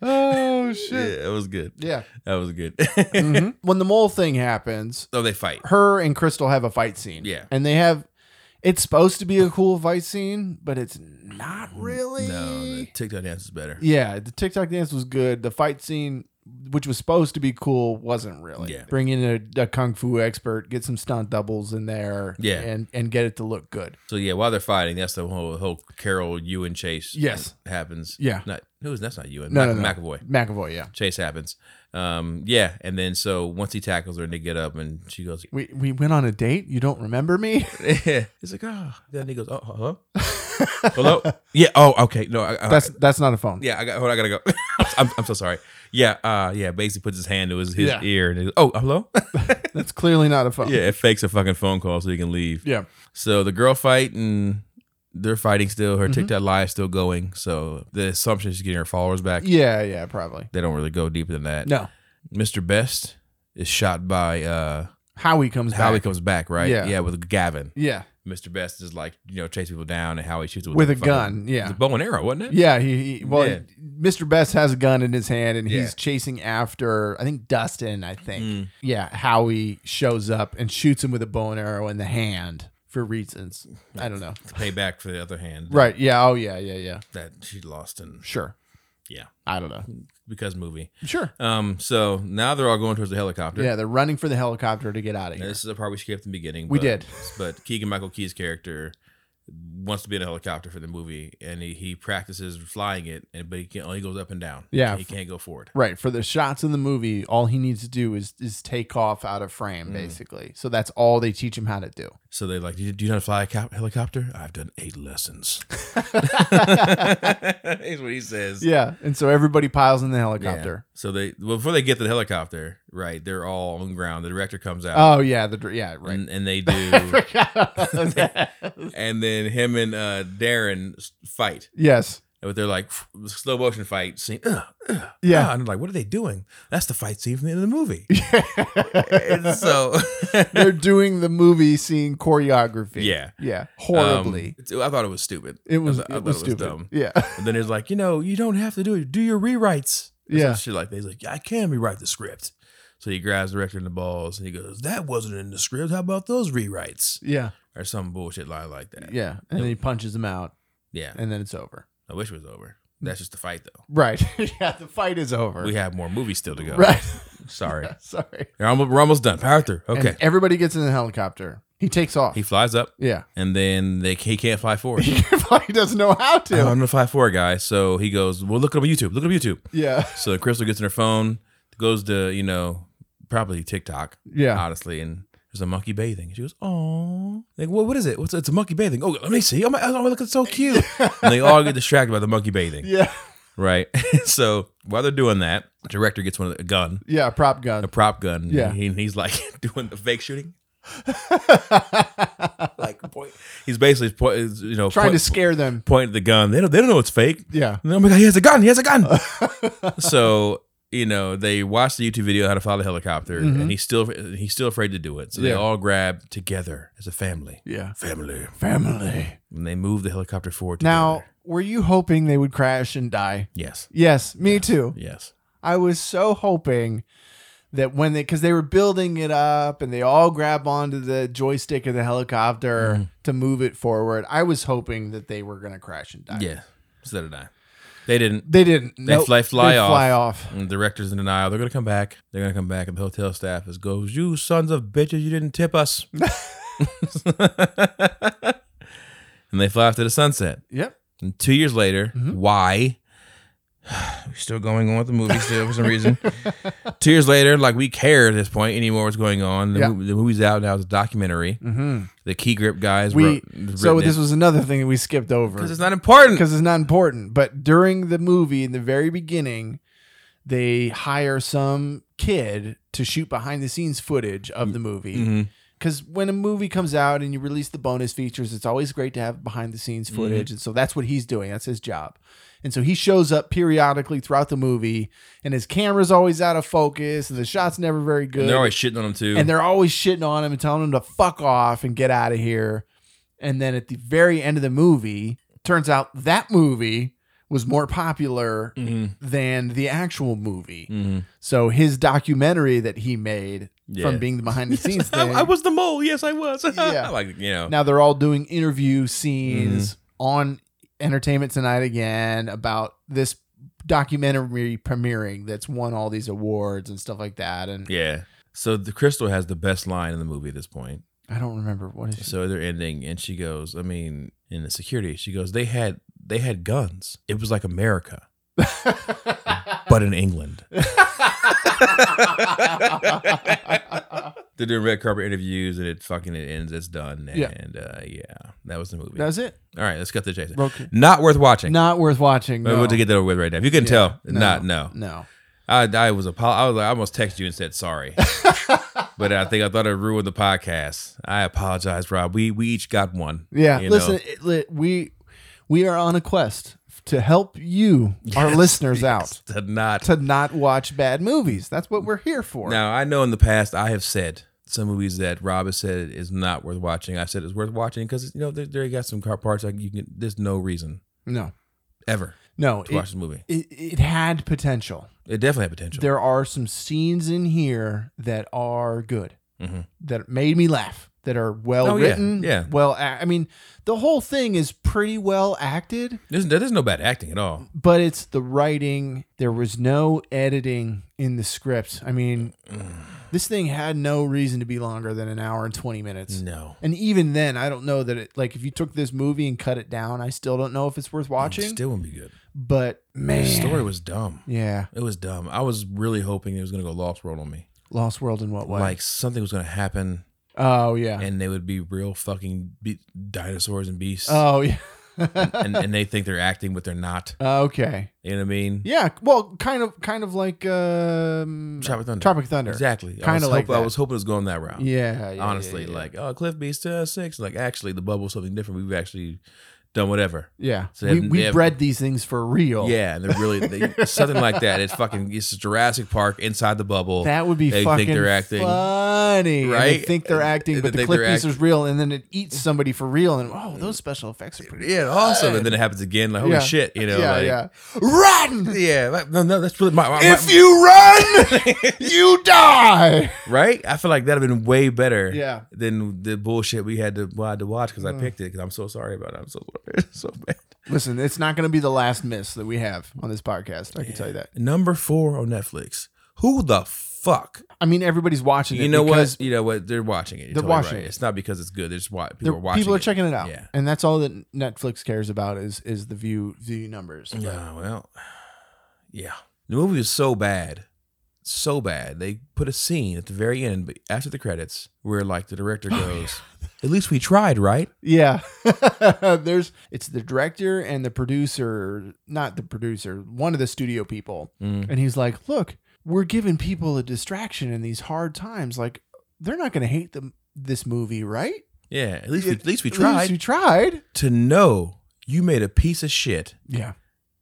Speaker 2: oh shit.
Speaker 1: Yeah, that was good.
Speaker 2: Yeah.
Speaker 1: That was good.
Speaker 2: Mhm. When the mole thing happens,
Speaker 1: so they fight.
Speaker 2: her and Crystal have a fight scene.
Speaker 1: Yeah.
Speaker 2: And they have it's supposed to be a cool fight scene, but it's not really.
Speaker 1: No, the TikTok dance is better.
Speaker 2: Yeah, the TikTok dance was good. The fight scene, which was supposed to be cool, wasn't really.
Speaker 1: Yeah.
Speaker 2: Bring in a, a kung fu expert, get some stunt doubles in there,
Speaker 1: Yeah.
Speaker 2: and and get it to look good.
Speaker 1: So yeah, while they're fighting, that's the whole whole Carol Ewan chase.
Speaker 2: Yes.
Speaker 1: happens.
Speaker 2: Yeah,
Speaker 1: Not who's that's not Ewan.
Speaker 2: No,
Speaker 1: Mac-
Speaker 2: no, no.
Speaker 1: McAvoy.
Speaker 2: McAvoy. Yeah,
Speaker 1: Chase happens. Um, yeah, and then so once he tackles her and they get up and she goes,
Speaker 2: we we went on a date. You don't remember me?
Speaker 1: he's like, oh. Then he goes, oh, hello, hello, yeah, oh, okay, no, I, I,
Speaker 2: That's that's not a phone.
Speaker 1: yeah, I got, hold on, I gotta go. I'm, I'm so sorry. Yeah, uh, yeah. Basically, puts his hand to his, his
Speaker 2: Yeah.
Speaker 1: ear and he goes, oh, hello.
Speaker 2: That's clearly not a phone.
Speaker 1: yeah, it fakes a fucking phone call so he can leave.
Speaker 2: Yeah.
Speaker 1: So the girl fight and they're fighting still. Her
Speaker 2: Mhm.
Speaker 1: TikTok live still going. So the assumption is she's getting her followers back.
Speaker 2: yeah, yeah, probably.
Speaker 1: They don't really go deeper than that.
Speaker 2: No,
Speaker 1: Mr. Best is shot by uh
Speaker 2: Howie comes
Speaker 1: Howie
Speaker 2: back.
Speaker 1: comes back, right?
Speaker 2: Yeah.
Speaker 1: yeah, with Gavin.
Speaker 2: yeah,
Speaker 1: Mr. Best is like, you know, chase people down and Howie shoots it
Speaker 2: with a
Speaker 1: fucking-
Speaker 2: gun.
Speaker 1: It's
Speaker 2: Yeah.
Speaker 1: a bow and arrow, wasn't it?
Speaker 2: Yeah, he, he well,
Speaker 1: Yeah.
Speaker 2: Mr. Best has a gun in his hand and
Speaker 1: Yeah.
Speaker 2: he's chasing after I think Dustin, I think.
Speaker 1: Mm.
Speaker 2: Yeah, Howie shows up and shoots him with a bow and arrow in the hand for reasons. I don't know.
Speaker 1: To pay back for the other hand.
Speaker 2: Right. Yeah. Oh, yeah. Yeah. Yeah.
Speaker 1: That she lost in
Speaker 2: Sure.
Speaker 1: Yeah.
Speaker 2: I don't know.
Speaker 1: because movie.
Speaker 2: Sure.
Speaker 1: Um, so now they're all going towards the helicopter.
Speaker 2: Yeah. They're running for the helicopter to get out of
Speaker 1: Now,
Speaker 2: here.
Speaker 1: this is the part we skipped in the beginning.
Speaker 2: We
Speaker 1: but-
Speaker 2: did.
Speaker 1: But Keegan Michael Key's character wants to be in a helicopter for the movie and he, he practices flying it and but he can only goes up and down.
Speaker 2: Yeah.
Speaker 1: He can't go forward.
Speaker 2: Right. For the shots in the movie, all he needs to do is is take off out of frame, basically. So that's all they teach him how to do.
Speaker 1: So they're like, do you, do you know how to fly a cop- helicopter? I've done eight lessons. That's what he says.
Speaker 2: Yeah. And so everybody piles in the
Speaker 1: Yeah.
Speaker 2: helicopter.
Speaker 1: So they well, before they get to the helicopter, right? They're all on ground. The director comes out,
Speaker 2: Oh yeah. The dr- yeah. Right.
Speaker 1: and, and they
Speaker 2: I
Speaker 1: do,
Speaker 2: forgot about that.
Speaker 1: and then him and uh, Darren s- fight.
Speaker 2: yes.
Speaker 1: But they're like f- slow motion fight scene. Ugh, ugh,
Speaker 2: Yeah.
Speaker 1: ah. and I'm like, what are they doing? That's the fight scene from the end of the movie. and
Speaker 2: it's
Speaker 1: so um,
Speaker 2: they're doing the movie scene choreography.
Speaker 1: Yeah.
Speaker 2: Yeah.
Speaker 1: um,
Speaker 2: Horribly.
Speaker 1: it's- I thought it was stupid.
Speaker 2: it was
Speaker 1: I thought
Speaker 2: it was
Speaker 1: it was
Speaker 2: stupid.
Speaker 1: dumb.
Speaker 2: Yeah.
Speaker 1: And then it's like, you know, you don't have to do it. Do your rewrites. Or some
Speaker 2: Yeah.
Speaker 1: Shit like that. He's like, I can rewrite the script. So he grabs the director in the balls and he goes, That wasn't in the script. How about those rewrites?
Speaker 2: Yeah.
Speaker 1: Or some bullshit line like that.
Speaker 2: Yeah. And then he punches him out
Speaker 1: Yeah.
Speaker 2: and then it's over.
Speaker 1: I
Speaker 2: Mm.
Speaker 1: wish it was over. That's just the fight though.
Speaker 2: Right. yeah, the fight is over.
Speaker 1: We have more movies still to go.
Speaker 2: right.
Speaker 1: Sorry.
Speaker 2: Sorry.
Speaker 1: We're almost, we're almost done. Power through.
Speaker 2: And
Speaker 1: Okay.
Speaker 2: everybody gets in the helicopter. He takes off.
Speaker 1: He flies up
Speaker 2: yeah.
Speaker 1: and then they, he can't fly forward.
Speaker 2: he doesn't know how to.
Speaker 1: I'm gonna fly forward, guy. So he goes, Well, look it up on YouTube. Look it up on YouTube.
Speaker 2: yeah.
Speaker 1: So Crystal gets in her phone, goes to, you know, probably TikTok,
Speaker 2: Yeah.
Speaker 1: honestly, and there's a monkey bathing. And she goes, Oh, like, what, what is it? What's it's a monkey bathing? Oh, let me see. Oh my, oh, look, it's so cute. and they all get distracted by the monkey bathing,
Speaker 2: Yeah.
Speaker 1: right? so while they're doing that, the director gets one of the, a gun,
Speaker 2: Yeah. Prop
Speaker 1: a
Speaker 2: gun.
Speaker 1: prop gun.
Speaker 2: Yeah.
Speaker 1: And he- he's like doing the fake shooting. Like, point. He's basically, po- is, you know,
Speaker 2: Trying to
Speaker 1: point-
Speaker 2: scare them.
Speaker 1: point the gun. They don't, they don't know it's fake.
Speaker 2: Yeah.
Speaker 1: And oh my god, he has a gun! He has a gun! so you know they watched the YouTube video how to fly the helicopter,
Speaker 2: Mhm.
Speaker 1: and he's still he's still afraid to do it. So they
Speaker 2: Yeah.
Speaker 1: all grab together as a family,
Speaker 2: Yeah.
Speaker 1: family,
Speaker 2: Family.
Speaker 1: and they move the helicopter forward. Together.
Speaker 2: Now, were you hoping they would crash and die?
Speaker 1: yes,
Speaker 2: Yes, me too.
Speaker 1: yes,
Speaker 2: I was so hoping that when they, because they were building it up and they all grab onto the joystick of the helicopter
Speaker 1: Mm-hmm.
Speaker 2: to move it forward, I was hoping that they were going to crash and die.
Speaker 1: yeah. So did I. They didn't.
Speaker 2: They didn't.
Speaker 1: They
Speaker 2: Nope.
Speaker 1: fly- fly
Speaker 2: They
Speaker 1: off.
Speaker 2: fly off.
Speaker 1: And the director's in denial. They're gonna come back. They're gonna come back, and the hotel staff is goes, "You sons of bitches! You didn't tip us." and they fly off to the sunset.
Speaker 2: Yep.
Speaker 1: And two years later,
Speaker 2: Mhm.
Speaker 1: why? We're still going on with the movie still for some reason. two years later, like we care at this point anymore what's going on. The,
Speaker 2: Yeah.
Speaker 1: movie, the movie's out now. It's a documentary.
Speaker 2: Mm-hmm.
Speaker 1: The Key Grip guys.
Speaker 2: We-
Speaker 1: wrote,
Speaker 2: So this was another thing that we skipped over
Speaker 1: because it's not important.
Speaker 2: because it's not important. But during the movie, in the very beginning, they hire some kid to shoot behind the scenes footage of the movie.
Speaker 1: Mhm.
Speaker 2: Because when a movie comes out and you release the bonus features, it's always great to have behind the scenes
Speaker 1: Mm-hmm.
Speaker 2: footage. And so that's what he's doing. That's his job. And so he shows up periodically throughout the movie, and his camera's always out of focus, and the shot's never very good
Speaker 1: And they're always shitting on them too.
Speaker 2: and they're always shitting on him and telling him to fuck off and get out of here. And then at the very end of the movie, turns out that movie was more popular
Speaker 1: Mhm.
Speaker 2: than the actual movie.
Speaker 1: Mhm.
Speaker 2: So his documentary that he made
Speaker 1: Yeah.
Speaker 2: from being the behind the scenes
Speaker 1: I,
Speaker 2: thing.
Speaker 1: I was the mole. Yes, I was.
Speaker 2: Yeah.
Speaker 1: like you know.
Speaker 2: now they're all doing interview scenes
Speaker 1: Mm-hmm.
Speaker 2: on Entertainment Tonight again about this documentary premiering that's won all these awards and stuff like that. And
Speaker 1: yeah. So the Crystal has the best line in the movie at this point.
Speaker 2: I don't remember what is
Speaker 1: So they're ending, and she goes, I mean, in the security, she goes, they had they had guns. It was like America, but in England. They're doing red carpet interviews, and it fucking it ends. It's done.
Speaker 2: Yeah.
Speaker 1: And uh, yeah, that was the movie.
Speaker 2: That's it.
Speaker 1: All right, let's cut to the chase.
Speaker 2: Broke it.
Speaker 1: Not worth watching.
Speaker 2: Not worth watching.
Speaker 1: We'll
Speaker 2: No.
Speaker 1: to get that over with right now. If you can
Speaker 2: Yeah.
Speaker 1: tell,
Speaker 2: No.
Speaker 1: not no.
Speaker 2: No.
Speaker 1: I, I was apo- I was I almost texted you and said sorry, but I think I thought it ruined the podcast. I apologize, Rob. We we each got one.
Speaker 2: Yeah.
Speaker 1: you know.
Speaker 2: Listen, it, li- we we are on a quest to help you, our
Speaker 1: Yes,
Speaker 2: listeners, out
Speaker 1: to not
Speaker 2: to not watch bad movies. That's what we're here for.
Speaker 1: Now I know in the past I have said some movies that Rob has said is not worth watching. I said it's worth watching because you know there, there you got some car parts like you can. There's no reason
Speaker 2: No.
Speaker 1: ever
Speaker 2: No.
Speaker 1: to watch this
Speaker 2: It,
Speaker 1: movie.
Speaker 2: it, it had potential.
Speaker 1: It definitely had potential.
Speaker 2: There are some scenes in here that are good.
Speaker 1: Mhm.
Speaker 2: that made me laugh that are well
Speaker 1: Oh, yeah.
Speaker 2: written
Speaker 1: Yeah.
Speaker 2: well a- i mean the whole thing is pretty well acted
Speaker 1: There's, there's no bad acting at all.
Speaker 2: but it's the writing there was no editing in the script i mean this thing had no reason to be longer than an hour and 20 minutes
Speaker 1: No,
Speaker 2: and even then i don't know that it like if you took this movie and cut it down i still don't know if it's worth
Speaker 1: It
Speaker 2: watching
Speaker 1: still wouldn't be good.
Speaker 2: but man
Speaker 1: The story was dumb.
Speaker 2: yeah
Speaker 1: It was dumb. I was really hoping it was gonna go Lost World on me.
Speaker 2: lost world in what way
Speaker 1: Like something was gonna happen,
Speaker 2: oh yeah
Speaker 1: and they would be real fucking be- dinosaurs and beasts,
Speaker 2: oh yeah
Speaker 1: and, and they think they're acting, but they're not.
Speaker 2: okay
Speaker 1: You know what I mean?
Speaker 2: Yeah, well, kind of, kind of like um,
Speaker 1: Tropic Thunder.
Speaker 2: Tropic Thunder.
Speaker 1: Exactly. I
Speaker 2: Kinda
Speaker 1: was
Speaker 2: like
Speaker 1: hoping- I
Speaker 2: that.
Speaker 1: was hoping it was going that route.
Speaker 2: Yeah, yeah,
Speaker 1: honestly
Speaker 2: yeah, yeah.
Speaker 1: like oh cliff beats to six like actually the bubble's something different we've actually done whatever
Speaker 2: yeah,
Speaker 1: So they
Speaker 2: we,
Speaker 1: have-
Speaker 2: we
Speaker 1: they have-
Speaker 2: bred these things for real.
Speaker 1: yeah and they're really they, something like that it's fucking it's jurassic park inside the bubble
Speaker 2: that would be
Speaker 1: They think
Speaker 2: fucking
Speaker 1: they're acting-
Speaker 2: funny, And They
Speaker 1: Right?
Speaker 2: think they're
Speaker 1: And-
Speaker 2: acting,
Speaker 1: and
Speaker 2: but
Speaker 1: they
Speaker 2: the
Speaker 1: think they're
Speaker 2: clip piece
Speaker 1: act-
Speaker 2: is real, and then it eats somebody for real. And oh, those special effects are pretty.
Speaker 1: yeah awesome and then it happens again like holy
Speaker 2: Yeah.
Speaker 1: shit you know
Speaker 2: yeah,
Speaker 1: like
Speaker 2: yeah. Run!
Speaker 1: yeah, like, no, no, that's really my, my-
Speaker 2: If
Speaker 1: my-
Speaker 2: you run, you die.
Speaker 1: right. I feel like that'd have been way better,
Speaker 2: Yeah. Mm.
Speaker 1: than the bullshit we had to well, I had to watch because I picked it. Because I'm so sorry about it. I'm so sorry, so bad.
Speaker 2: Listen, it's not going to be the last miss that we have on this podcast. I can tell you that.
Speaker 1: Number four on Netflix. Who the fuck?
Speaker 2: I mean, everybody's watching it.
Speaker 1: You know
Speaker 2: because
Speaker 1: what? You know what? They're watching it. You're
Speaker 2: They're
Speaker 1: totally
Speaker 2: watching
Speaker 1: right.
Speaker 2: it.
Speaker 1: It's not because it's good. They're just wa- people
Speaker 2: they're-
Speaker 1: are watching.
Speaker 2: people are
Speaker 1: it.
Speaker 2: checking it out.
Speaker 1: Yeah.
Speaker 2: And that's all that Netflix cares about is is the view view numbers.
Speaker 1: Yeah, well, yeah. The movie was so bad, so bad. They put a scene at the very end, but after the credits, where like the director
Speaker 2: Oh,
Speaker 1: goes, "At least we tried, right?"
Speaker 2: Yeah. There's it's the director and the producer, not the producer, one of the studio people. And he's like, "Look, we're giving people a distraction in these hard times. Like they're not going to hate them this movie, right?
Speaker 1: Yeah, at least we,
Speaker 2: Yeah,
Speaker 1: at least we
Speaker 2: At least
Speaker 1: tried
Speaker 2: we tried."
Speaker 1: to know you made a piece of shit
Speaker 2: Yeah.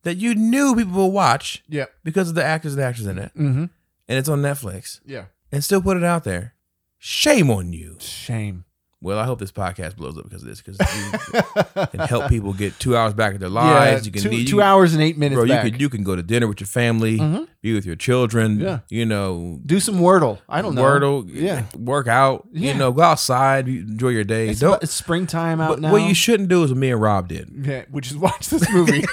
Speaker 1: that you knew people will watch
Speaker 2: Yeah.
Speaker 1: because of the actors and actors in it,
Speaker 2: Mhm.
Speaker 1: and it's on Netflix,
Speaker 2: Yeah.
Speaker 1: and still put it out there. Shame on you.
Speaker 2: Shame.
Speaker 1: Well, I hope this podcast blows up because of this, because you can help people get two hours back in their lives. you can
Speaker 2: two,
Speaker 1: you
Speaker 2: two
Speaker 1: can-
Speaker 2: hours and 8 minutes
Speaker 1: Bro,
Speaker 2: back.
Speaker 1: you can you can go to dinner with your family,
Speaker 2: Mhm.
Speaker 1: be with your children.
Speaker 2: Yeah.
Speaker 1: you know.
Speaker 2: do some Wordle. I don't know.
Speaker 1: Wordle,
Speaker 2: Yeah.
Speaker 1: Work out,
Speaker 2: Yeah.
Speaker 1: you know. Go outside, you enjoy your day.
Speaker 2: It's,
Speaker 1: Don't.
Speaker 2: about- it's springtime out
Speaker 1: but
Speaker 2: now.
Speaker 1: What you shouldn't do is what me and Rob did.
Speaker 2: yeah, which is watch this movie.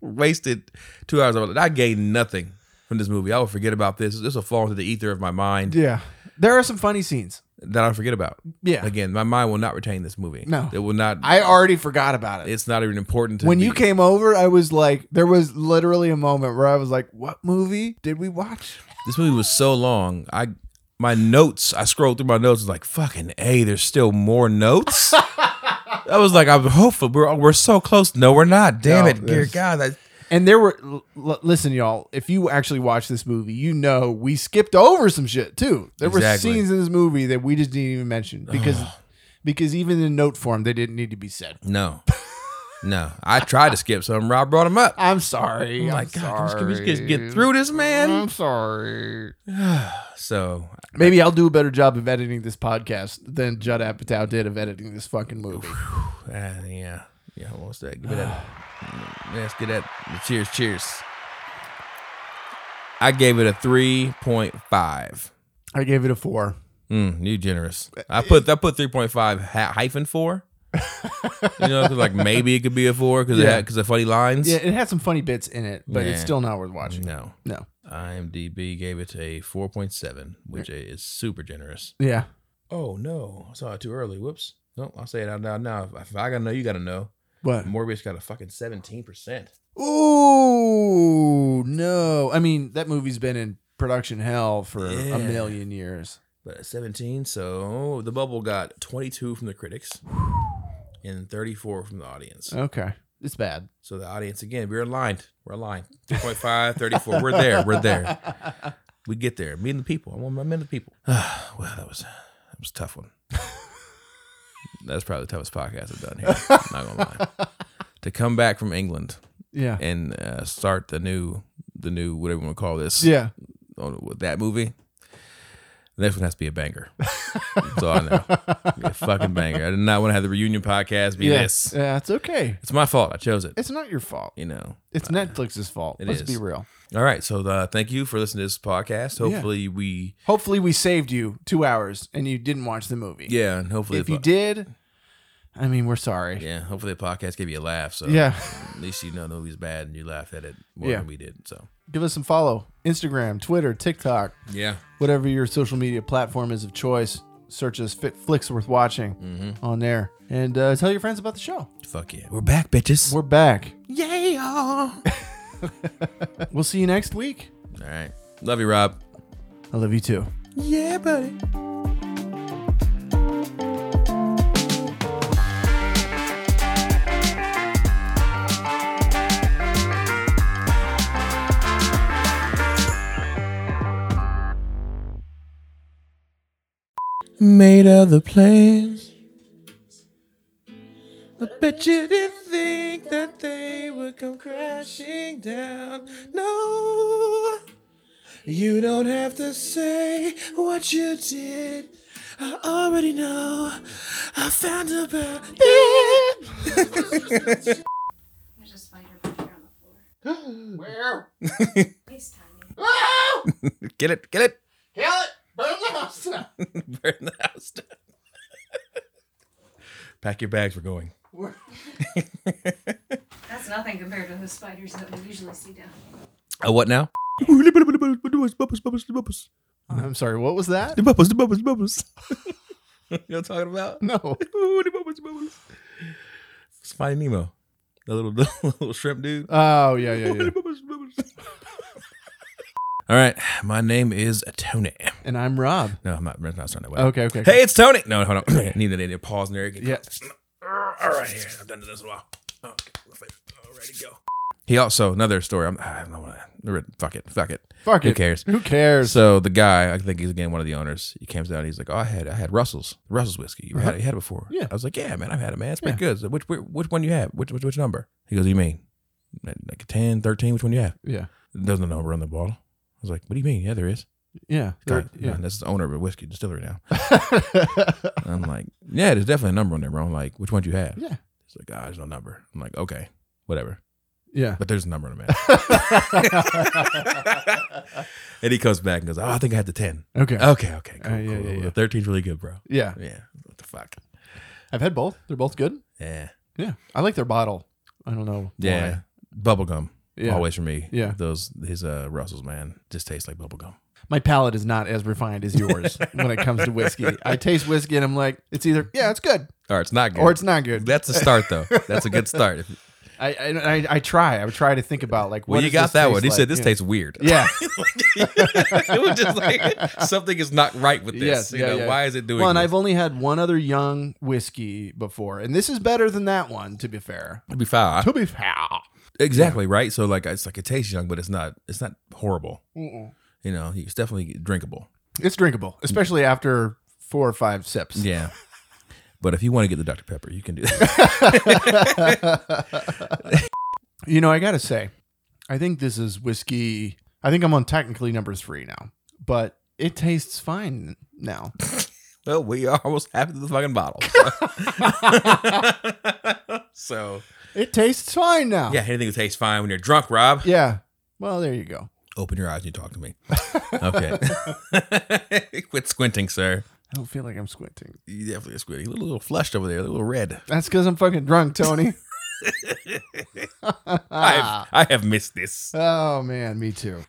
Speaker 1: Wasted two hours of it. I gained nothing from this movie. I will forget about this. This will fall into the ether of my mind
Speaker 2: yeah. There are some funny scenes.
Speaker 1: that I'll forget about.
Speaker 2: Yeah.
Speaker 1: Again, my mind will not retain this movie.
Speaker 2: No.
Speaker 1: it will not.
Speaker 2: I already forgot about it.
Speaker 1: it's not even important to
Speaker 2: When you
Speaker 1: be-
Speaker 2: came over, I was like, there was literally a moment where I was like, what movie did we watch?
Speaker 1: This movie was so long. I my notes. I scrolled through my notes. Was like fucking a. There's still more notes. I was like, I'm hopeful. We're we're so close. No, we're not. Damn
Speaker 2: No,
Speaker 1: it, dear
Speaker 2: there's-
Speaker 1: God. I,
Speaker 2: And there were, l- l- listen, y'all, if you actually watch this movie, you know we skipped over some shit too. There
Speaker 1: Exactly.
Speaker 2: were scenes in this movie that we just didn't even mention because. Because even in note form, they didn't need to be said.
Speaker 1: no, no. I tried to skip some. Rob brought him up.
Speaker 2: I'm sorry.
Speaker 1: I'm
Speaker 2: I'm
Speaker 1: like, Oh God, can we just- can we just get
Speaker 2: sorry. Uh-huh.
Speaker 1: through this, man?
Speaker 2: I'm sorry.
Speaker 1: So
Speaker 2: Maybe I'll do a better job of editing this podcast than Judd Apatow did of editing this fucking movie.
Speaker 1: uh, yeah, yeah. What's that? Give me that. Let's get that. Cheers, cheers. I gave it a three point five.
Speaker 2: I gave it a four.
Speaker 1: Mm, you generous. I put I put three point five ha- hyphen four. you know, 'cause, like maybe it could be a four because
Speaker 2: Yeah.
Speaker 1: because of funny lines.
Speaker 2: Yeah, it had some funny bits in it, but it's
Speaker 1: Yeah.
Speaker 2: still not worth watching.
Speaker 1: No,
Speaker 2: No.
Speaker 1: IMDb gave it a four point seven, which is super generous.
Speaker 2: Yeah.
Speaker 1: Oh no, I saw it too early. Whoops. No, I'll say it out loud now. If, if I gotta know, you gotta know.
Speaker 2: What?
Speaker 1: Morbius got a fucking seventeen percent.
Speaker 2: Ooh, no. I mean, that movie's been in production hell for
Speaker 1: Yeah.
Speaker 2: a million years.
Speaker 1: But at 17, so the bubble got 22 from the critics and 34 from the audience.
Speaker 2: Okay. It's bad.
Speaker 1: So the audience again, we're aligned. We're aligned. 2.5, 34. We're there. We're there. We get there. Me and the people. I want my men the people. well, that was that was a tough one. That's probably the toughest podcast I've done here. I'm not gonna lie. To come back from England
Speaker 2: Yeah.
Speaker 1: and uh, start the new the new whatever you want to call this
Speaker 2: Yeah.
Speaker 1: on with that movie. The next one has to be a banger. That's all I know. Be a fucking banger. I did not want to have the reunion podcast be
Speaker 2: Yeah.
Speaker 1: this.
Speaker 2: Yeah, it's okay.
Speaker 1: It's my fault. I chose it.
Speaker 2: It's not your fault.
Speaker 1: You know.
Speaker 2: It's Netflix's fault.
Speaker 1: it
Speaker 2: Let's
Speaker 1: is.
Speaker 2: be real.
Speaker 1: All right. So uh, thank you for listening to this podcast.
Speaker 2: Yeah.
Speaker 1: Hopefully we
Speaker 2: Hopefully, we saved you two hours and you didn't watch the movie.
Speaker 1: yeah, and hopefully
Speaker 2: if
Speaker 1: the
Speaker 2: you
Speaker 1: po-
Speaker 2: did, I mean, we're sorry.
Speaker 1: yeah, hopefully the podcast gave you a laugh. So
Speaker 2: Yeah.
Speaker 1: at least you know the movie's bad and you laughed at it more
Speaker 2: Yeah.
Speaker 1: than we did. So
Speaker 2: Give us some follow Instagram, Twitter, TikTok,
Speaker 1: yeah,
Speaker 2: whatever your social media platform is of choice. Search us Fit Flicks Worth Watching
Speaker 1: Mm-hmm.
Speaker 2: on there and uh, tell your friends about the show.
Speaker 1: fuck yeah, we're back, bitches.
Speaker 2: We're back.
Speaker 1: yeah. All
Speaker 2: We'll see you next week.
Speaker 1: right. Love you, Rob.
Speaker 2: I love you too.
Speaker 1: Yeah, buddy. Made of the plans. I bet you didn't think that they would come crashing down. No. You don't have to say what you did. I already know. I found about it.
Speaker 3: There's a spider back here on the floor.
Speaker 2: Where?
Speaker 3: He's tiny.
Speaker 2: Ah!
Speaker 1: Get it, get it.
Speaker 2: Kill it! Burn the house down.
Speaker 1: Burn the house down. Pack your bags, we're going.
Speaker 2: We're-
Speaker 3: That's nothing compared to the spiders that we usually see down here.
Speaker 1: Oh, what now? The
Speaker 2: I'm sorry. What was that?
Speaker 1: bubbles, the bubbles, the bubbles. you know what I'm talking about?
Speaker 2: No.
Speaker 1: Ooh, the bubbles, the bubbles. Spiny Nemo. The little, the little shrimp dude.
Speaker 2: Oh yeah, yeah,
Speaker 1: Ooh,
Speaker 2: yeah.
Speaker 1: the bubbles, the bubbles. All right. My name is Tony.
Speaker 2: And I'm Rob.
Speaker 1: No, I'm not, that's not starting that way.
Speaker 2: Okay, okay.
Speaker 1: Hey, it's Tony. No, hold on. I need to I need to pause in there. Get-
Speaker 2: Yeah.
Speaker 1: All right, here. I've done this a while. Okay, all ready to go. He also another story. I'm, I don't know what. I- Fuck it. Fuck it.
Speaker 2: Fuck
Speaker 1: Who
Speaker 2: it.
Speaker 1: cares?
Speaker 2: Who cares?
Speaker 1: So the guy, I think he's again one of the owners. He comes down. He's like, "Oh, I had I had Russell's Russell's whiskey. You had it, you had it before."
Speaker 2: Uh-huh. Yeah.
Speaker 1: I was like, "Yeah, man, I've had it, man. It's pretty
Speaker 2: Yeah.
Speaker 1: good." So which which one you have? Which which, which number? He goes, "You mean like a 10, 13? Which one you have?"
Speaker 2: Yeah,
Speaker 1: There's no number on the bottle. I was like, "What do you mean? Yeah, there is."
Speaker 2: yeah,
Speaker 1: God,
Speaker 2: yeah.
Speaker 1: man, this is the owner of a whiskey distillery now. And I'm like, yeah, there's definitely a number on there, bro. I'm like, which one do you have?
Speaker 2: Yeah.
Speaker 1: He's like, ah, there's no number. I'm like, okay, whatever.
Speaker 2: yeah.
Speaker 1: But there's a number on the man. and he comes back and goes, oh, I think I had the 10.
Speaker 2: okay.
Speaker 1: Okay, okay, cool,
Speaker 2: Uh, yeah,
Speaker 1: cool.
Speaker 2: yeah, yeah.
Speaker 1: The 13's really good, bro.
Speaker 2: yeah,
Speaker 1: Yeah. What the fuck?
Speaker 2: I've had both. They're both good.
Speaker 1: Yeah.
Speaker 2: Yeah, I like their bottle. I don't know.
Speaker 1: Yeah.
Speaker 2: why.
Speaker 1: Bubblegum.
Speaker 2: yeah.
Speaker 1: Always for me.
Speaker 2: Yeah.
Speaker 1: Those, his uh, Russell's, man, just tastes like bubblegum.
Speaker 2: My palate is not as refined as yours when it comes to whiskey. I taste whiskey and I'm like, it's either yeah, it's good,
Speaker 1: Or it's not good.
Speaker 2: or it's not good.
Speaker 1: That's a start, though. That's a good start.
Speaker 2: I I, I, I try. I would try to think about like.
Speaker 1: Well,
Speaker 2: what
Speaker 1: you
Speaker 2: does
Speaker 1: got
Speaker 2: this
Speaker 1: that
Speaker 2: taste
Speaker 1: one. He
Speaker 2: like?
Speaker 1: said this
Speaker 2: yeah.
Speaker 1: tastes weird.
Speaker 2: Yeah.
Speaker 1: it was just like something is not right with this.
Speaker 2: Yes,
Speaker 1: you
Speaker 2: yeah,
Speaker 1: know,
Speaker 2: yeah.
Speaker 1: why is it doing
Speaker 2: Well, and
Speaker 1: this?
Speaker 2: I've only had one other young whiskey before, and this is better than that one. To be fair.
Speaker 1: It'd be foul.
Speaker 2: To be fair.
Speaker 1: Exactly, right? So like it's like it tastes young, but it's not it's not horrible.
Speaker 2: Mm-mm.
Speaker 1: You know, it's definitely drinkable.
Speaker 2: It's drinkable, especially after four or five sips.
Speaker 1: Yeah. But if you want to get the Dr. Pepper, you can do that.
Speaker 2: You know, I gotta say, I think this is whiskey. I think I'm on technically number three now, but it tastes fine now.
Speaker 1: well, we are almost half of the fucking bottle. so
Speaker 2: It tastes fine now.
Speaker 1: yeah, anything that tastes fine when you're drunk, Rob.
Speaker 2: Yeah. Well, there you go.
Speaker 1: Open your eyes and you talk to me. Okay. Quit squinting, sir.
Speaker 2: I don't feel like I'm squinting.
Speaker 1: You definitely are squinting. You look a little flushed over there, a little red.
Speaker 2: That's because I'm fucking drunk, Tony.
Speaker 1: Ah. I have, I have missed this.
Speaker 2: oh man, me too.